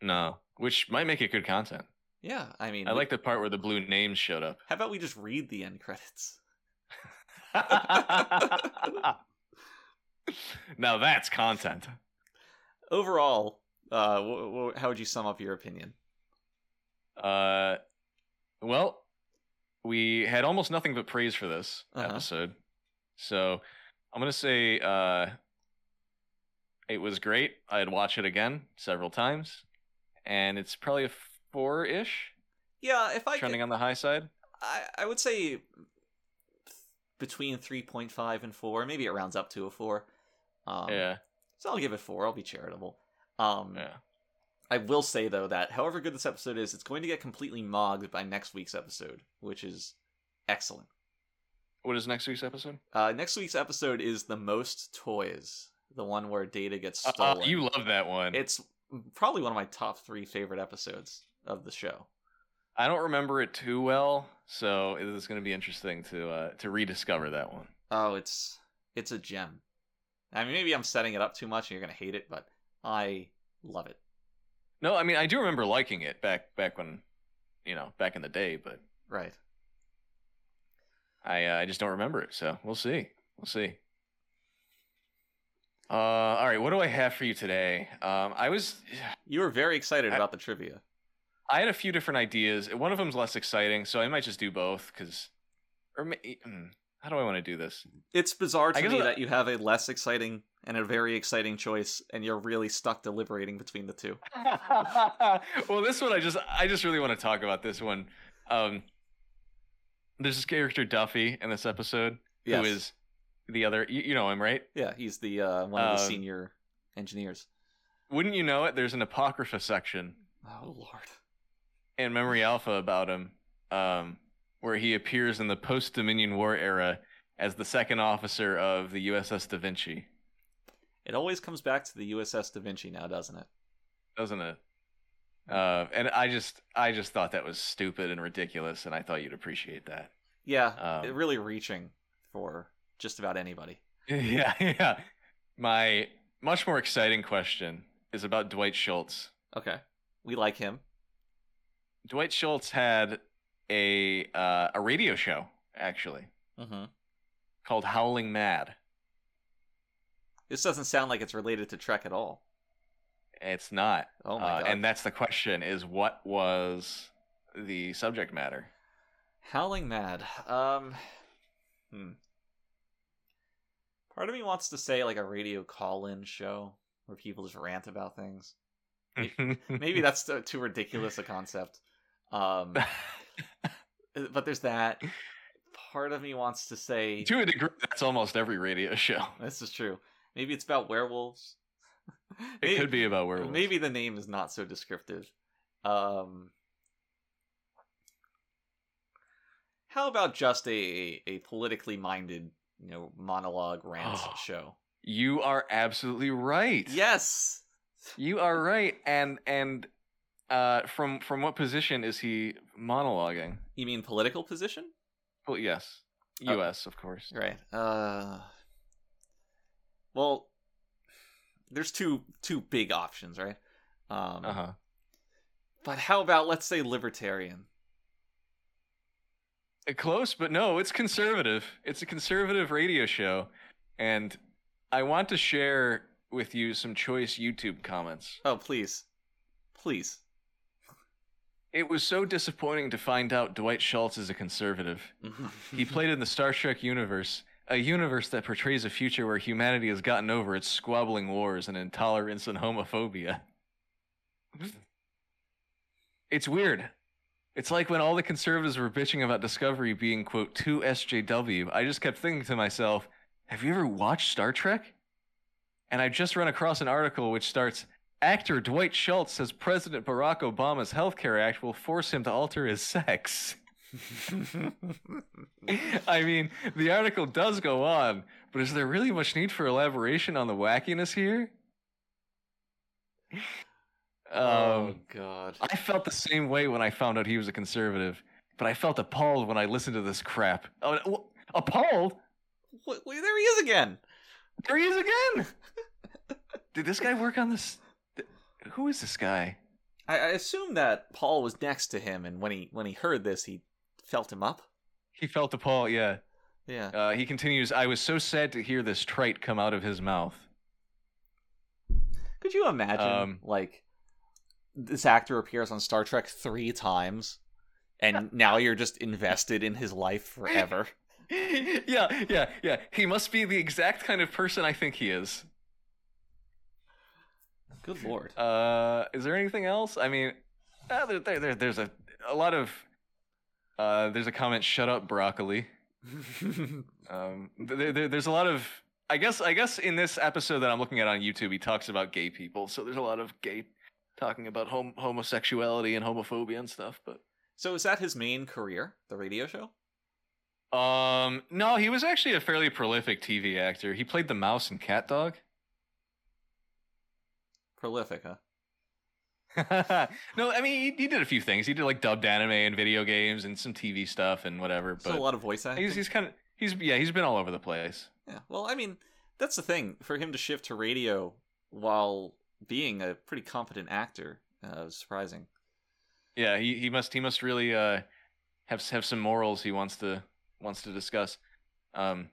Speaker 4: No, which might make it good content.
Speaker 3: Yeah, I mean,
Speaker 4: I
Speaker 3: we-
Speaker 4: like the part where the blue names
Speaker 3: <laughs>
Speaker 4: showed up. <laughs>
Speaker 3: How about we just read the end <laughs> credits?
Speaker 4: now that's content.
Speaker 3: Overall, uh, wh- wh- how would you sum up your opinion?
Speaker 4: Uh, well, we had almost nothing but praise for this
Speaker 3: Uh-huh.
Speaker 4: episode, so I'm gonna say uh, it was great. I'd watch it again several times, and it's probably a four ish,
Speaker 3: Yeah, if I
Speaker 4: trending on the high side.
Speaker 3: I, I would say between 3.5 and 4 maybe it rounds up to a 4 um,
Speaker 4: yeah,
Speaker 3: so i'll give it 4 i'll be charitable um,
Speaker 4: yeah,
Speaker 3: i will say though that however good this episode is it's going to get completely mogged by next week's episode which is excellent
Speaker 4: What is next week's episode?
Speaker 3: uh, next week's episode is the most toys the one where data gets
Speaker 4: Uh,
Speaker 3: stolen
Speaker 4: you love that one.
Speaker 3: it's probably one of my top three favorite episodes of the show
Speaker 4: I don't remember it too well, so it is going to be interesting to uh, to rediscover that one.
Speaker 3: Oh, it's it's a gem. I mean, maybe I'm setting it up too much, and you're gonna hate it, but I love it.
Speaker 4: No, I mean I do remember liking it back back when, you know, back in the day, but
Speaker 3: Right.
Speaker 4: I uh, I just don't remember it. So we'll see, we'll see. Uh, all right, what do I have for you today? Um, I was
Speaker 3: You were very excited
Speaker 4: I-
Speaker 3: about the trivia.
Speaker 4: I had a few different ideas. One of them's less exciting, so I might just do both because, or ma- mm, how do I want to do this? <laughs>
Speaker 3: It's bizarre to
Speaker 4: I guess
Speaker 3: me
Speaker 4: I-
Speaker 3: that you have a less exciting and a very exciting choice, and you're really stuck deliberating between the two.
Speaker 4: well, this one I just I just really want to talk about this one. Um, there's this character Duffy in this episode
Speaker 3: Yes.
Speaker 4: who is the other. You, you know him, right?
Speaker 3: Yeah, he's the uh, one of the
Speaker 4: Um,
Speaker 3: senior engineers.
Speaker 4: Wouldn't you know it? There's an apocrypha section
Speaker 3: Oh lord.
Speaker 4: in Memory Alpha about him, um, where he appears in the post Dominion War era as the second officer of the USS Da Vinci,
Speaker 3: It always comes back to the USS Da Vinci now, doesn't it?
Speaker 4: doesn't it? Uh, and I just I just thought that was stupid and ridiculous, and I thought you'd appreciate that. <laughs>
Speaker 3: Yeah,
Speaker 4: Um,
Speaker 3: it really reaching for just about anybody.
Speaker 4: Yeah, yeah. My much more exciting question is about Dwight Schultz.
Speaker 3: Okay, we like him.
Speaker 4: Dwight Schultz had a uh, a radio show actually
Speaker 3: Mm-hmm.
Speaker 4: called Howling Mad.
Speaker 3: This doesn't sound like it's related to Trek at all.
Speaker 4: It's not,
Speaker 3: Oh my
Speaker 4: uh,
Speaker 3: god!
Speaker 4: and that's the question: is what was the subject matter?
Speaker 3: Howling Mad. Um, hmm. Part of me wants to say like a radio call-in show where people just rant about things. <laughs> Maybe that's too- too ridiculous a concept. Um, but there's that. Part of me wants to say
Speaker 4: <laughs> to a degree, that's almost every radio show.
Speaker 3: this is true. Maybe it's about werewolves.
Speaker 4: It could be about werewolves.
Speaker 3: Maybe the name is not so descriptive. Um, how about just a, a, a politically minded, you know, monologue
Speaker 4: <gasps>
Speaker 3: rant
Speaker 4: Oh.
Speaker 3: show?
Speaker 4: you are absolutely right.
Speaker 3: Yes.
Speaker 4: You are right, and and uh, from from what position is he monologuing?
Speaker 3: You mean political position?
Speaker 4: Well, yes,
Speaker 3: Uh,
Speaker 4: U.S. of course.
Speaker 3: Right. Uh. Well, there's two two big options, right? Um,
Speaker 4: Uh huh.
Speaker 3: But how about let's say libertarian?
Speaker 4: Uh, Close, but no, it's conservative. It's a conservative radio show, and I want to share with you some choice YouTube comments.
Speaker 3: Oh, please, please.
Speaker 4: It was so disappointing to find out Dwight Schultz is a conservative. He
Speaker 3: Mm-hmm.
Speaker 4: played in the Star Trek universe, a universe that portrays a future where humanity has gotten over its squabbling wars and intolerance and homophobia. It's weird. It's like when all the conservatives were bitching about Discovery being, quote, too SJW. I just kept thinking to myself, Have you ever watched Star Trek? And I just run across an article which starts Actor Dwight Schultz says President Barack Obama's Health Care Act will force him to alter his sex. <laughs> I mean, the article does go on, but is there really much need for elaboration on the wackiness here?
Speaker 3: <laughs> oh
Speaker 4: Um,
Speaker 3: God.
Speaker 4: I felt the same way when I found out he was a conservative, but I felt appalled when I listened to this crap. Oh, wh- appalled?
Speaker 3: Wait, wait, there he is again.
Speaker 4: There he is again. Did this guy work on this? th- Who is this guy?
Speaker 3: I, I assume that Paul was next to him, and when he when he heard this, he felt him up.
Speaker 4: He felt the Paul. Yeah.
Speaker 3: Yeah.
Speaker 4: Uh, he continues. I was so sad to hear this trite come out of his mouth. <laughs>
Speaker 3: Could you imagine
Speaker 4: Um,
Speaker 3: like this actor appears on Star Trek three times, and now you're just invested in his life forever?
Speaker 4: yeah, yeah, yeah. He must be the exact kind of person I think he is.
Speaker 3: Good lord.
Speaker 4: Uh, is there anything else? I mean, uh, there, there, there, there's a a lot of. Uh, there's a comment. Shut up, broccoli. Um, th- there, there, there's a lot of. I guess. I guess in this episode that I'm looking at on YouTube, he talks about gay people. So there's a lot of gay talking about hom- homosexuality and homophobia and stuff. But
Speaker 3: so is that his main career, the radio show?
Speaker 4: um, no, he was actually a fairly prolific TV actor. He played the mouse in Cat Dog. <laughs>
Speaker 3: Prolific, huh?
Speaker 4: no, I mean he, he did a few things. He did like dubbed anime and video games and some TV stuff and whatever. But
Speaker 3: so a lot of voice acting.
Speaker 4: he's he's kind of he's yeah he's been all over the place.
Speaker 3: Yeah. Well, I mean, that's the thing for him to shift to radio while being a pretty competent actor. Uh, was surprising.
Speaker 4: Yeah, he, he must he must really uh have have some morals he wants to wants to discuss. Um,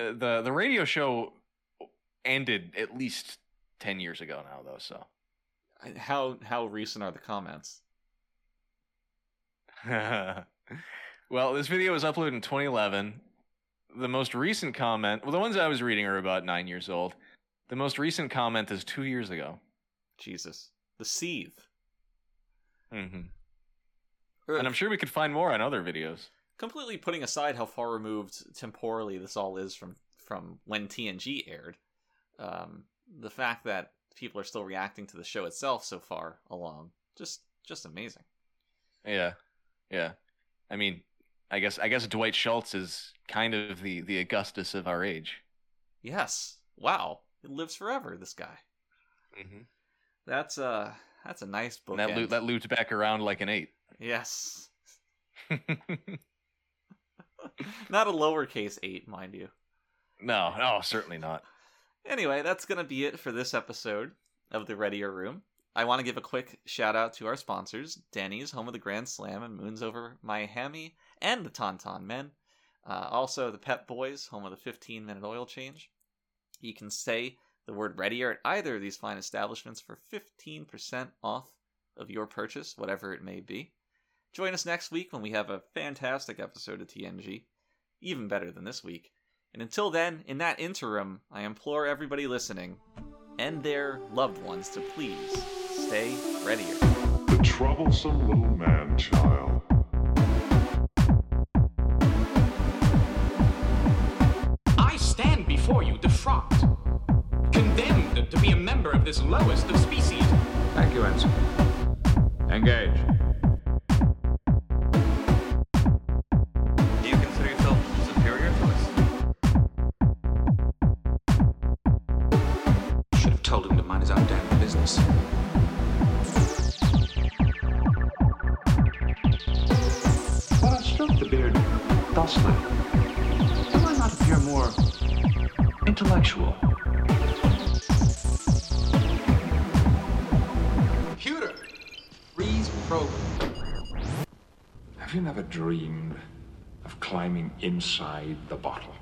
Speaker 4: uh, the the radio show ended at least ten years ago now though, so <laughs>
Speaker 3: I- How how recent are the comments?
Speaker 4: well, this video was uploaded in 2011. The most recent comment, well, the ones I was reading are about nine years old. The most recent comment is two years ago.
Speaker 3: Jesus, the seethe.
Speaker 4: hmm And I'm sure we could find more on other videos.
Speaker 3: completely putting aside how far removed temporally this all is from from when TNG aired, um, the fact that people are still reacting to the show itself so far along just just amazing.
Speaker 4: Yeah, yeah. I mean, I guess I guess Dwight Schultz is kind of the the Augustus of our age.
Speaker 3: Yes, wow, it lives forever. This guy.
Speaker 4: Mm-hmm.
Speaker 3: That's uh that's a nice book.
Speaker 4: That loo- that looped back around like an eight. <laughs>
Speaker 3: Yes, not a lowercase eight, mind you.
Speaker 4: no, no, certainly not.
Speaker 3: Anyway, that's going to be it for this episode of the Readier Room. I want to give a quick shout out to our sponsors Denny's, home of the Grand Slam and Moons Over Miami, and the Tauntaun Men. Uh, also, the Pep Boys, home of the 15 minute oil change. You can say the word Readier at either of these fine establishments for 15% off of your purchase, whatever it may be. Join us next week when we have a fantastic episode of TNG, even better than this week. And until then, in that interim, I implore everybody listening and their loved ones to please stay readier.
Speaker 1: The troublesome little man child.
Speaker 5: I stand before you defrocked, condemned to be a member of this lowest of species.
Speaker 1: Thank you, Ensign. Engage.
Speaker 2: Do you consider yourself superior to us?
Speaker 5: Should have told him to mind his own damn business.
Speaker 6: But I stroked the beard thusly. Do I not appear more intellectual?
Speaker 5: Computer, freeze program.
Speaker 1: Have you never dreamed of climbing inside the bottle?